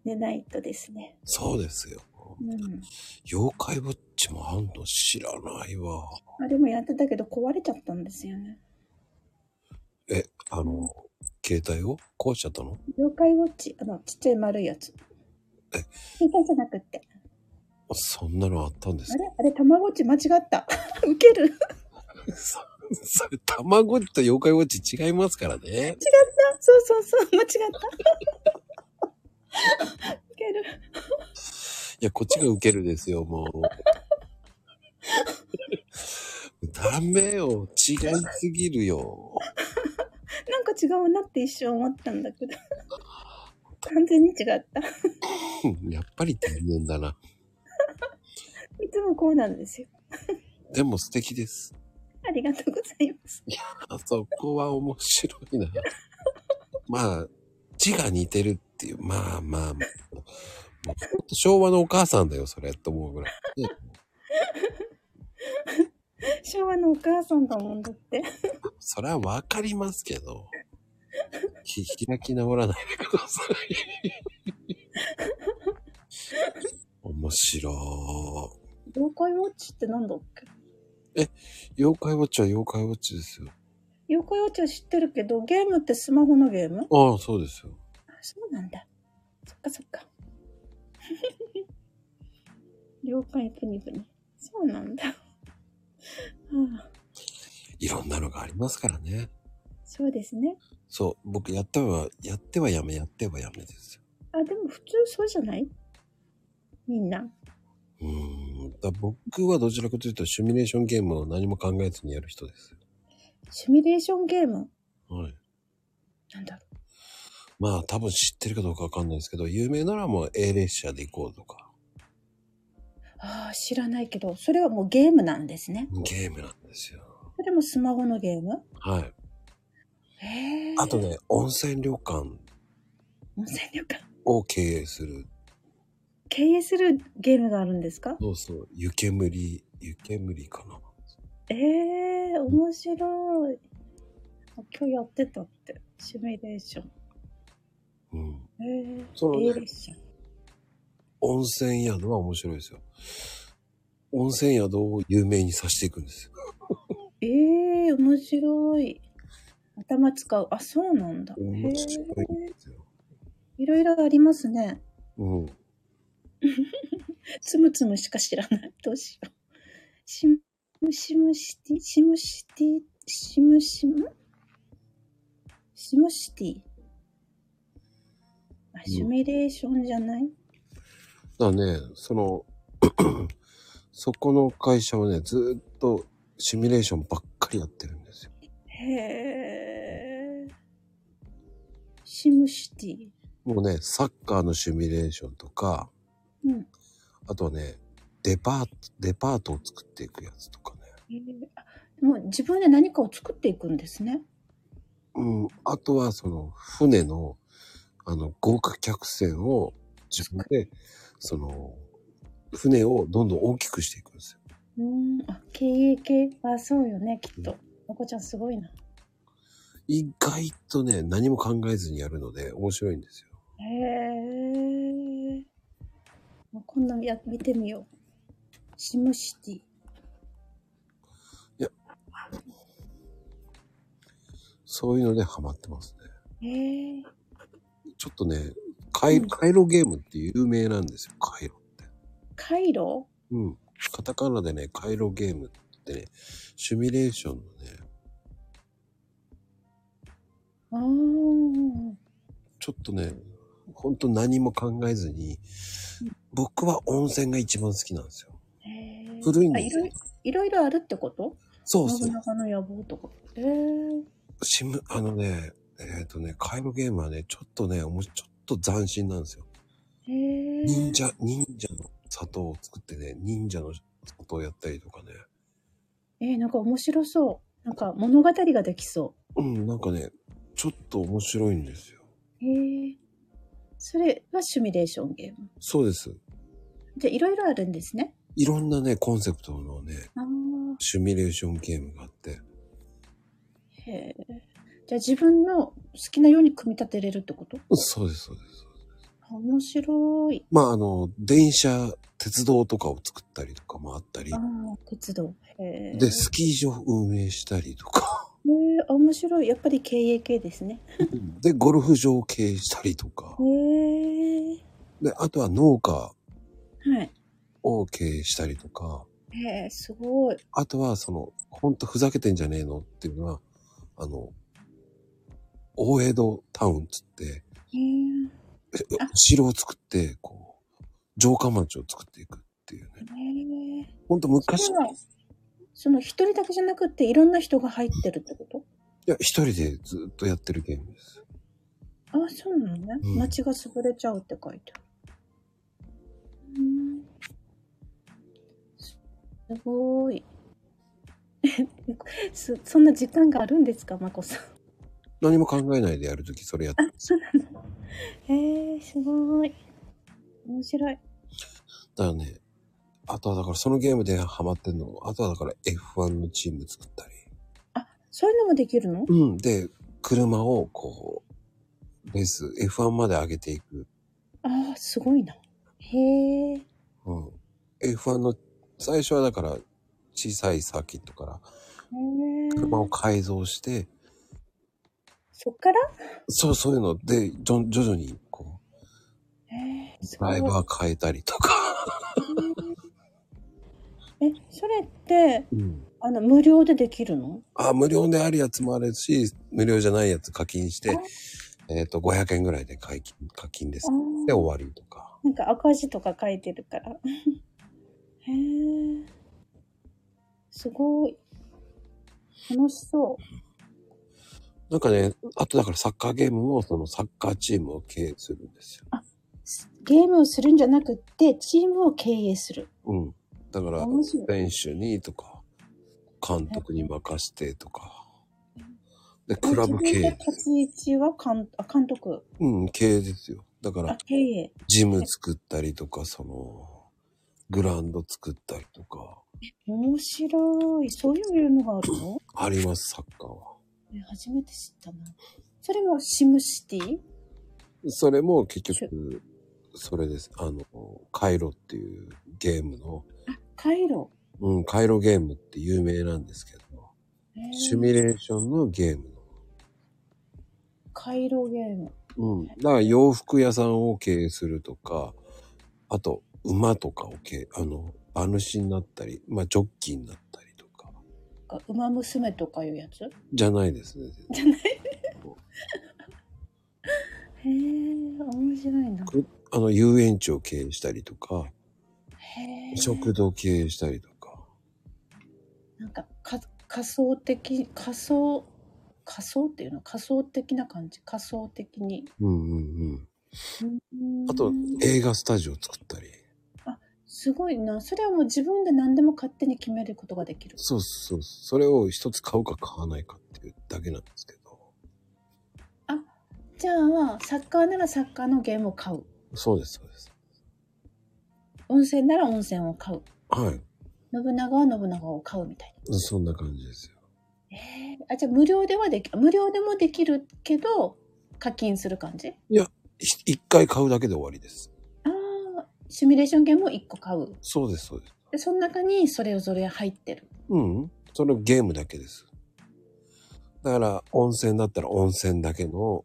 寝ないとですね。
そうですよ。
うん。
妖怪ウォッチもあんの知らないわ。
あれもやってたけど壊れちゃったんですよね。
え、あの、携帯を壊しちゃったの
妖怪ウォッチ、あの、ちっちゃい丸いやつ。
え
携帯じゃなくって。
そんなのあったんです
あ
か
れあれ、たまごっち間違った。 [laughs] ウケる。
[laughs] そそれ、たまごっちと妖怪ウォッチ違いますからね。
そうそうそう、間違った。ウケる。
いや、こっちがウケるですよ、もう。ダメよ。違いすぎるよ。 [laughs]
なんか違うなって一瞬思ったんだけど。完全に違った。
うんやっぱり天然だな。
いつもこうなんですよ。
でも素敵です。
ありがとうございます。
あそこは面白いな。まあ、字が似てるっていう。まあまあ、まあ、もうほんと昭和のお母さんだよ、それ、と思うぐらい。ね
昭和のお母さんだもんだって。
それはわかりますけど、ひ開き直らないでください。面白
妖怪ウォッチってなんだっけ
い。妖怪ウォッチは妖怪ウォッチですよ。
妖怪ウォッチは知ってるけど、ゲームってスマホのゲーム
ああ、そうですよ。
あそうなんだ。そっかそっか。妖怪プニプニ。そうなんだ。ああ、
いろんなのがありますからね。
そうですね。
そう、僕やったは、やってはやめ、やってはやめですよ。
あ、でも普通そうじゃないみんな。
うーん。だ僕はどちらかというと、シミュレーションゲームを何も考えずにやる人です。
シミュレーションゲーム
はい。
なんだろ
まあ多分知ってるかどうかわかんないですけど、有名ならもう A 列車で行こうとか、
ああ、知らないけど、それはもうゲームなんですね。
ゲームなんですよ。
それもスマホのゲーム
はい。
へえ。
あと。ね、温泉旅館
温泉旅館。
を経営する。
経営するゲームがあるんですか
そうそう、湯煙、湯煙かな。
ええー、面白い。あ今日やってたって、シミュレーション。
うん。
ええ
そうね
ー、A 列車。
温泉宿は面白いですよ。温泉宿を有名にさせていくんですよ。
ええー、面白い。頭使う。あ、そうなんだ。へえ
面白いんですよ。
いろいろありますね。
うん。
つむつむしか知らない。 [laughs] どうしよう。シムシムシティ、シムシティ、シムシムシムシティ。あ、シミュレーションじゃない、
だね、その、 [clears throat] そこの会社はね、ずーっとシミュレーションばっかりやってるんですよ。
へえ。シムシティ。
もうね、サッカーのシミュレーションとか、
うん。
あとはね、デパート、デパートを作っていくやつとかね。
へーあもう自分で何かを作っていくんですね。
うん。あとはその船の、あの、豪華客船を自分で、その、船をどんどん大きくしていくんですよ。
うーん。あ、経営系。あ、そうよね、きっと。まこちゃんすごいな。
意外とね、何も考えずにやるので面白いんですよ。
へえ。もうこんなのや見てみよう。シムシティ。
そういうのでハマってますね。
へえ。
ちょっとね、カイカイロゲームって有名なんですよ、カイロって。
カイロ
うん。カタカナでね、カイロゲームってね、シミュレーションのね、
あー
ちょっとね、ほんと何も考えずに
う、
僕は温泉が一番好きなんですよ。
へー
古いん
あ
で
い
す
ろ
よ
い。いろいろあるってこと
そうそ
信
う。
長の野望とか。へえ。
シム、あのね、えっ、とね、カイロゲームはね、ちょっとね、おもちょっと斬新なんですよ。
へえ。
忍者、忍者の砂糖を作ってね、忍者の砂糖をやったりとかね。
えー、なんか面白そう。なんか物語ができそ
うん、なんかね、ちょっと面白いんですよ。
う。へえ。それはシミュレーションゲーム。
そうです。
じゃあいろいろあるんですね。
いろんなね、コンセプトのね、
ああ。
シミュレーションゲームがあって、
へえ。じゃあ自分の好きなように組み立てれるってこと
そうです、そうです。
あ面白い。
まあ、あの、電車、鉄道とかを作ったりとかもあったり
あ、あ、鉄道。へえ。
で、スキー場を運営したりとか、
へえ、あ面白い。やっぱり経営系ですね。
で、ゴルフ場を経営したりとか
へ、え。
で、あとは農家
はい。
を経営したりとか、
へえ、すごい。
あとは、その、ほんとふざけてんじゃねえのっていうのは、あの、大江戸タウンっつって、
へえ。あ
城を作って、こう、城下町を作っていくっていうね。
へえ。
ほんと昔
それはその一人だけじゃなくていろんな人が入ってるってこと
いや、一人でずっとやってるゲームです。
あ、そうなのね。
うん
街が潰れちゃうって書いてある。うんすすごい。 [laughs] そそんな時間があるんですか、まこさん。
何も考えないでやるときそれやって。
そうなんだ。へえ、すごい。面白い。
だからね、あとはだからそのゲームでハマってんの、あとはだから F1 のチーム作ったり。
そういうのもできるの
うん。で、車をこう、レース、F1 まで上げていく。
ああ、すごいな。へえ。
うん。F1 の、最初はだから、小さいサーキットから車を改造して、
そっから
そう、そういうので、じょ徐々に、こう、
へえ。す
ド
ご
ライ
い
バー変えたりとか。
え、それって、
うん。
あの、無料でできるの
あ、無料であるやつもあるし、無料じゃないやつ課金して、えっ、と、500円ぐらいで解禁課金です
あ。ー
で、終わりとか。
なんか赤字とか書いてるから。へえ。すごい。楽しそ
なんかね、あとだからサッカーゲームも、そのサッカーチームを経営するんですよ。
ゲームをするんじゃなくて、チームを経営する。
うん。だから、
面白い。
選手にとか、監督に任してとか。で、クラ
自
ブ
分
経
で
営。
立ち位置は監あ監督。
うん、経営ですよ。だから
あ、、経営。
ジム作ったりとか、その、グラウンド作ったりとか、
面白い。そういうのがあるの
あります、サッカーは。
え初めて知ったな。それもシムシティ
それも結局、それです。あの、カイロっていうゲームの、
カイロ。
うん、カイロゲームって有名なんですけど、
えー
シミュレーションのゲーム
カイロゲーム。
の。うん。だから洋服屋さんを経営するとか、あと、馬とかを経営、あの、馬主になったり、まあ、ジョッキーになったりとか、
か馬娘とかいうやつ
じゃないですね。
じゃないへえ、面白いな。
あの、遊園地を経営したりとか、
へえ。
食堂経営したりとか。
なんかか仮想的仮想仮想っていうの仮想的な感じ仮想的に
うんうんうん。あ
う
と
ん、
映画スタジオ作ったり。
すごいなそれはもう自分で何でも勝手に決めることができる
そうそう。それを一つ買うか買わないかっていうだけなんですけど。
じゃあサッカーならサッカーのゲームを買う
そうです、そうです。
温泉なら温泉を買う
はい。
信長は信長を買うみたい
そんな感じですよ。
なえー、あじゃあ無料ではでき無料でもできるけど課金する感じ
ひ一回買うだけで終わりです。
ああシミュレーションゲームを1個買う
そうです、そうです。
でその中にそれぞれ入ってる
うん。それゲームだけです。だから、温泉だったら温泉だけの
を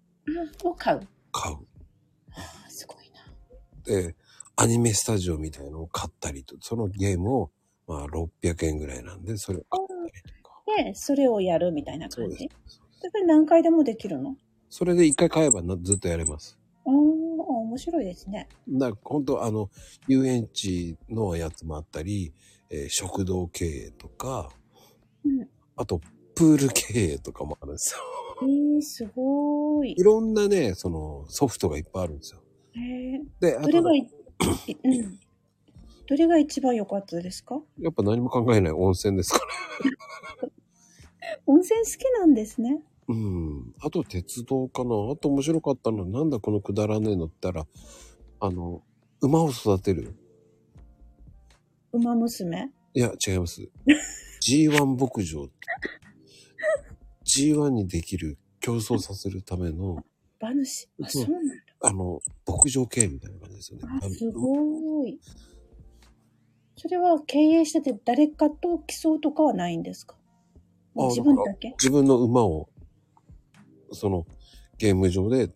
買う
買う。
あーすごいな
で、アニメスタジオみたいのを買ったりと、そのゲームを、まあ、600円ぐらいなんで、それを買ったりとか。
で、それをやるみたいな
そ
感
うです
じ。。それ何回でもできるの
それで一回買えばなずっとやれます。
あーあ、面白いですね。
だから本当あの、遊園地のやつもあったり、えー食堂経営とか、
うん
あと、プール経営とかもあるんですよ。
えー、すごーい
い。ろんなね、その、ソフトがいっぱいあるんですよ。
えー、
で、あ
どれ
と
が、いうんどれが一番良かったですか
やっぱ何も考えない温泉ですから。
温泉好きなんですね。
うん。あと、鉄道かな。あと面白かったのは、なんだこのくだらねえのって言ったら、あの、馬を育てる。
馬娘。
いや、違い
[laughs]
ます。G1 牧場って。G1 にできる競争させるための、
馬主。あ、
そ
そううなんだ。
あの、牧場系みたいな感じですよね。
あ、すごーい。それは経営してて誰かと競うとかはないんですか
あ
自分だけ
自分の馬を、その、ゲーム上で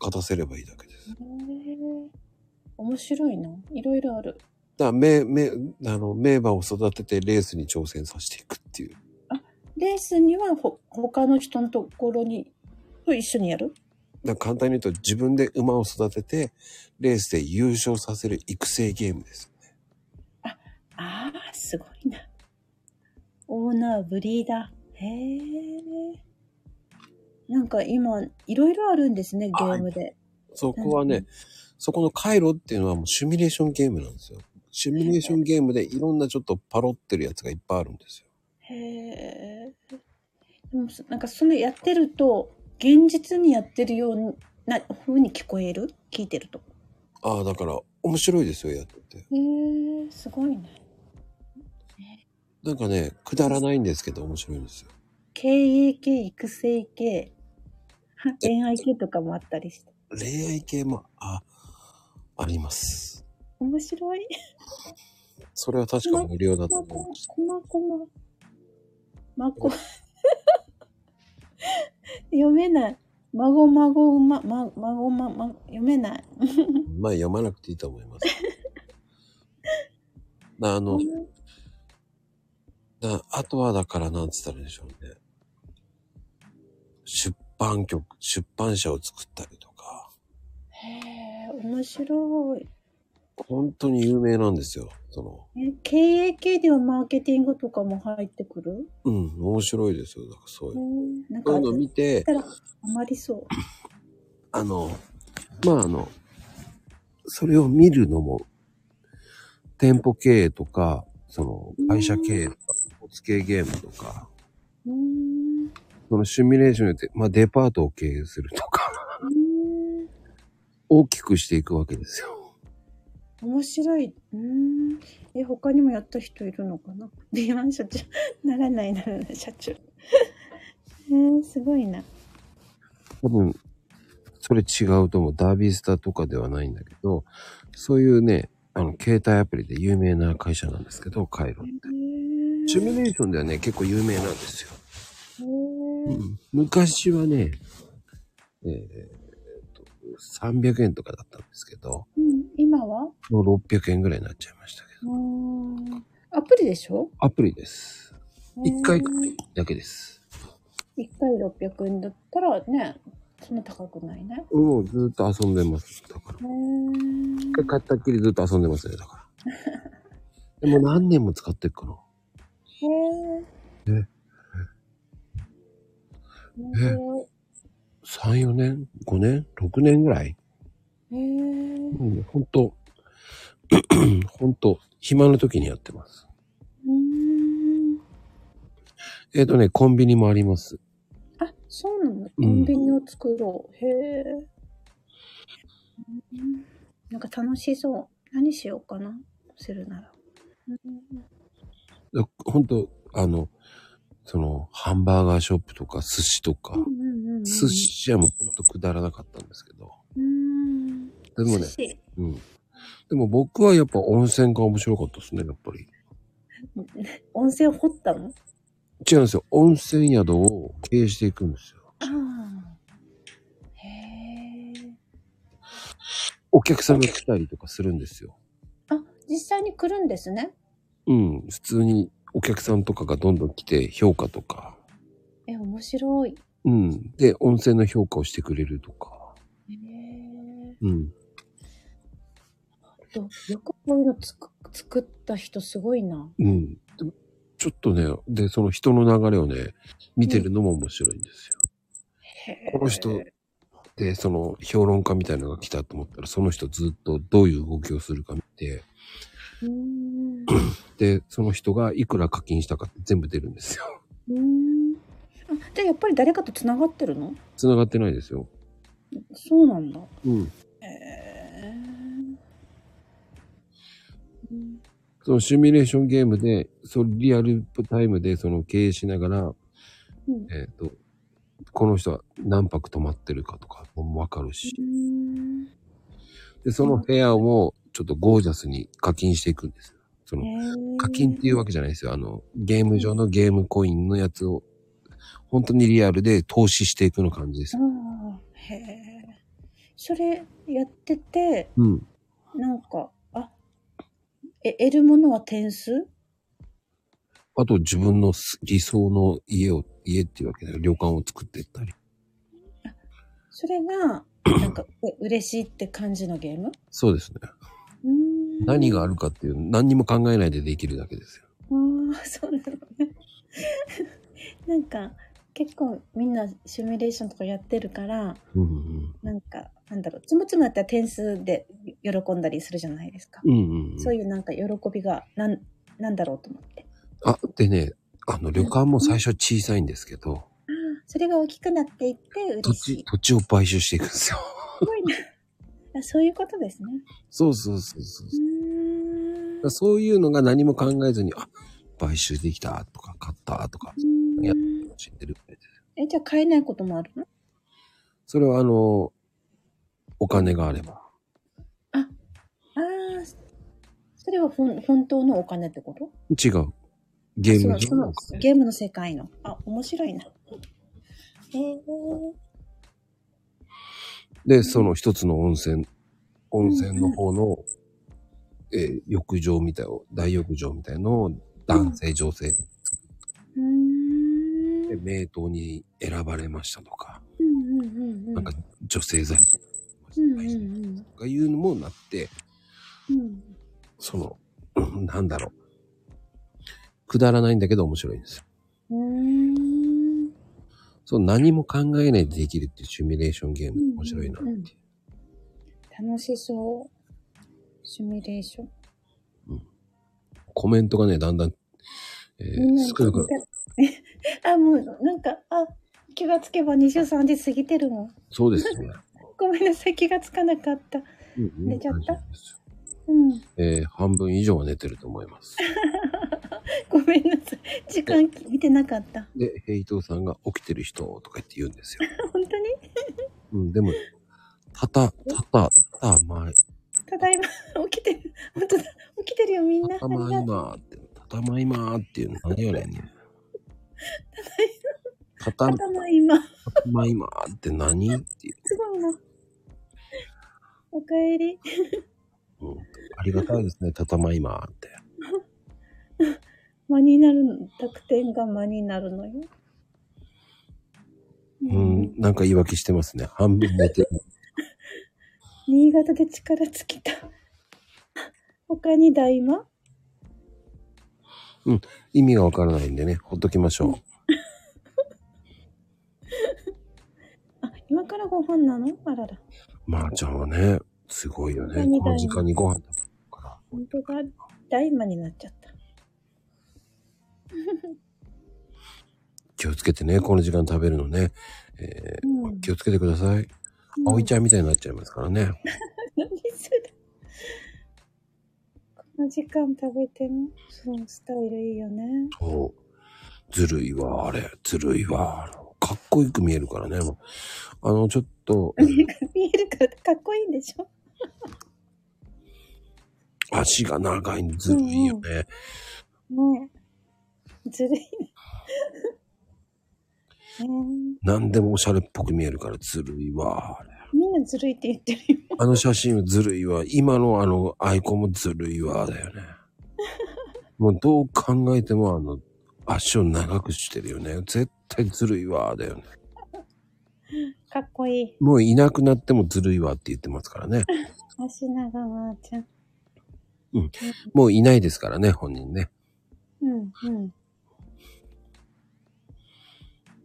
勝たせればいいだけです。
え
だか
ー、面白いな。いろいろある。
ら、名、名、あの、名馬を育ててレースに挑戦させていくっていう。
レースにはほ他の人のところにと一緒にやる
だから簡単に言うと、自分で馬を育てて、レースで優勝させる育成ゲームです。
ああすごいなオーナーブリーダーへえなんか今いろいろあるんですねゲームで
そこはね、
うん
そこの回路っていうのはもうシミュレーションゲームなんですよ。シミュレーションゲームでいろんなちょっとパロってるやつがいっぱいあるんですよ。
へえでもそなんかそれやってると現実にやってるような風に聞こえる聞いてると
ああ、だから面白いですよ、やってて。
へえすごいね
なんかね、くだらないんですけど面白いんですよ。
経営系育成系 [laughs] は恋愛系とかもあったりして
恋愛系も、あ、あります。
面白い
それは確か無料だと思いまし
こまこま。まこ。 [laughs] 読めない。まごまごうま、ま、まごま、ま、読めない。
た。まあ読まなくていいと思い
[laughs]
ます。なあの、なあとはだからなんつったらいいんでしょうね。出版局、出版社を作ったりとか、
へえ、面白い。
本当に有名なんですよ。その、
え経営系ではマーケティングとかも入ってくる
うん、面白いですよ。だからそう
へ
いう。
ーなんか
そうい
あ
うの見て、
ったらハマりそう。
あの、まああの、それを見るのも、店舗経営とか、その会社経営とか、スポーツ系ゲームとか、
うーん。う
そのシミュレーションによって、まあデパートを経営するとか、
ーん
大きくしていくわけですよ。
面白い。うーん。え、他にもやった人いるのかな敏腕社長。ならないならない、社長。えー、すごいな。
多分、それ違うと思う。ダービースターとかではないんだけど、そういうね、あの、携帯アプリで有名な会社なんですけど、カイロ
え。ー、
シミュレーションではね、結構有名なんですよ。
えー
昔はね、えーと、300円とかだったんですけど、
うん、今は
もう600円ぐらいになっちゃいましたけど、
うーんアプリでしょ
アプリです。1
え
回
ー
だけです。
一回600円だったらね、そんな高くないね。
もうずっと遊んでます。だから。
へ
一回
ー
買ったっきりずっと遊んでますね、だから。でも何年も使ってるかな。
へー
え
面白
3、4年 ?5 年 ?6 年ぐらい
いへー
うん、ほん [coughs] と、ほんと、暇の時にやってます。
うーん
えっ、とね、コンビニもあります。
あ、そうなんだ。コンビニを作ろう。へえ。うんなんか楽しそう。何しようかな。するなら。うん
だほんと、あの、その、ハンバーガーショップとか寿司とか、
うんうんうんうん
寿司屋もほんとくだらなかったんですけど。
うん。
でもね
寿、司
うん。でも僕はやっぱ温泉が面白かったですね、やっぱり。
温泉掘ったの
違うんですよ。温泉宿を経営していくんですよ。
ああ。へえ。
お客さんが来たりとかするんですよ。
あ、実際に来るんですね。
うん。普通にお客さんとかがどんどん来て評価とか。
え、面白い。
うん。で、温泉の評価をしてくれるとか。
へえ。
うん。
とよくこういうのつく作った人すごいな。
うん。でもちょっとね、で、その人の流れをね、見てるのも面白いんですよ。
へえ
この人で、その評論家みたいなのが来たと思ったら、その人ずっとどういう動きをするか見て、
うん。
で、その人がいくら課金したかって全部出るんですよ。 [laughs]
うん。あ、じゃあやっぱり誰かと繋がってるの
繋がってないですよ。
そうなんだ。
うん。
へえ。うん
そのシミュレーションゲームで、そのリアルタイムでその経営しながら、
うん
えっ、と、この人は何泊泊まってるかとかもわかるし、
うん
で、その部屋をもうちょっとゴージャスに課金していくんですよ。その、
へえ
課金っていうわけじゃないですよ。あの、ゲーム上のゲームコインのやつを、本当にリアルで投資していくの感じです
あ。あ、へえ。それやってて、
うん。
なんか、あ、え、得るものは点数
あと自分のす理想の家を、家っていうわけで旅館を作っていったり。
それが、なんか、え嬉しいって感じのゲーム
そうですね。
うーん
何があるかっていう、何にも考えないでできるだけですよ。
ああ、そうなのね。 [laughs] なんか、結構みんなシミュレーションとかやってるから、
うんうん
なんか、なんだろう、つむつむだったら点数で喜んだりするじゃないですか。
うん。うんうん
そういうなんか喜びが、なん、なんだろうと思って。
あ、でね、あの、旅館も最初小さいんですけど、
それが大きくなっていって
土
嬉し
地、
い。
土地を買収していくんですよ。
すごいな。あそういうことですね。
そうそうそうそう
う。ーん
だからそういうのが何も考えずに、あ、買収できたとか、買ったとか、
う
や
ん
知ってる。
え、じゃあ買えないこともあるの
それはあの、お金があれば。
ああ、それはほん本当のお金ってこと
違う。ゲーム
そのそのゲームの世界の。あ、面白いな。えー、
で、その一つの温泉、温泉の方の、えー浴場みたいを、大浴場みたいのを男性、女性
うーん。
で名刀に選ばれましたとか、
うんうんうんうん。
なんか女性財布
うんうんうん
とかいうのもなって、
うん。
その、うんなんだろう。くだらないんだけど面白いんですよ。
うーん。
そう、何も考えないでできるっていうシミュレーションゲーム面白いなっていう。
楽しそう。シミュレーション。
コメントがね、だんだん、えー
うん
少なく、
[laughs] あ、もう、なんか、あ、気がつけば23時過ぎてる [laughs] もん。
そうですよね。
ごめんなさい、気がつかなかった。
うん
寝ちゃった
大丈夫ですよ
うん。
えー半分以上は寝てると思います。
ごめんなさい。時間見てなかった。
で、ヘイトさんが起きてる人とか言って言うんですよ。
本当に
うん、でも、たた、たた、たたまい、
ただいま、起きてる。本当だ。起きてるよ、みんな。
たたまいまーって、たたまいまーっていうの何やねんね。たた
ありがとう。頭今。
たまいまーって何っていう、
すごいな。おかえり。
うん。ありがたいですね、たたまいまーって。
間になるの。濁点が間になるのよ。
う。ん、なんか言い訳してますね。半分寝てる。
新潟で力尽きた。他に大魔
意味がわからないんでね、ほっときましょ
あ、今からご飯なのあらら。
う。まー、ちゃんはね、すごいよね。
何
この時間にご飯食べるから。
本当だ。大魔になっちゃった。
気をつけてね、この時間食べるのね。え
うん
ー、気をつけてください。葵ちゃんみたいになっちゃいますからね。
何それこの時間食べてもそのスタイルいいよね
そう。ずるいわ、あれ。ずるいわ。かっこよく見えるからね。もうあの、ちょっ [laughs] と、
[laughs] 見えるからかっこいいんでしょ
足が長いのずるいよね。
ねえずるいね [laughs] ね
何でもおしゃれっぽく見えるからずるいわ、あれ。
えみんなずるいって言ってるよ
あの写真はずるいわ。今のあのアイコンもずるいわ、だよね。もうどう考えてもあの、足を長くしてるよね。絶対ずるいわ、だよね。
かっこいい
もういなくなってもずるいわって言ってますからね。
足長まーちゃん
もういないですからね、本人ね。
うんうん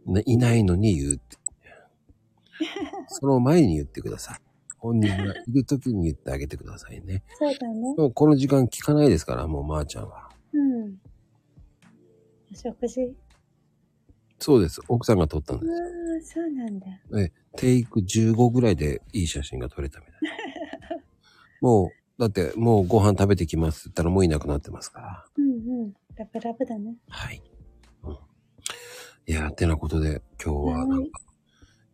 ね、いないのに言うって。その前に言ってください。本人がいる時に言ってあげてくださいね。
そうだね
もうこの時間聞かないですから、もうまーちゃんは。
うんお食事
そうです。奥さんが撮ったん
ああ
です。
そうなんだ
えテイク15ぐらいでいい写真が撮れたみたいな。 [laughs] もう、だってもうご飯食べてきますって言ったらもういなくなってますから。
うんうんラブラブだね
はい。うん、いやー、てなことで今日はなんか、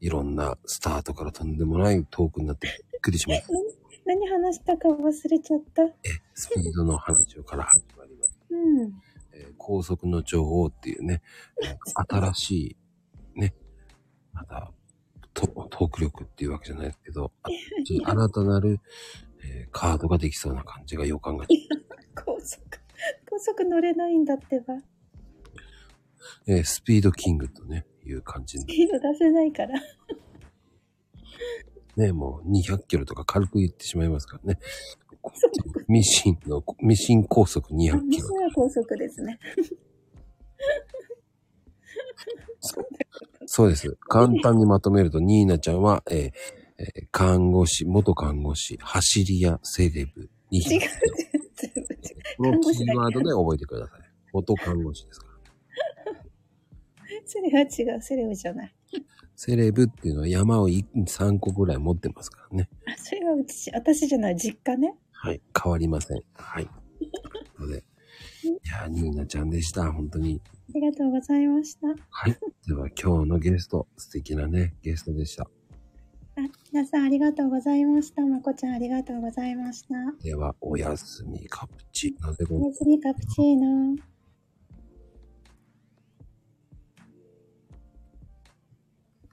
いろんなスタートからとんでもないトークになってびっくりしました。
何話したか忘れちゃった
スピードの話をから始まりました。
うん
えー高速の女王っていうね、えー新しい、ね、また、トトーク力っていうわけじゃないですけど、新しい新たなる、えーカードができそうな感じが予感が、
高速、高速乗れないんだってば。
えースピードキングとね、いう感じ
ス
で、
ピード出せないから。
ね、もう200キロとか軽く言ってしまいますからね。ミシンの、ミシン高速
あ
200キ
西
ロ。
は高速ですね。
そうです。簡単にまとめると、ニーナちゃんは、えーえー看護師、元看護師、走り屋、セレブ、に
違う違う違う。
このキーワードで覚えてください。元看護師ですから。
それは違う、セレブじゃない。
セレブっていうのは山を3個ぐらい持ってますからね。
あ、それはうち、私じゃない、実家ね。
はい。変わりません。はい。ので、いやー、ニーナちゃんでした。本当に。
ありがとうございました。あ、
はい。では今日のゲスト、素敵なね、ゲストでした。
皆さんありがとうございました。まこちゃんありがとうございました。
では、おやすみカプチーノでございます
おやすみカプチーノ。